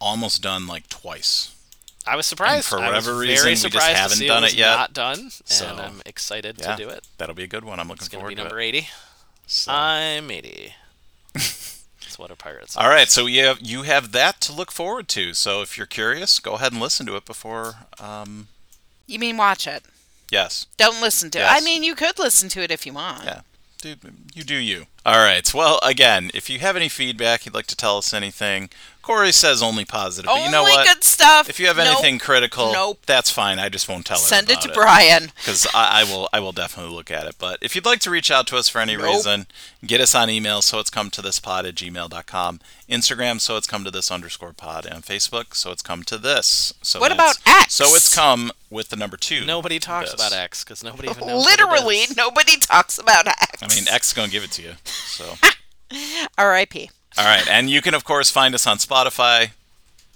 S1: almost done like twice.
S2: I was surprised.
S1: for
S2: I was
S1: whatever
S2: very
S1: reason, we just
S2: surprised to
S1: haven't
S2: see
S1: done
S2: was
S1: it yet.
S2: Not done,
S1: So,
S2: and I'm excited
S1: Yeah.
S2: to do it.
S1: That'll be a good one. I'm looking
S2: It's gonna
S1: forward
S2: be
S1: to
S2: number
S1: it.
S2: eighty.
S1: So-
S2: I'm 80. That's what a pirate said.
S1: All right, so you have you have that to look forward to. So if you're curious, go ahead and listen to it before. Um,
S3: You mean watch it?
S1: yes,
S3: Don't listen to it.
S1: Yes.
S3: I mean, you could listen to it if you want.
S1: yeah, do, you do you. All right. Well, again, if you have any feedback, you'd like to tell us anything, Corey says only positive, but
S3: Only
S1: you know what?
S3: good stuff.
S1: if you have
S3: Nope.
S1: anything critical,
S3: Nope.
S1: that's fine. I just won't tell her.
S3: send it to Brian.
S1: because I, I will. I will definitely look at it. But if you'd like to reach out to us for any
S3: Nope.
S1: reason, get us on email. So it's come to this pod at gmail.com. Instagram. So it's come to this underscore pod and Facebook. So it's come to this. So
S3: What
S1: that's-
S3: about X?
S1: So it's come with the number two.
S2: Nobody talks
S1: this.
S2: about X because nobody even knows. what it
S3: Literally,
S2: is.
S3: nobody talks about X.
S1: I mean, X is gonna give it to you. So.
S3: R.I.P.
S1: All right, and you can of course find us on Spotify.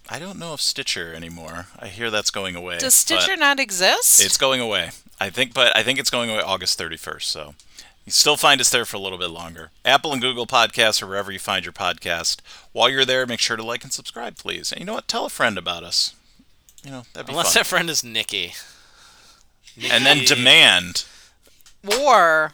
S1: I don't know if Stitcher anymore. I hear that's going away.
S3: Does
S1: but
S3: Stitcher not exist?
S1: It's going away. I think, but I think it's going away August 31st. So you still find us there for a little bit longer. Apple and Google Podcasts, or wherever you find your podcast. While you're there, make sure to like and subscribe, please. And you know what? Tell a friend about us. You know that'd be
S2: Unless
S1: fun.
S2: that friend is Nikki.
S1: And then
S2: Nikki-
S1: demand.
S3: Or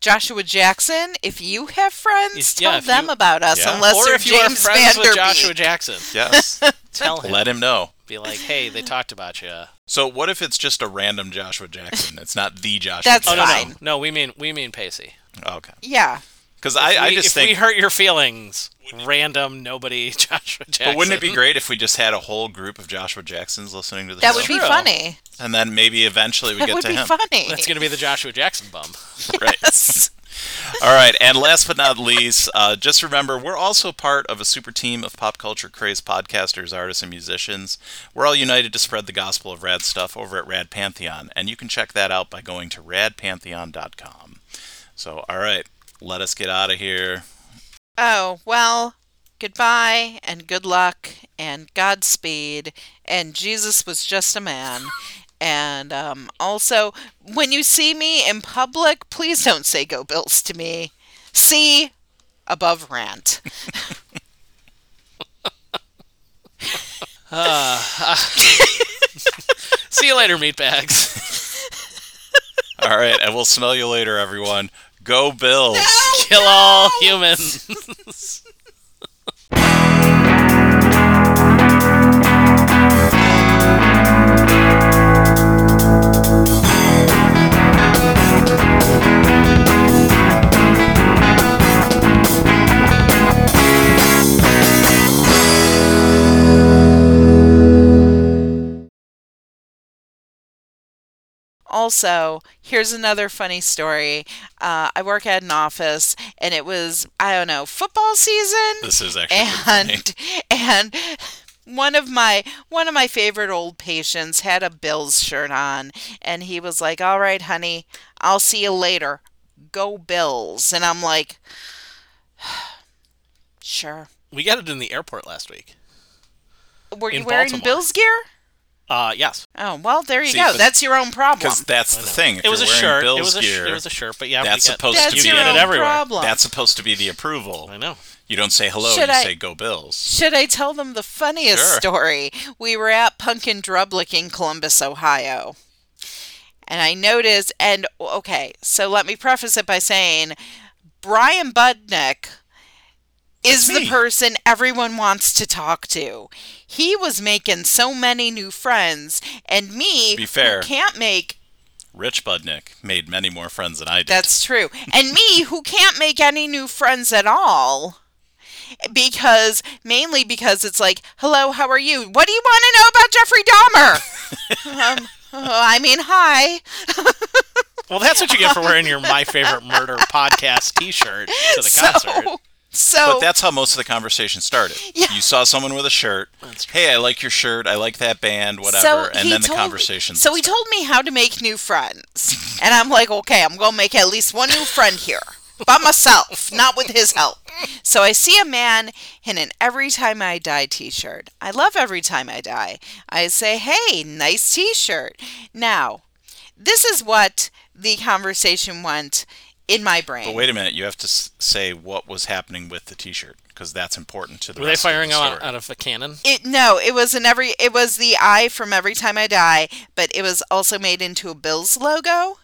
S3: Joshua Jackson, if you have friends,
S2: If-
S3: tell
S2: yeah, if
S3: them
S2: you-
S3: about us,
S1: yeah.
S3: unless
S2: or
S3: you're
S2: if you
S3: James
S2: are friends
S3: Vanderbeek.
S2: with Joshua Jackson,
S1: Yes.
S2: tell him.
S1: Let him know.
S2: Be like, hey, they talked about you.
S1: So what if it's just a random Joshua Jackson? It's not the Joshua.
S3: That's
S2: Oh no,
S1: Jackson. Oh,
S2: no,
S3: Fine.
S2: no. We mean we mean Pacey.
S1: Okay.
S3: Yeah.
S1: Because I, I
S2: We-
S1: just
S2: if
S1: think
S2: we hurt your feelings, random nobody Joshua Jackson.
S1: But wouldn't it be great if we just had a whole group of Joshua Jacksons listening to the
S3: That
S1: show?
S3: would be
S2: True.
S3: funny.
S1: and then maybe eventually we
S3: That
S1: get
S3: would
S1: to
S3: be
S1: him.
S3: funny.
S2: That's gonna be the Joshua Jackson bump.
S1: Right.
S3: Yes.
S1: All right. And last but not least, uh, just remember we're also part of a super team of pop culture craze podcasters, artists, and musicians. We're all united to spread the gospel of rad stuff over at Rad Pantheon, and you can check that out by going to radpantheon.com. So, all right, let us get out of here.
S3: Oh, well, goodbye and good luck and Godspeed. And Jesus was just a man. And um, also, when you see me in public, please don't say go Bills to me. See above rant.
S2: See you later, meatbags.
S1: All right, and we'll smell you later, everyone. Go Bills.
S2: Kill all humans.
S3: Also, here's another funny story. Uh, I work at an office, and it was I don't know football season,
S1: This is actually pretty funny.
S3: and and one of my one of my favorite old patients had a Bills shirt on, and he was like, "All right, honey, I'll see you later. Go Bills." And I'm like, "Sure."
S2: We got it in the airport last week.
S3: Were you
S2: In
S3: wearing
S2: Baltimore.
S3: Bills gear?
S2: Uh, yes.
S3: Oh well, there you
S1: See,
S3: go.
S1: but-
S3: That's your own problem.
S1: Because that's the thing. If
S2: it was a
S1: you're wearing
S2: shirt.
S1: Bills
S2: it was a sh-
S1: gear,
S2: it was a shirt, but yeah,
S1: that's
S2: we got,
S1: supposed to
S3: That's
S1: be
S3: your
S1: in
S2: it
S3: own
S2: everywhere.
S3: problem.
S1: that's supposed to be the approval.
S2: I know.
S1: You don't say hello.
S3: Should
S1: you
S3: I-
S1: say go Bills.
S3: Should I tell them the funniest
S1: Sure.
S3: story? We were at Punkin' Drublick in Columbus, Ohio. And I noticed, and okay, so let me preface it by saying Brian Budnick is
S1: That's
S3: the
S1: me.
S3: person everyone wants to talk to. He was making so many new friends, and me,
S1: be
S3: who
S1: fair.
S3: can't make
S1: Rich Budnick made many more friends than I did.
S3: that's true. And me, who can't make any new friends at all. Because mainly because it's like, hello, how are you? What do you want to know about Jeffrey Dahmer? um, oh, I mean, hi.
S2: Well, that's what you get for wearing your My Favorite Murder podcast T-shirt to the concert.
S3: So, so
S1: but that's how most of the conversation started.
S3: Yeah.
S1: You saw someone with a shirt. Hey, I like your shirt. I like that band. Whatever. and then the
S3: told me-
S1: conversation.
S3: So he told me how to make new friends, and I'm like, okay, I'm gonna make at least one new friend here by myself, not with his help. So I see a man in an "Every Time I Die" T-shirt. I love "Every Time I Die." I say, hey, nice T-shirt. Now, this is what the conversation went in my brain.
S1: But wait a minute. You have to s- say what was happening with the T-shirt because that's important to the.
S2: Were they
S1: rest of the
S2: firing out,
S1: story.
S2: out of the cannon?
S3: It no, it was an every it was the eye from every time I die, but it was also made into a Bills logo.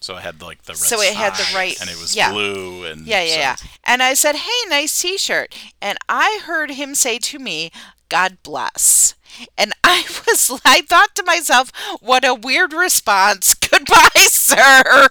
S1: So it had like the red
S3: So it had the
S1: side,
S3: right-
S1: and it was
S3: yeah.
S1: blue and
S3: Yeah, yeah,
S1: so-
S3: yeah. And I said, "Hey, nice T-shirt." And I heard him say to me, "God bless." And I was, I thought to myself, "What a weird response." goodbye, sir.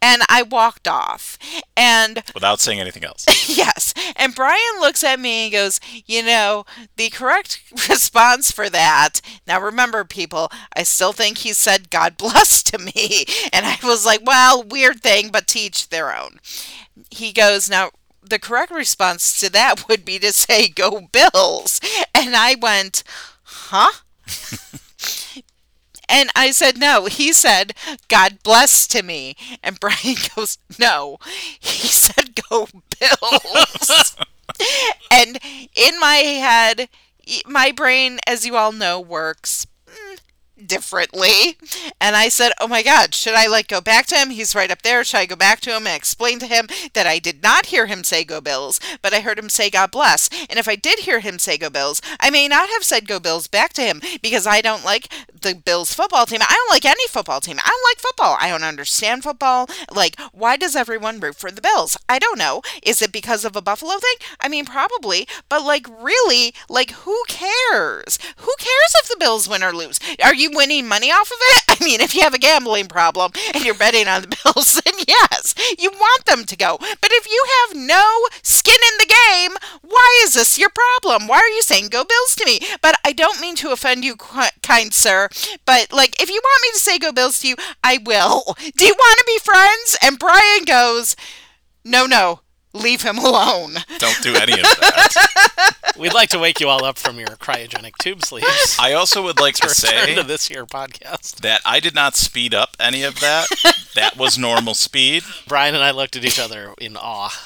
S3: And I walked off. And
S1: without saying anything else.
S3: yes. And Brian looks at me and goes, You know, the correct response for that. Now, remember, people, I still think he said, God bless to me. And I was like, Well, weird thing, but teach their own. He goes, Now, the correct response to that would be to say, Go Bills. And I went, Huh? And I said, no. He said, God bless to me. And Brian goes, no. He said, go Bills. and in my head, e- my brain, as you all know, works mm, differently. And I said, oh my God, should I like go back to him? He's right up there. Should I go back to him and explain to him that I did not hear him say go Bills, but I heard him say God bless? And if I did hear him say go Bills, I may not have said go Bills back to him because I don't like the Bills football team. I don't like any football team. I don't like football. I don't understand football. Like, why does everyone root for the Bills? I don't know. Is it because of a Buffalo thing? I mean, probably. But, like, really, like, who cares? Who cares if the Bills win or lose? Are you winning money off of it? I mean, if you have a gambling problem and you're betting on the Bills, then yes, you want them to go. But if you have no skin in the game, why is this your problem? Why are you saying go Bills to me? But I don't mean to offend you, qui- kind sir. But like, if you want me to say go Bills to you, I will. Do you want to be friends? And Brian goes, no, no, leave him alone.
S1: Don't do any of that.
S2: We'd like to wake you all up from your cryogenic tube sleeps.
S1: I also would like to
S2: Return to
S1: say
S2: this here podcast.
S1: that I did not speed up any of that. That was normal speed.
S2: Brian and I looked at each other in awe.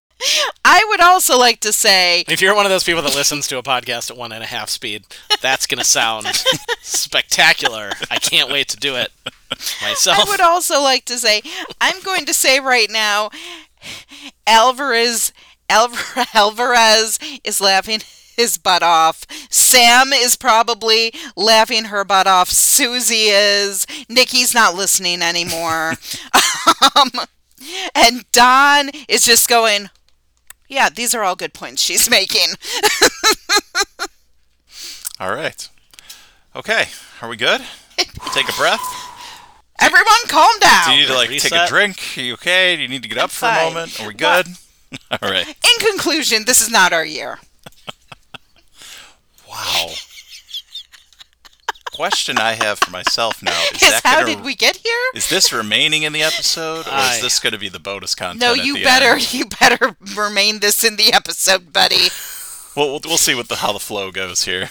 S3: I would also like to say,
S2: If you're one of those people that listens to a podcast at one and a half speed, that's going to sound spectacular. I can't wait to do it
S3: I
S2: myself.
S3: would also like to say, I'm going to say right now, Alvarez, Alvar- Alvarez is laughing his butt off. Sam is probably laughing her butt off. Susie is. Nikki's not listening anymore. um, and Don is just going, yeah, these are all good points she's making.
S1: All right. Okay. Are we good? Take a breath.
S3: Everyone calm
S1: Do
S3: down.
S1: you need to like take a
S2: Reset.
S1: drink? Are you okay? Do you need to get up for a
S3: fine.
S1: moment? Are we good? All right.
S3: In conclusion, this is not our year.
S1: Wow. Question I have for myself now is
S3: Yes,
S1: that
S3: how
S1: gonna,
S3: did we get here?
S1: is this remaining in the episode or
S2: I-
S1: is this going to be the bonus content?
S3: No,
S1: at
S3: you
S1: the
S3: better
S1: end?
S3: you better remain this in the episode, buddy.
S1: Well, we'll we'll see what the how the flow goes here.